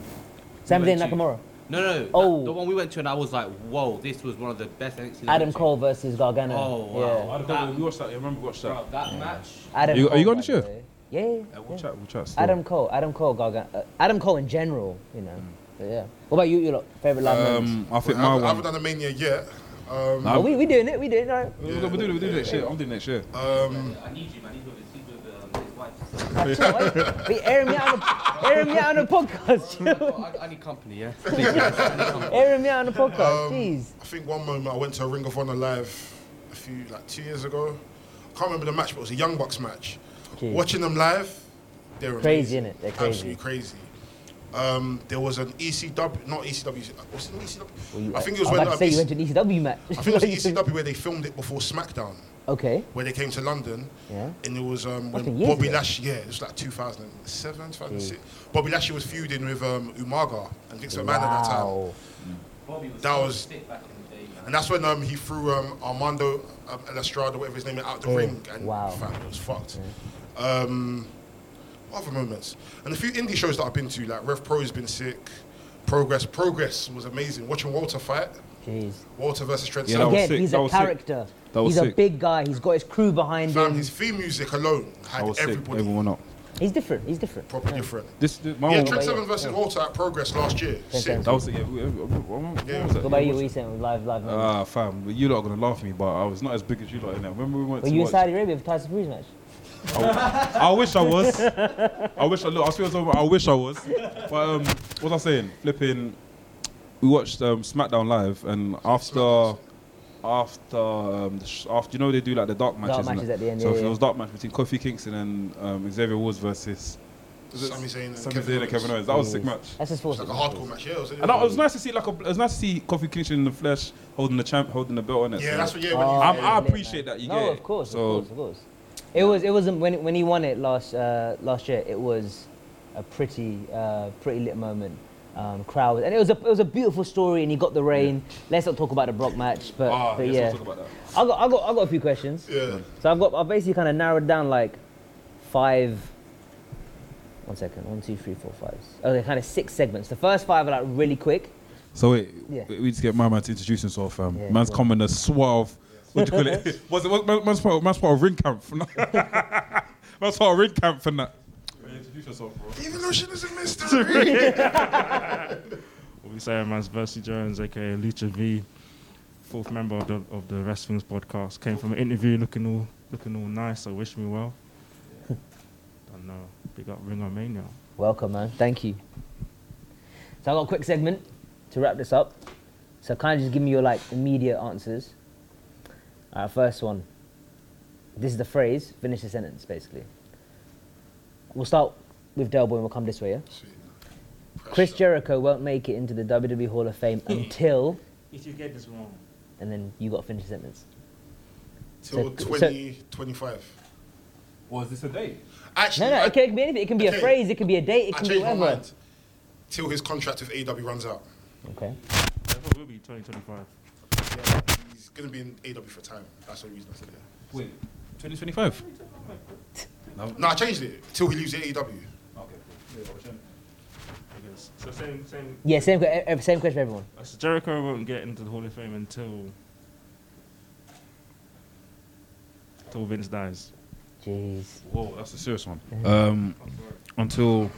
[SPEAKER 3] Sami Zayn
[SPEAKER 6] went to?
[SPEAKER 3] Nakamura.
[SPEAKER 6] No, no. that-
[SPEAKER 3] Oh.
[SPEAKER 6] the one we went to, and I was like, whoa, this was one of the best NXT. I've
[SPEAKER 3] Adam
[SPEAKER 6] been to.
[SPEAKER 3] Cole versus Gargano.
[SPEAKER 6] Oh, wow.
[SPEAKER 1] I don't know, we watched that. I remember we watched that.
[SPEAKER 6] Bro, that match.
[SPEAKER 3] Yeah. Adam
[SPEAKER 1] Are you- are you
[SPEAKER 3] Cole,
[SPEAKER 1] going to
[SPEAKER 3] by
[SPEAKER 1] cheer?
[SPEAKER 3] way. Yeah. yeah,
[SPEAKER 1] Yeah,
[SPEAKER 3] yeah.
[SPEAKER 1] we'll chat. We'll chat. still.
[SPEAKER 3] Adam Cole, Adam Cole, Gargano, uh, Adam Cole in general, you know.
[SPEAKER 6] Mm.
[SPEAKER 3] But yeah. What about you? Your lot? favorite live moments?
[SPEAKER 1] Um, I think
[SPEAKER 2] I
[SPEAKER 1] my
[SPEAKER 2] haven't, I haven't
[SPEAKER 1] one.
[SPEAKER 2] done a mania yet. Um,
[SPEAKER 1] Nah,
[SPEAKER 3] Oh, we we doing it? We doing it? Right?
[SPEAKER 1] We'll do we'll do next year. I'm doing next year.
[SPEAKER 2] um,
[SPEAKER 7] Mm.
[SPEAKER 6] I need you, man. He's with his, with, um, his wife.
[SPEAKER 3] Like, chill, why- we airing me out on a, airing me out on a podcast. chill.
[SPEAKER 6] I, I need company, yeah. Please, yes, I need company.
[SPEAKER 3] airing me out on a podcast. Jeez.
[SPEAKER 2] I think one moment I went to a Ring of Honor live a few, like two years ago. I can't remember the match, but it was a Young Bucks match.
[SPEAKER 3] Jeez.
[SPEAKER 2] Watching them live, they were
[SPEAKER 3] Crazy,
[SPEAKER 2] amazing.
[SPEAKER 3] innit? They're crazy.
[SPEAKER 2] Absolutely crazy. Um, there was an ECW, not ECW, was it an ECW? I think it was
[SPEAKER 3] I'm
[SPEAKER 2] when
[SPEAKER 3] about to
[SPEAKER 2] um,
[SPEAKER 3] say you went
[SPEAKER 2] EC
[SPEAKER 3] to an ECW match.
[SPEAKER 2] I think it was an ECW where they filmed it before SmackDown,
[SPEAKER 3] okay.
[SPEAKER 2] where they came to London.
[SPEAKER 3] Yeah.
[SPEAKER 2] And it was um,
[SPEAKER 3] That's been
[SPEAKER 2] when
[SPEAKER 3] years
[SPEAKER 2] Bobby
[SPEAKER 3] ago.
[SPEAKER 2] Lashley, yeah, it was like 2007, 2006. Bobby Lashley was feuding with um, Umaga and Vince McMahon at that time.
[SPEAKER 3] Wow.
[SPEAKER 6] Bobby was
[SPEAKER 2] That
[SPEAKER 6] so
[SPEAKER 2] was-
[SPEAKER 6] sick back in the day, man.
[SPEAKER 2] And that's when um, he threw um, Armando um, El Estrada, whatever his name is, out the
[SPEAKER 3] Mm.
[SPEAKER 2] ring. And
[SPEAKER 3] Wow.
[SPEAKER 2] fam, it was fucked. Um, what other moments? And a few indie shows that I've been to, like Rev Pro has been sick. Progress. Progress was amazing. Watching Walter fight.
[SPEAKER 3] Jeez.
[SPEAKER 2] Walter versus Trent
[SPEAKER 1] Yeah, that
[SPEAKER 2] Seven.
[SPEAKER 1] was
[SPEAKER 3] Again,
[SPEAKER 1] sick,
[SPEAKER 3] he's
[SPEAKER 1] that
[SPEAKER 3] a
[SPEAKER 1] was sick.
[SPEAKER 3] character.
[SPEAKER 1] That was
[SPEAKER 3] he's a
[SPEAKER 1] sick.
[SPEAKER 3] big guy. He's got his crew behind
[SPEAKER 2] Fam,
[SPEAKER 3] him.
[SPEAKER 2] his theme music alone
[SPEAKER 1] I
[SPEAKER 2] had
[SPEAKER 1] was sick.
[SPEAKER 2] everybody
[SPEAKER 1] Everyone up.
[SPEAKER 3] He's different. He's different.
[SPEAKER 2] proper different.
[SPEAKER 1] This this- my
[SPEAKER 2] Yeah,
[SPEAKER 1] one.
[SPEAKER 2] Trent
[SPEAKER 1] That
[SPEAKER 2] Seven versus Walter at Progress last year.
[SPEAKER 3] Trent
[SPEAKER 2] Sick.
[SPEAKER 3] Seven.
[SPEAKER 1] was yeah. we- we- What
[SPEAKER 2] Yeah.
[SPEAKER 1] was
[SPEAKER 3] What about you?
[SPEAKER 1] that?
[SPEAKER 3] What you saying? Live, live. moments?
[SPEAKER 1] Ah, fam, you lot are gonna laugh at me, but I was not as big as you lot in that. Remember we went
[SPEAKER 3] Were
[SPEAKER 1] to
[SPEAKER 3] you in
[SPEAKER 1] watch-
[SPEAKER 3] Saudi Arabia for Tyson Fury's match?
[SPEAKER 1] I wish I was. I wish I look. I swear to God, I wish I was. But um, what was I saying? Flipping. We watched um, SmackDown live, and after, after, um, the sh- after you know they do like the dark matches. and
[SPEAKER 3] matches
[SPEAKER 1] that.
[SPEAKER 3] at the end,
[SPEAKER 1] So
[SPEAKER 3] yeah,
[SPEAKER 1] if
[SPEAKER 3] yeah.
[SPEAKER 1] it was dark match between Kofi Kingston and um, Xavier Woods versus
[SPEAKER 2] Sami Zayn and
[SPEAKER 1] Sami
[SPEAKER 2] Kevin
[SPEAKER 1] Zayn and
[SPEAKER 2] Owens.
[SPEAKER 1] Kevin Owens, that was a sick match.
[SPEAKER 3] That's his
[SPEAKER 2] It was
[SPEAKER 3] fourth.
[SPEAKER 2] like a hardcore match. Yeah, it was,
[SPEAKER 1] And that, it was nice to see like a, it was nice to see Kofi Kingston in the flesh, holding the champ, holding the belt on it.
[SPEAKER 2] yeah,
[SPEAKER 1] so-
[SPEAKER 2] that's what. Yeah, when he,
[SPEAKER 1] I'm- I appreciate that you
[SPEAKER 3] no,
[SPEAKER 1] get it.
[SPEAKER 3] of course,
[SPEAKER 1] So-
[SPEAKER 3] of course, of course. It was it wasn't when when he won it last uh, last year. It was a pretty uh, pretty lit moment. Um, crowd and it was a it was a beautiful story and he got the reign. Let's not talk about the Brock match, but,
[SPEAKER 1] Ah,
[SPEAKER 3] but
[SPEAKER 1] yes,
[SPEAKER 3] yeah,
[SPEAKER 1] we'll talk about that.
[SPEAKER 3] I got I got I got a few questions.
[SPEAKER 2] Yeah.
[SPEAKER 3] So I've got I've basically kind of narrowed down like five. One second, one, two, three, four, five. Okay, kind of six segments. The first five are like really quick.
[SPEAKER 1] So wait,
[SPEAKER 3] Yeah.
[SPEAKER 1] we we just get my man to introduce himself. Um,
[SPEAKER 3] Yeah,
[SPEAKER 1] man's
[SPEAKER 3] go on.
[SPEAKER 1] coming a suave. What do you call it? Was it was, man's part? of- Man's part of ring camp. for that. man's part of ring camp for that. Introduce yourself, bro.
[SPEAKER 2] Even though she doesn't miss the
[SPEAKER 7] What we say, man's Versi Jones, aka Lucha V, fourth member of the of the Wrestling's podcast, came from an interview looking all looking all nice. So wish me well. Don't know. Big up Ring of Mania.
[SPEAKER 3] Welcome, man. Thank you. So I got a quick segment to wrap this up. So kind of just give me your like immediate answers. All right, first one. This is the phrase. Finish the sentence, basically. We'll start with Delboy and we'll come this way. Yeah. Chris Jericho won't make it into the WWE Hall of Fame until.
[SPEAKER 7] If you get this wrong,
[SPEAKER 3] and then you got to finish the sentence.
[SPEAKER 2] Till
[SPEAKER 3] So- so-
[SPEAKER 2] 2025.
[SPEAKER 1] Was this a date?
[SPEAKER 2] Actually,
[SPEAKER 3] No, no,
[SPEAKER 2] I-
[SPEAKER 3] it can, it can be anything. It can be a
[SPEAKER 2] Okay.
[SPEAKER 3] phrase. It can be a date. It
[SPEAKER 2] I
[SPEAKER 3] can be
[SPEAKER 2] changed my
[SPEAKER 3] whatever.
[SPEAKER 2] mind. Till his contract with AEW runs out.
[SPEAKER 3] Okay.
[SPEAKER 7] it will be 2025.
[SPEAKER 2] Yeah, he's going to be in AEW for time. That's the reason I said it.
[SPEAKER 1] Wait, 2025.
[SPEAKER 2] No, I changed it. Till he leaves E AEW.
[SPEAKER 7] I guess. So same same.
[SPEAKER 3] Yeah, same, que- eh, same question for everyone.
[SPEAKER 7] uh, So Jericho won't get into the Hall of Fame until until Vince dies.
[SPEAKER 3] Jeez.
[SPEAKER 1] Whoa, that's a serious one. Um, until,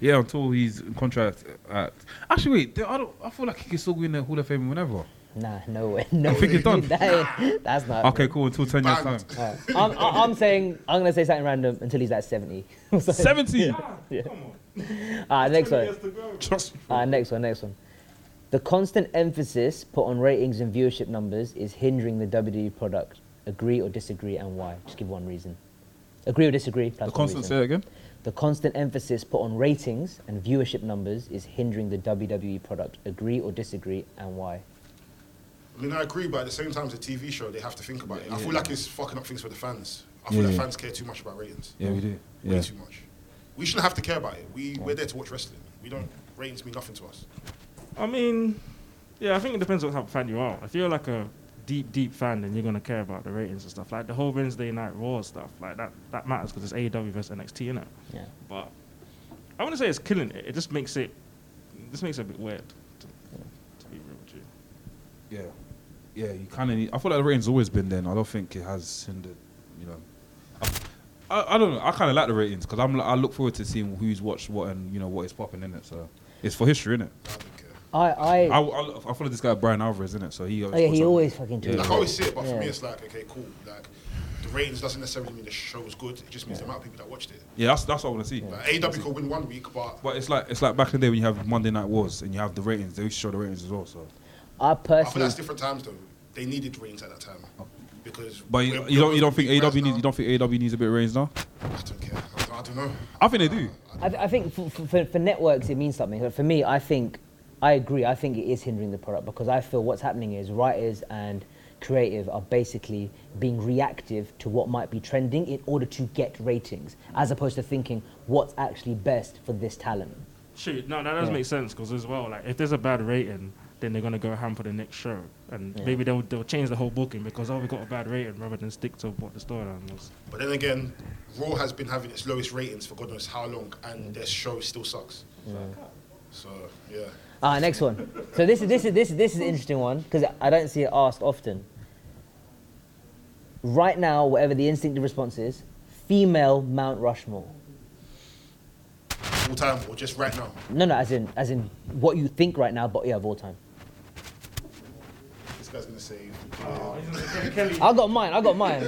[SPEAKER 1] yeah, until he's in contract at. Actually, wait. I don't. I feel like he can still win the Hall of Fame whenever.
[SPEAKER 3] Nah, no way. No
[SPEAKER 1] I think
[SPEAKER 3] way.
[SPEAKER 1] it's done.
[SPEAKER 3] That- that's not.
[SPEAKER 1] Okay, cool. Until 10 years time.
[SPEAKER 2] Banned.
[SPEAKER 3] Alright. I'm, I'm I'm saying I'm gonna say something random until he's like 70. so,
[SPEAKER 1] 70.
[SPEAKER 7] Ah,
[SPEAKER 3] Alright, next one.
[SPEAKER 7] to go.
[SPEAKER 1] Trust me.
[SPEAKER 3] Alright, next one. Next one. The constant emphasis put on ratings and viewership numbers is hindering the WWE product. Agree or disagree, and why? Just give one reason. Agree or disagree. Plus
[SPEAKER 1] The
[SPEAKER 3] one
[SPEAKER 1] constant
[SPEAKER 3] reason.
[SPEAKER 1] say that again.
[SPEAKER 3] The constant emphasis put on ratings and viewership numbers is hindering the WWE product. Agree or disagree, and why?
[SPEAKER 2] I mean, I agree, but at the same time, it's a TV show. They have to think about it. I feel like it's fucking up things for the fans. I feel
[SPEAKER 1] Yeah,
[SPEAKER 2] like
[SPEAKER 1] yeah.
[SPEAKER 2] fans care too much about ratings.
[SPEAKER 1] Yeah, we do.
[SPEAKER 2] Way
[SPEAKER 1] Yeah.
[SPEAKER 2] too much. We shouldn't have to care about it. We, We're there to watch wrestling. We don't, ratings mean nothing to us.
[SPEAKER 7] I mean, yeah, I think it depends on how fan you are. If you're like a deep, deep fan, then you're gonna care about the ratings and stuff. Like the whole Wednesday Night Raw stuff, like that that matters because it's AEW versus NXT, you know.
[SPEAKER 3] Yeah.
[SPEAKER 7] But I wouldn't say it's killing it. It just makes it, this makes it a bit weird. To, to be real with you.
[SPEAKER 1] Yeah, yeah. You kind of. need I feel like the ratings always been there. And I don't think it has hindered. You know, I, I, I don't know. I kind of like the ratings because I'm. li- I look forward to seeing who's watched what and you know what is popping in it. So it's for history, innit?
[SPEAKER 2] I don't care.
[SPEAKER 3] I,
[SPEAKER 1] I,
[SPEAKER 3] I,
[SPEAKER 1] I, I follow this guy Brian Alvarez in it, so he.
[SPEAKER 3] oh yeah,
[SPEAKER 1] puts
[SPEAKER 3] he
[SPEAKER 1] up-
[SPEAKER 3] always fucking tweets.
[SPEAKER 2] Like, I always see it, but
[SPEAKER 3] Yeah.
[SPEAKER 2] for me, it's like, okay, cool. Like, the ratings doesn't necessarily mean the show's good. It just means the amount of people that watched it.
[SPEAKER 1] Yeah, that's that's what I want to see.
[SPEAKER 2] Like, AEW could win one week, but
[SPEAKER 1] But it's like it's like back in the day when you have Monday Night Wars and you have the ratings. They used to show the ratings as well. So,
[SPEAKER 3] I
[SPEAKER 2] I feel
[SPEAKER 3] personally,
[SPEAKER 2] that's different times, though. They needed ratings at that time. Because
[SPEAKER 1] Oh. but you,
[SPEAKER 2] we're-
[SPEAKER 1] you don't you
[SPEAKER 2] we're-
[SPEAKER 1] don't think
[SPEAKER 2] right
[SPEAKER 1] AW
[SPEAKER 2] now-
[SPEAKER 1] needs you don't think AW needs a bit of ratings now?
[SPEAKER 2] I don't care. I don't know.
[SPEAKER 1] I think they do.
[SPEAKER 3] I, th- I think for, for- for, for networks it means something. But for me, I think I agree. I think it is hindering the product because I feel what's happening is writers and creative are basically being reactive to what might be trending in order to get ratings, as opposed to thinking what's actually best for this talent.
[SPEAKER 7] Shoot, no, that does
[SPEAKER 3] Yeah.
[SPEAKER 7] make sense because as well, like if there's a bad rating, then they're gonna go ham for the next show, and
[SPEAKER 3] Yeah.
[SPEAKER 7] maybe they'll they'll change the whole booking because oh we got a bad rating rather than stick to what the storyline was.
[SPEAKER 2] But then again, Raw has been having its lowest ratings for God knows how long, and their show still sucks. So yeah,
[SPEAKER 3] Ah, next one. So this is this is this is this is an interesting one because I don't see it asked often. Right now, whatever the instinctive response is, female Mount Rushmore.
[SPEAKER 2] all time or just right now.
[SPEAKER 3] No, no, as in as in what you think right now, but yeah, of all time.
[SPEAKER 2] This guy's gonna say
[SPEAKER 3] I got mine. I got mine.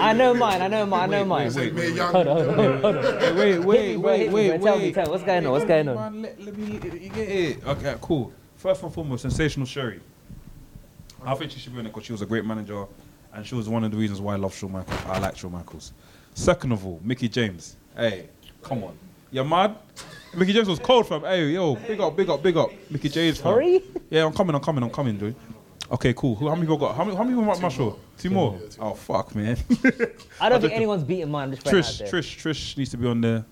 [SPEAKER 3] I know mine. I know mine. I know mine.
[SPEAKER 2] Say Mae Young.
[SPEAKER 3] Hold on, hold on, hold on.
[SPEAKER 1] Wait,
[SPEAKER 3] Hit me, bro, hit me, bro. Tell me, tell me. What's going on? What's going on?
[SPEAKER 1] Man, let, let me, you get it. Okay, cool. First and foremost, sensational Sherry. I think she should be in it because she was a great manager, and she was one of the reasons why I love Shawn Michaels. I like Shawn Michaels. Second of all, Mickey James. Hey, come on, you're mad. Mickey James was cold, fam. Hey, yo, big up, big up, big up, Mickey James. fam.
[SPEAKER 3] Sorry?
[SPEAKER 1] Yeah, I'm coming, I'm coming, I'm coming, dude. Okay, cool. Who, how many people got? How many? How many people might
[SPEAKER 2] Two
[SPEAKER 1] muscle?
[SPEAKER 2] more.
[SPEAKER 1] Two more.
[SPEAKER 2] Yeah, two
[SPEAKER 1] Oh fuck, man.
[SPEAKER 3] I don't think anyone's beating mine. I'm just throwing it
[SPEAKER 1] Trish,
[SPEAKER 3] out there.
[SPEAKER 1] Trish, Trish needs to be on there.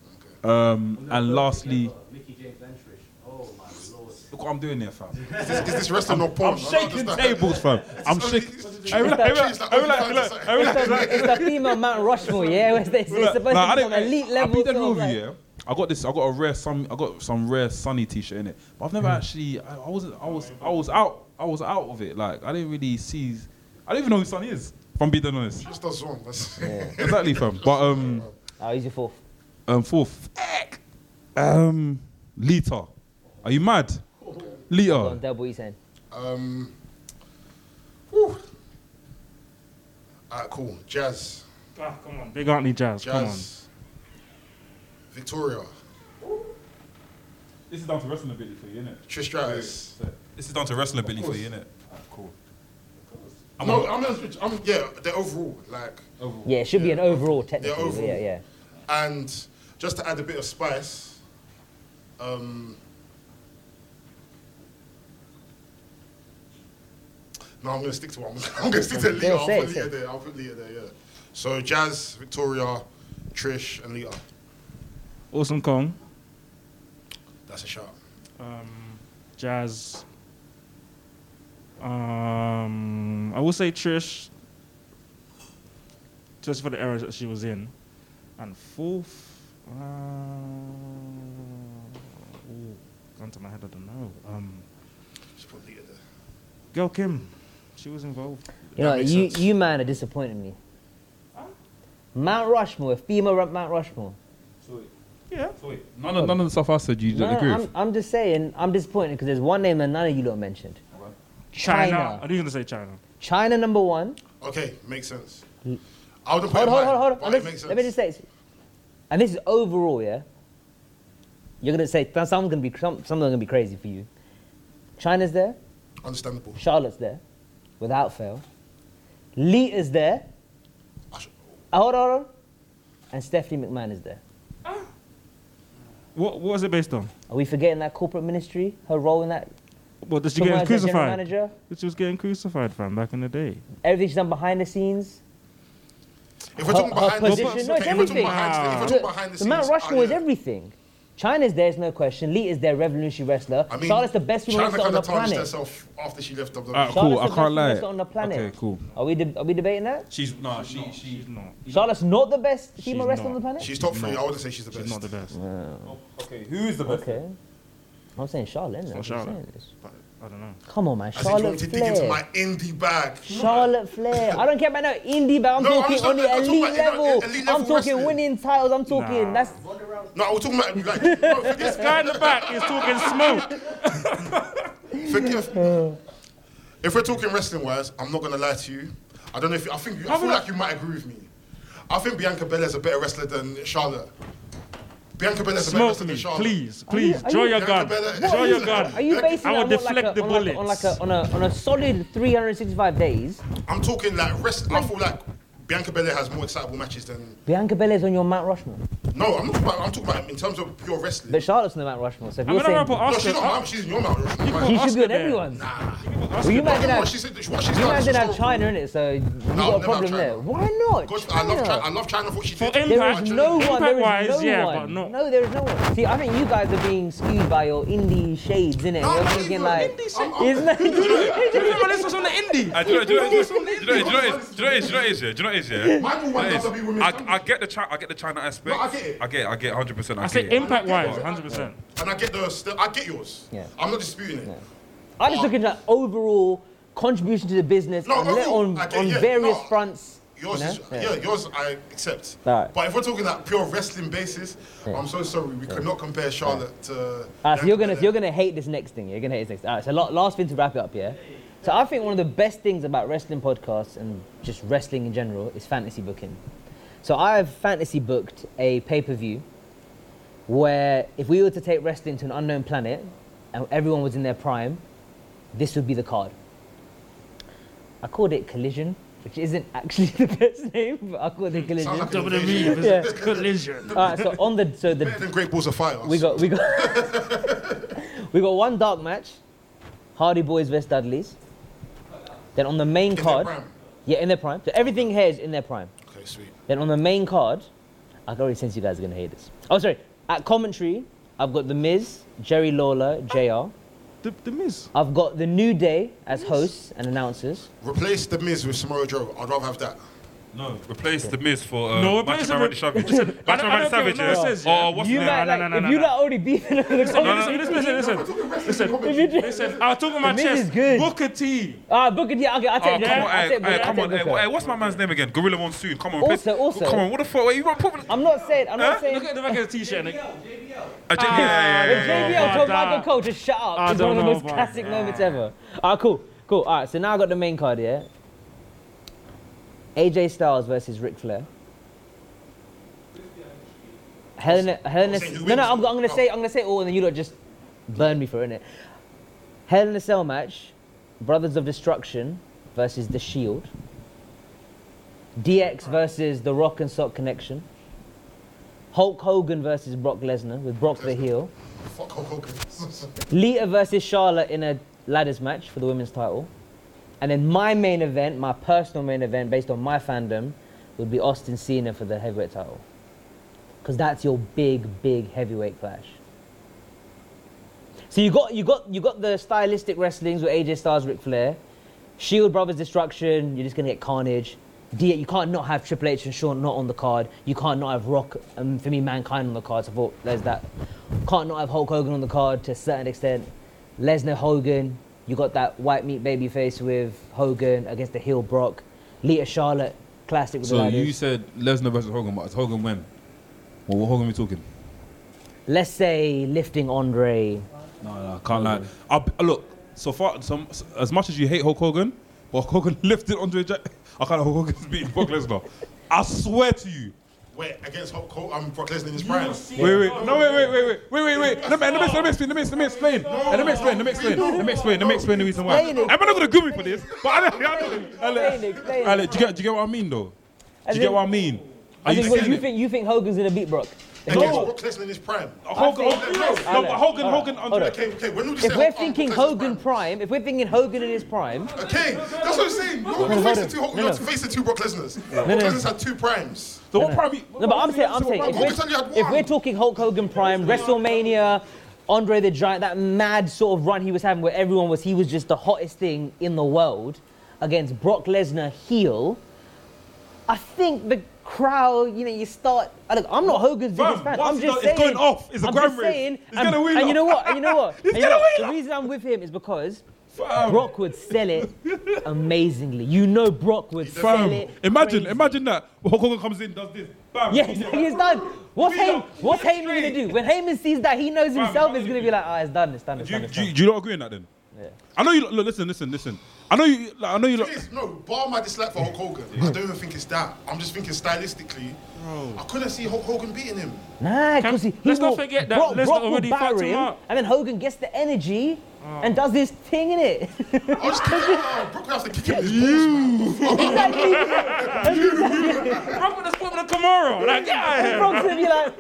[SPEAKER 1] Um, and lastly,
[SPEAKER 4] Mickey James Ventrish. Oh my lord.
[SPEAKER 1] look what I'm doing there, fam.
[SPEAKER 2] Is this, is this wrestling or porn?
[SPEAKER 1] I'm shaking tables, fam. I'm shaking. I
[SPEAKER 2] Every
[SPEAKER 1] was like, I was like, I was like, I was like, I was like,
[SPEAKER 3] It's the- it's the female Mount Rushmore, yeah? It's, it's, it's
[SPEAKER 1] Look,
[SPEAKER 3] supposed
[SPEAKER 1] nah,
[SPEAKER 3] to be
[SPEAKER 1] I
[SPEAKER 3] on
[SPEAKER 1] didn't-
[SPEAKER 3] elite
[SPEAKER 1] I-
[SPEAKER 3] level.
[SPEAKER 1] I beat
[SPEAKER 3] sort
[SPEAKER 1] that
[SPEAKER 3] of
[SPEAKER 1] movie,
[SPEAKER 3] like-
[SPEAKER 1] yeah. I got this. I got a rare sun. I got some rare sunny T-shirt in it, but I've
[SPEAKER 3] Hmm.
[SPEAKER 1] never actually. I, I wasn't. I was. I was out. I was out of it. Like I didn't really see. I don't even know who Sunny is. If I'm being dead honest.
[SPEAKER 2] Just does wrong. That's
[SPEAKER 1] Exactly, fam. But um,
[SPEAKER 3] Oh, he's your fourth.
[SPEAKER 1] um, fourth. Eck. Um, Lita. Are you mad?
[SPEAKER 3] Go on,
[SPEAKER 1] Lita.
[SPEAKER 3] Deb, what you saying?
[SPEAKER 2] um. Whew. Alright, cool. Jazz,
[SPEAKER 7] Ah, come on, Big Auntie Jazz, come on.
[SPEAKER 2] jazz. Victoria,
[SPEAKER 1] This is down to wrestling ability for you, innit?
[SPEAKER 2] Trish Stratus.
[SPEAKER 1] This is down to wrestling ability for you, innit? Cool.
[SPEAKER 2] I'm no, I'm, not- I'm yeah. They're overall like,
[SPEAKER 3] Yeah, it should be an overall, technically.
[SPEAKER 2] Yeah, overall.
[SPEAKER 3] Yeah, yeah.
[SPEAKER 2] and just to add a bit of spice, um. No, I'm gonna stick to one. I'm gonna stick to Leah.
[SPEAKER 3] Yeah,
[SPEAKER 2] I'll
[SPEAKER 3] say
[SPEAKER 2] put
[SPEAKER 3] it,
[SPEAKER 2] Leah
[SPEAKER 3] say it.
[SPEAKER 2] there. I'll put Leah there. Yeah. So Jazz, Victoria, Trish, and Leah.
[SPEAKER 7] Awesome Kong,
[SPEAKER 2] That's a shout.
[SPEAKER 7] um, Jazz. Um, I will say Trish, just for the era that she was in, and fourth. Uh, ooh, gone to my head. I don't know. Um,
[SPEAKER 2] Just put Leah there.
[SPEAKER 7] Girl Kim, she was involved.
[SPEAKER 3] You know,
[SPEAKER 2] makes
[SPEAKER 3] you,
[SPEAKER 2] sense.
[SPEAKER 3] you man are disappointing me. Mount Rushmore, female Ru- Mount Rushmore.
[SPEAKER 7] Yeah.
[SPEAKER 1] None of, none of the stuff I said you
[SPEAKER 3] No,
[SPEAKER 1] don't agree
[SPEAKER 3] I'm,
[SPEAKER 1] with.
[SPEAKER 3] I'm just saying, I'm disappointed because there's one name that none of you lot mentioned.
[SPEAKER 7] China.
[SPEAKER 3] China.
[SPEAKER 7] I knew you were gonna say China.
[SPEAKER 3] China number one.
[SPEAKER 2] Okay, makes sense. I wouldn't put it
[SPEAKER 3] Hold on, Mm. hold
[SPEAKER 2] mine,
[SPEAKER 3] on, hold on.
[SPEAKER 2] but
[SPEAKER 3] And
[SPEAKER 2] it
[SPEAKER 3] this-
[SPEAKER 2] makes sense.
[SPEAKER 3] Let me just say this. And this is overall, yeah? You're going to say, some, gonna be, some, some are going to be crazy for you. China's there,
[SPEAKER 2] Understandable.
[SPEAKER 3] Charlotte's there, without fail. Lita's there.
[SPEAKER 2] I should-
[SPEAKER 3] Oh, hold on, hold on. And Stephanie McMahon is there.
[SPEAKER 7] What, what was it based on?
[SPEAKER 3] Are we forgetting that corporate ministry? Her role in that?
[SPEAKER 7] Well, did she
[SPEAKER 3] Someone
[SPEAKER 7] get
[SPEAKER 3] as a general
[SPEAKER 7] crucified?
[SPEAKER 3] manager?
[SPEAKER 7] She was getting crucified, fam, back in the day.
[SPEAKER 3] Everything she's done behind the scenes?
[SPEAKER 2] If we're talking
[SPEAKER 3] her
[SPEAKER 2] behind the
[SPEAKER 3] position-
[SPEAKER 2] scenes,
[SPEAKER 3] no, it's
[SPEAKER 2] okay, if we're talking
[SPEAKER 3] everything.
[SPEAKER 2] behind the- if we're talking
[SPEAKER 3] Look,
[SPEAKER 2] behind the
[SPEAKER 3] the
[SPEAKER 2] scenes,
[SPEAKER 3] Mount
[SPEAKER 2] ah,
[SPEAKER 3] Rushmore is
[SPEAKER 2] yeah.
[SPEAKER 3] everything. China's there is no question. Lita's there, revolutionary wrestler.
[SPEAKER 2] I mean,
[SPEAKER 3] Charlotte's the best
[SPEAKER 2] China
[SPEAKER 3] woman wrestler on
[SPEAKER 2] kinda
[SPEAKER 3] the
[SPEAKER 2] tarnished
[SPEAKER 3] planet.
[SPEAKER 2] herself after she left WWE.
[SPEAKER 7] Oh.
[SPEAKER 1] Alright,
[SPEAKER 3] Charlotte's
[SPEAKER 1] cool.
[SPEAKER 3] the
[SPEAKER 1] I
[SPEAKER 3] best
[SPEAKER 1] can't lie.
[SPEAKER 3] wrestler on the planet.
[SPEAKER 1] Okay, cool.
[SPEAKER 3] Are we, de- are we debating that?
[SPEAKER 1] She's no, she, she.
[SPEAKER 7] She's not.
[SPEAKER 3] Charlotte's not the best
[SPEAKER 7] She's
[SPEAKER 3] female wrestler on
[SPEAKER 7] not.
[SPEAKER 3] the planet?
[SPEAKER 2] she's top three. I wouldn't say she's the best.
[SPEAKER 7] She's not the best.
[SPEAKER 1] Okay, who is the best?
[SPEAKER 3] Okay. I'm saying Charlotte. Isn't it?
[SPEAKER 7] It's
[SPEAKER 3] I'm
[SPEAKER 7] not
[SPEAKER 3] saying
[SPEAKER 7] Charlotte.
[SPEAKER 3] this.
[SPEAKER 7] But I don't know.
[SPEAKER 3] Come on, man.
[SPEAKER 2] I said you
[SPEAKER 3] Charlotte
[SPEAKER 2] wanted to dig into my
[SPEAKER 3] Flair.
[SPEAKER 2] indie bag.
[SPEAKER 3] Charlotte Flair. I don't care about no indie, but I'm
[SPEAKER 2] No, I'm
[SPEAKER 3] talking
[SPEAKER 2] just
[SPEAKER 3] on
[SPEAKER 2] talking-
[SPEAKER 3] the
[SPEAKER 2] I'm talking
[SPEAKER 3] elite
[SPEAKER 2] about, you know,
[SPEAKER 3] level.
[SPEAKER 2] elite
[SPEAKER 3] I'm
[SPEAKER 2] level
[SPEAKER 3] talking
[SPEAKER 2] wrestling.
[SPEAKER 3] winning titles. I'm talking.
[SPEAKER 7] Nah.
[SPEAKER 3] That's
[SPEAKER 2] No, we're talking about like no,
[SPEAKER 7] This guy in the back is talking smoke.
[SPEAKER 2] forgive. if we're talking wrestling wise, I'm not gonna lie to you. I don't know if you, I think you, I feel like you might agree with me. I think Bianca Belair's a better wrestler than Charlotte. Bianca Belair's a better
[SPEAKER 7] Smoke
[SPEAKER 2] wrestler
[SPEAKER 7] me,
[SPEAKER 2] than Charlotte.
[SPEAKER 7] please, please.
[SPEAKER 3] are
[SPEAKER 7] Draw
[SPEAKER 3] you-
[SPEAKER 7] your
[SPEAKER 2] Bianca
[SPEAKER 7] gun.
[SPEAKER 2] Belair-
[SPEAKER 7] Draw
[SPEAKER 2] What
[SPEAKER 7] your
[SPEAKER 2] is-
[SPEAKER 7] gun.
[SPEAKER 3] Are you basing
[SPEAKER 7] I
[SPEAKER 3] it
[SPEAKER 7] will
[SPEAKER 3] on, what, like
[SPEAKER 7] deflect
[SPEAKER 3] a,
[SPEAKER 7] the
[SPEAKER 3] on, like, a- on, like
[SPEAKER 7] bullets.
[SPEAKER 3] a, on, a, on a solid 365 days?
[SPEAKER 2] I'm talking like wrestling. I feel like Bianca Belair has more excitable matches than.
[SPEAKER 3] Bianca Belair's on your Mount Rushmore,
[SPEAKER 2] No, I'm not talking about. I'm talking about in terms of pure wrestling.
[SPEAKER 3] but Charlotte's on the Mount Rushmore. So if
[SPEAKER 7] I'm
[SPEAKER 3] you're
[SPEAKER 7] gonna
[SPEAKER 3] saying
[SPEAKER 7] rap on
[SPEAKER 2] no, she's
[SPEAKER 7] Oscar.
[SPEAKER 2] not. mine, She's in your mouth. She's in my
[SPEAKER 7] put
[SPEAKER 2] mouth.
[SPEAKER 3] he should be on
[SPEAKER 7] Oscar there.
[SPEAKER 3] everyone's.
[SPEAKER 7] Oscar
[SPEAKER 3] Well, you might
[SPEAKER 2] No, no,
[SPEAKER 3] have
[SPEAKER 2] she said that- what she's
[SPEAKER 3] you
[SPEAKER 2] done
[SPEAKER 3] might
[SPEAKER 2] is
[SPEAKER 3] have had
[SPEAKER 2] historical.
[SPEAKER 3] China in it, so you
[SPEAKER 2] I've
[SPEAKER 3] got a
[SPEAKER 2] never had
[SPEAKER 3] problem
[SPEAKER 2] China.
[SPEAKER 3] there. Why not?
[SPEAKER 2] Gosh, I love China. I love China for what she
[SPEAKER 7] For
[SPEAKER 2] did.
[SPEAKER 3] There
[SPEAKER 7] impact,
[SPEAKER 3] is
[SPEAKER 2] China.
[SPEAKER 3] no one. There is
[SPEAKER 7] impact-wise,
[SPEAKER 3] no
[SPEAKER 7] yeah,
[SPEAKER 3] one.
[SPEAKER 7] but not.
[SPEAKER 3] No, there is no one. See, I think you guys are being skewed by your indie shades, innit?
[SPEAKER 2] No,
[SPEAKER 3] You're
[SPEAKER 2] I'm
[SPEAKER 3] thinking
[SPEAKER 2] not
[SPEAKER 3] like,
[SPEAKER 2] indie shit.
[SPEAKER 3] it's not.
[SPEAKER 7] Remember this was on the indie.
[SPEAKER 8] Uh, do you know do you know- do you know- do you know what it is? Do you know what it is? Do you know what it is? yeah? Do you know what it is? yeah?
[SPEAKER 2] Michael won
[SPEAKER 8] Do you know what it is?
[SPEAKER 2] WWE Women's
[SPEAKER 8] I, I get the China. I get the China aspect.
[SPEAKER 2] No, I get it.
[SPEAKER 8] I get. it, I get 100. percent
[SPEAKER 7] I
[SPEAKER 8] get
[SPEAKER 7] say
[SPEAKER 8] it.
[SPEAKER 7] impact wise, 100%.
[SPEAKER 2] And I get the, st- I get yours.
[SPEAKER 3] Yeah.
[SPEAKER 2] I'm not disputing it.
[SPEAKER 3] I'm just looking at overall contribution to the business
[SPEAKER 2] No,
[SPEAKER 3] and let
[SPEAKER 2] overall,
[SPEAKER 3] on,
[SPEAKER 2] I get-
[SPEAKER 3] on
[SPEAKER 2] yeah,
[SPEAKER 3] various
[SPEAKER 2] no.
[SPEAKER 3] fronts.
[SPEAKER 2] Yours,
[SPEAKER 3] you know?
[SPEAKER 2] is, yeah. yours I accept.
[SPEAKER 3] Alright.
[SPEAKER 2] But if we're talking like pure wrestling basis, I'm so sorry, we cannot compare Charlotte to.
[SPEAKER 3] Alright, Ah, so you're gonna
[SPEAKER 2] Bianca
[SPEAKER 3] so you're gonna hate this next thing. You're gonna hate this next. Alright, so la- last thing to wrap it up, yeah. So I think one of the best things about wrestling podcasts and just wrestling in general is fantasy booking. So I've fantasy booked a pay per view where if we were to take wrestling to an unknown planet and everyone was in their prime, this would be the card. I called it Collision, which isn't actually the best name, but I called it Collision.
[SPEAKER 2] Belair. Sounds like an invasion.
[SPEAKER 7] WWE
[SPEAKER 3] Yeah.
[SPEAKER 7] is a collision.
[SPEAKER 3] Alright, so on the so the
[SPEAKER 2] Better than Great Balls of Fire.
[SPEAKER 3] we got we got we got one dark match, Hardy Boys vs Dudleys. Then on the main
[SPEAKER 2] their
[SPEAKER 3] card,
[SPEAKER 2] prime?
[SPEAKER 3] yeah, in their prime. So everything here is in their prime.
[SPEAKER 2] Okay, sweet.
[SPEAKER 3] Then on the main card, I can already sense you guys are gonna hate this. Oh, sorry. At commentary, I've got The Miz, Jerry Lawler, Jr.
[SPEAKER 7] The, the Miz.
[SPEAKER 3] I've got The New Day as hosts and announcers.
[SPEAKER 2] Replace the Miz with Samoa Joe. I'd rather have that.
[SPEAKER 8] No, replace the Miz for uh,
[SPEAKER 7] No,
[SPEAKER 8] no,
[SPEAKER 7] replace
[SPEAKER 8] Macho
[SPEAKER 7] him
[SPEAKER 8] Man Randy
[SPEAKER 7] with-
[SPEAKER 8] Savage.
[SPEAKER 7] Listen, I
[SPEAKER 8] Macho
[SPEAKER 7] don't- I
[SPEAKER 8] Man
[SPEAKER 7] don't care
[SPEAKER 8] Savage,
[SPEAKER 7] what no one
[SPEAKER 8] yeah?
[SPEAKER 7] says, yeah.
[SPEAKER 8] Or what's
[SPEAKER 3] You
[SPEAKER 8] his
[SPEAKER 3] might
[SPEAKER 8] name?
[SPEAKER 7] no,
[SPEAKER 3] like,
[SPEAKER 7] no, no,
[SPEAKER 3] if
[SPEAKER 7] no,
[SPEAKER 3] you
[SPEAKER 7] no.
[SPEAKER 3] lot already beef in the comments.
[SPEAKER 7] Listen, listen, listen, listen. Listen, listen. I'll talk about
[SPEAKER 3] The Miz
[SPEAKER 7] chess.
[SPEAKER 3] is good.
[SPEAKER 7] Booker T.
[SPEAKER 3] Ah, Booker, yeah, okay, I'll
[SPEAKER 8] Oh,
[SPEAKER 3] take
[SPEAKER 8] come
[SPEAKER 3] that.
[SPEAKER 8] on,
[SPEAKER 3] I'll
[SPEAKER 8] hey,
[SPEAKER 3] take
[SPEAKER 8] hey,
[SPEAKER 3] Booker, I'll
[SPEAKER 8] come on.
[SPEAKER 3] take
[SPEAKER 8] Hey,
[SPEAKER 3] Booker.
[SPEAKER 8] what- hey, what's my man's name again? Gorilla Monsoon. Come on,
[SPEAKER 3] Also,
[SPEAKER 8] replace-
[SPEAKER 3] also-
[SPEAKER 8] Come on, what the fuck? Wait, you want to put.
[SPEAKER 3] I'm not saying, I'm not
[SPEAKER 8] Huh?
[SPEAKER 3] saying.
[SPEAKER 7] Look at the back of the t-shirt. Nick.
[SPEAKER 8] Uh, yeah, yeah, yeah, yeah.
[SPEAKER 3] JBL told
[SPEAKER 7] that-
[SPEAKER 3] Michael Cole to shut up.
[SPEAKER 7] I
[SPEAKER 3] it's one of
[SPEAKER 7] don't
[SPEAKER 3] the
[SPEAKER 7] know
[SPEAKER 3] most
[SPEAKER 7] about
[SPEAKER 3] classic
[SPEAKER 7] that.
[SPEAKER 3] moments ever. All right, cool, cool. All right, so now I got the main card, yeah. AJ Styles versus Ric Flair. Helena, Helena.
[SPEAKER 2] saying who
[SPEAKER 3] No,
[SPEAKER 2] wins.
[SPEAKER 3] no, I'm, I'm gonna
[SPEAKER 2] Oh.
[SPEAKER 3] say, I'm gonna say it all, and then you lot just burn me for it, innit? Hell in a Cell match, Brothers of Destruction versus The Shield. DX versus The Rock and Sock Connection. Hulk Hogan versus Brock Lesnar with Brock the heel.
[SPEAKER 2] Fuck Hulk Hogan.
[SPEAKER 3] Lita versus Charlotte in a ladders match for the women's title. And then my main event, my personal main event based on my fandom, would be Austin Cena for the heavyweight title. Because that's your big, big heavyweight clash. So you got, you, got, you got the stylistic wrestlings with AJ Styles, Ric Flair. Shield Brothers Destruction, you're just going to get carnage. D, you can't not have Triple H and Shawn not on the card. You can't not have Rock and for me Mankind on the card. So I thought there's that. Can't not have Hulk Hogan on the card to a certain extent. Lesnar Hogan, you got that white meat baby face with Hogan against the heel Brock. Lita Charlotte, classic with the
[SPEAKER 1] So you
[SPEAKER 3] Riders.
[SPEAKER 1] said Lesnar versus Hogan, but it's Hogan when? Well, what Hogan we talking?
[SPEAKER 3] Let's say lifting Andre.
[SPEAKER 1] No, no, I can't lie. I'll, be- look, so far, so, as much as you hate Hulk Hogan, but Hulk Hogan lifted Andre Jack. I can't Hulk Hogan's beating Brock Lesnar. I swear to you.
[SPEAKER 2] Wait, against Hulk Hogan, I'm Brock Lesnar in his prime.
[SPEAKER 1] Wait, wait, no, wait, wait, wait, wait, wait, wait, wait. Let me, let me, let me explain, let me, let me explain, let me explain, let me explain, let me explain, let me explain the reason why. I'm
[SPEAKER 3] Explain it.
[SPEAKER 1] not gonna give me for this, but I don't, I don't, I
[SPEAKER 3] Explain it, explain it.
[SPEAKER 1] do you get, do you get what I mean though? Do
[SPEAKER 3] As
[SPEAKER 1] you
[SPEAKER 3] in-
[SPEAKER 1] get what I mean? Are
[SPEAKER 3] I
[SPEAKER 1] you
[SPEAKER 3] think, what,
[SPEAKER 1] seeing
[SPEAKER 3] you
[SPEAKER 1] it?
[SPEAKER 3] think you think Hogan's gonna beat Brock?
[SPEAKER 2] Against Brock Lesnar in his prime.
[SPEAKER 1] Hogan, Hogan,
[SPEAKER 2] think-
[SPEAKER 1] no, no, but Hogan,
[SPEAKER 3] Hold on,
[SPEAKER 1] Hogan,
[SPEAKER 3] hold
[SPEAKER 1] Andre.
[SPEAKER 3] on.
[SPEAKER 2] Okay, okay, when would you
[SPEAKER 3] Oh, If
[SPEAKER 2] say
[SPEAKER 3] we're
[SPEAKER 2] Hulk-
[SPEAKER 3] thinking
[SPEAKER 2] Hulk Lesnar's
[SPEAKER 3] Hogan prime, if we're thinking Hogan in his prime,
[SPEAKER 2] prime? Okay, that's what I'm saying. You're not facing two Hulk, you're not facing two Brock Lesnar's. Brock Lesnar's had two primes.
[SPEAKER 1] So what primary?
[SPEAKER 3] No, but I'm saying, I'm saying,
[SPEAKER 2] Hogan
[SPEAKER 3] if
[SPEAKER 2] said you
[SPEAKER 3] we're,
[SPEAKER 2] had
[SPEAKER 3] if
[SPEAKER 2] one.
[SPEAKER 3] we're talking Hulk Hogan prime, WrestleMania, Andre the Giant, that mad sort of run he was having where everyone was, he was just the hottest thing in the world against Brock Lesnar heel. I think the crowd, you know, you start. I Look, I'm not Hogan's biggest
[SPEAKER 1] Bruv,
[SPEAKER 3] fan.
[SPEAKER 1] once
[SPEAKER 3] I'm
[SPEAKER 1] it's
[SPEAKER 3] just
[SPEAKER 1] not-
[SPEAKER 3] saying.
[SPEAKER 1] it's going off. It's a
[SPEAKER 3] I'm
[SPEAKER 1] grand
[SPEAKER 3] just
[SPEAKER 1] race.
[SPEAKER 3] saying,
[SPEAKER 1] It's
[SPEAKER 3] and,
[SPEAKER 1] gonna win
[SPEAKER 3] and you
[SPEAKER 1] up.
[SPEAKER 3] know what? And you know what?
[SPEAKER 1] It's
[SPEAKER 3] And you know
[SPEAKER 1] gonna
[SPEAKER 3] what?
[SPEAKER 1] win
[SPEAKER 3] The
[SPEAKER 1] up.
[SPEAKER 3] reason I'm with him is because
[SPEAKER 7] Oh.
[SPEAKER 1] Fam.
[SPEAKER 3] Brock would sell it amazingly. You know, Brock would sell
[SPEAKER 1] Bam.
[SPEAKER 3] it.
[SPEAKER 1] Imagine,
[SPEAKER 3] crazy.
[SPEAKER 1] imagine that. Hulk Hogan comes in, does this. Bam.
[SPEAKER 3] Yeah, exactly. It's done. What's
[SPEAKER 1] He's
[SPEAKER 3] Heyman,
[SPEAKER 1] up.
[SPEAKER 3] what's
[SPEAKER 1] He's
[SPEAKER 3] Heyman gonna
[SPEAKER 1] straight.
[SPEAKER 3] do? When Heyman sees that, he knows himself
[SPEAKER 1] how
[SPEAKER 3] is
[SPEAKER 1] do
[SPEAKER 3] gonna
[SPEAKER 1] you
[SPEAKER 3] be like, ah, it's done, it's done, it's
[SPEAKER 1] Do you,
[SPEAKER 3] done. It's
[SPEAKER 1] do, you,
[SPEAKER 3] done.
[SPEAKER 1] do you not agree on that then?
[SPEAKER 3] Yeah.
[SPEAKER 1] I know you. Look, listen, listen, listen. I know you. Like, I know you. Look,
[SPEAKER 2] Please, no, bar my dislike for Hulk Hogan. I don't even think it's that. I'm just thinking stylistically. I couldn't see Hulk Hogan beating him.
[SPEAKER 3] Nah, because he, he
[SPEAKER 7] let's not
[SPEAKER 3] will-
[SPEAKER 7] forget that
[SPEAKER 3] Brock,
[SPEAKER 7] Lesnar
[SPEAKER 3] Brock will
[SPEAKER 7] already Oh.
[SPEAKER 3] bury
[SPEAKER 7] fucked him up.
[SPEAKER 3] and then Hogan gets the energy and does his thing in it.
[SPEAKER 2] I was thinking, oh, Brock has to kick him in his balls, man.
[SPEAKER 7] Brock with the spot with the Kimura. Like, get out of here.
[SPEAKER 3] Brock's gonna be like,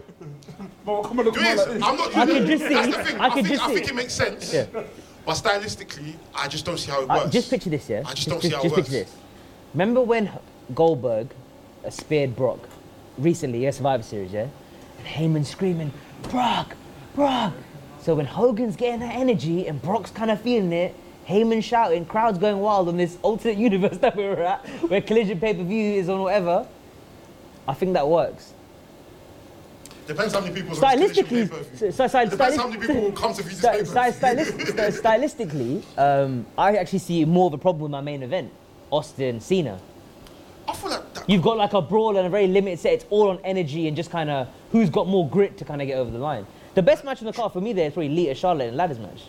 [SPEAKER 2] Do it. I'm not.
[SPEAKER 3] I can just see.
[SPEAKER 2] That's the thing.
[SPEAKER 3] I
[SPEAKER 2] I,
[SPEAKER 3] can
[SPEAKER 2] think,
[SPEAKER 3] just
[SPEAKER 2] I
[SPEAKER 3] see.
[SPEAKER 2] think it makes sense.
[SPEAKER 3] Yeah.
[SPEAKER 2] But stylistically, I just don't see how it
[SPEAKER 3] Uh,
[SPEAKER 2] works.
[SPEAKER 3] just picture this, yeah.
[SPEAKER 2] I just don't see how it
[SPEAKER 3] just
[SPEAKER 2] works.
[SPEAKER 3] picture this. Remember when Goldberg uh, speared Brock recently, yeah, Survivor Series, yeah? And Heyman screaming, Brock, Brock. So when Hogan's getting that energy and Brock's kind of feeling it, Heyman shouting, crowds going wild on this alternate universe that we were at, where Collision pay per view is on whatever. I think that works.
[SPEAKER 2] Depends how many people.
[SPEAKER 3] Stylistically, so, so, so,
[SPEAKER 2] Depends how
[SPEAKER 3] stylis-
[SPEAKER 2] many people will come to view this
[SPEAKER 3] Sty-
[SPEAKER 2] pay-per-view.
[SPEAKER 3] sty- stylis- st- stylistically, um, I actually see more of a problem with my main event, Austin Cena.
[SPEAKER 2] I feel like that.
[SPEAKER 3] You've got like a brawl and a very limited set. It's all on energy and just kind of who's got more grit to kind of get over the line. The best match on the card for me there is probably Lita Charlotte and ladders match.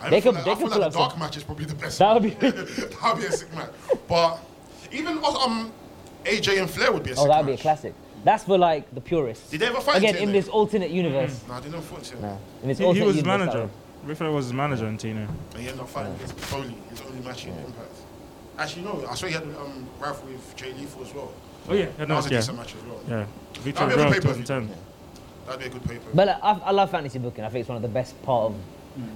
[SPEAKER 2] I
[SPEAKER 3] they
[SPEAKER 2] feel
[SPEAKER 3] could-
[SPEAKER 2] like,
[SPEAKER 3] they
[SPEAKER 2] I
[SPEAKER 3] could
[SPEAKER 2] feel
[SPEAKER 3] pull
[SPEAKER 2] like
[SPEAKER 3] up
[SPEAKER 2] the dark
[SPEAKER 3] some-
[SPEAKER 2] match is probably the best.
[SPEAKER 3] That would be-
[SPEAKER 2] that would be a sick match. But even um, AJ and Flair would be a sick
[SPEAKER 3] Oh, that would be a
[SPEAKER 2] match.
[SPEAKER 3] classic. That's for like the purists.
[SPEAKER 2] Did they ever fight
[SPEAKER 3] Again,
[SPEAKER 2] each other?
[SPEAKER 3] in this alternate universe.
[SPEAKER 2] Nah, they never fought him.
[SPEAKER 3] In this
[SPEAKER 7] He,
[SPEAKER 3] alternate
[SPEAKER 7] he was his
[SPEAKER 3] universe, that
[SPEAKER 7] manager.
[SPEAKER 3] way.
[SPEAKER 7] Ric Flair was his manager in TNA.
[SPEAKER 2] But he ended up fighting against Foley. His only match in Impact. Actually, no. I swear he had a um, rivalry with Jay Lethal as well.
[SPEAKER 7] Oh, yeah. yeah,
[SPEAKER 2] That
[SPEAKER 7] no,
[SPEAKER 2] was a
[SPEAKER 7] yeah.
[SPEAKER 2] decent match as well.
[SPEAKER 7] yeah.
[SPEAKER 2] That'd
[SPEAKER 7] Victor
[SPEAKER 2] be a
[SPEAKER 7] Real
[SPEAKER 2] pay-per-view.
[SPEAKER 7] 2010.
[SPEAKER 2] That'd be a good paper.
[SPEAKER 3] But like, I, I love fantasy booking. I think it's one of the best part of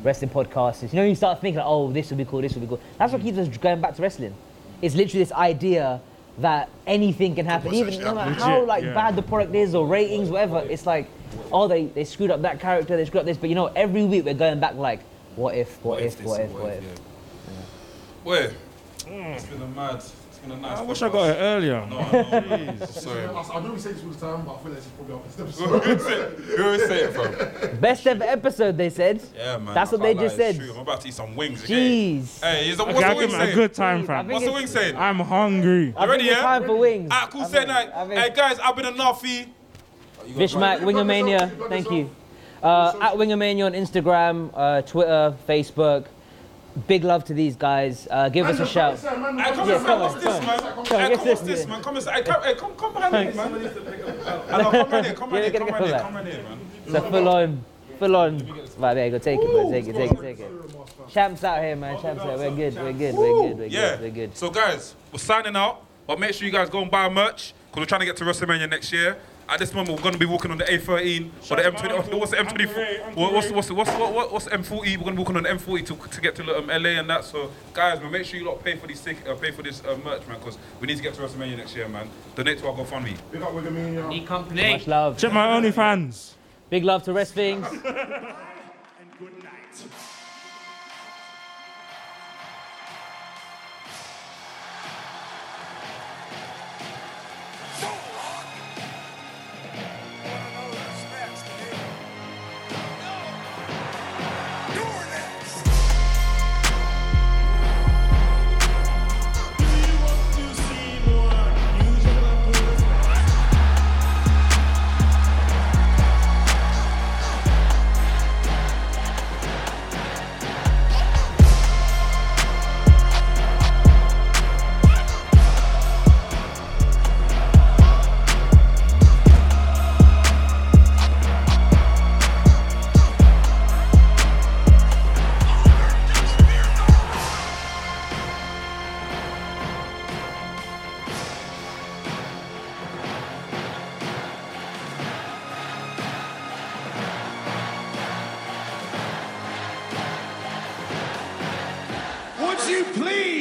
[SPEAKER 3] wrestling podcasts. You know, you start thinking, like, oh, this would be cool, this would be cool. That's what keeps us going back to wrestling. It's literally this idea that anything can happen,
[SPEAKER 9] What's
[SPEAKER 3] even
[SPEAKER 9] actually
[SPEAKER 3] no matter
[SPEAKER 9] happening.
[SPEAKER 3] how
[SPEAKER 7] Legit,
[SPEAKER 3] like
[SPEAKER 7] yeah.
[SPEAKER 3] bad the product is or ratings, whatever. It's like, oh, they, they screwed up that character, they screwed up this. But you know, every week we're going back like, what if, what, if, what if, what if.
[SPEAKER 1] Where? Hmm.
[SPEAKER 10] It's been a mad. It's been a nice.
[SPEAKER 7] I wish I got it earlier.
[SPEAKER 10] No, I know.
[SPEAKER 1] Oh, Sorry.
[SPEAKER 2] I know we say this all the time, but I feel like it's probably our best episode.
[SPEAKER 1] Who always say it from?
[SPEAKER 3] Best ever episode, they said.
[SPEAKER 1] Yeah, man.
[SPEAKER 3] That's
[SPEAKER 1] I
[SPEAKER 3] what they
[SPEAKER 1] can't
[SPEAKER 3] just
[SPEAKER 1] lie, it's
[SPEAKER 3] said.
[SPEAKER 1] true. I'm about to eat some wings. Okay?
[SPEAKER 3] Jeez.
[SPEAKER 1] Hey, is the, what's
[SPEAKER 7] Okay,
[SPEAKER 1] the
[SPEAKER 7] I'll
[SPEAKER 1] wing
[SPEAKER 7] give him a
[SPEAKER 1] saying?
[SPEAKER 7] good time,
[SPEAKER 3] Jeez, I
[SPEAKER 7] fam.
[SPEAKER 3] think
[SPEAKER 1] What's the
[SPEAKER 3] it's-
[SPEAKER 1] wing saying?
[SPEAKER 7] I'm hungry.
[SPEAKER 3] I
[SPEAKER 1] You ready,
[SPEAKER 3] think it's
[SPEAKER 1] yeah?
[SPEAKER 3] time for wings.
[SPEAKER 1] Ah, cool.
[SPEAKER 3] I
[SPEAKER 1] Say
[SPEAKER 3] think-
[SPEAKER 1] night.
[SPEAKER 3] I think-
[SPEAKER 1] Hey, guys, I've been a Nafi.
[SPEAKER 3] Vishmak, Wingermania, thank you. Uh, at Wingermania on Instagram, uh, Twitter, Facebook. Big love to these guys. Uh, give us a shout.
[SPEAKER 1] Hey, come
[SPEAKER 3] Yeah,
[SPEAKER 1] and say,
[SPEAKER 3] come
[SPEAKER 1] what's
[SPEAKER 3] on,
[SPEAKER 1] this, man?
[SPEAKER 3] on,
[SPEAKER 1] Hey,
[SPEAKER 3] yes,
[SPEAKER 1] come what's
[SPEAKER 3] yes,
[SPEAKER 1] this,
[SPEAKER 3] yeah.
[SPEAKER 1] man? Come and say, hey, come, hey, come, come behind me, man. I know, come right here, come
[SPEAKER 3] Yeah,
[SPEAKER 1] right here,
[SPEAKER 3] get
[SPEAKER 1] come
[SPEAKER 3] the
[SPEAKER 1] right here,
[SPEAKER 3] cover.
[SPEAKER 1] come right here, man.
[SPEAKER 3] It's a full on, full on. Right, there you go. Take it, bro. Take it, take it, take it. Champs out here, man. Champs out. We're good, we're good, we're good, we're good, we're
[SPEAKER 1] Yeah.
[SPEAKER 3] good.
[SPEAKER 1] So, guys, we're signing out, but make sure you guys go and buy merch because we're trying to get to WrestleMania next year. At this moment, we're going to be walking on the A13 or the
[SPEAKER 7] Shout out
[SPEAKER 1] M20.
[SPEAKER 7] to
[SPEAKER 1] What's the
[SPEAKER 7] Uncle Ray,
[SPEAKER 1] M24?
[SPEAKER 7] Uncle
[SPEAKER 1] What- What's
[SPEAKER 7] Ray.
[SPEAKER 1] what's what's what, what, what's the M40? We're going to be walking on the M40 to, to get to um, LA and that. So, guys, man, make sure you lot pay for these tick, uh, pay for this uh, merch, man, because we need to get to WrestleMania next year, man. Donate to our GoFundMe.
[SPEAKER 2] Big up Wigamania.
[SPEAKER 6] Need company.
[SPEAKER 3] Much love.
[SPEAKER 7] Check my OnlyFans.
[SPEAKER 3] Big love to Rest Things.
[SPEAKER 11] Would you please?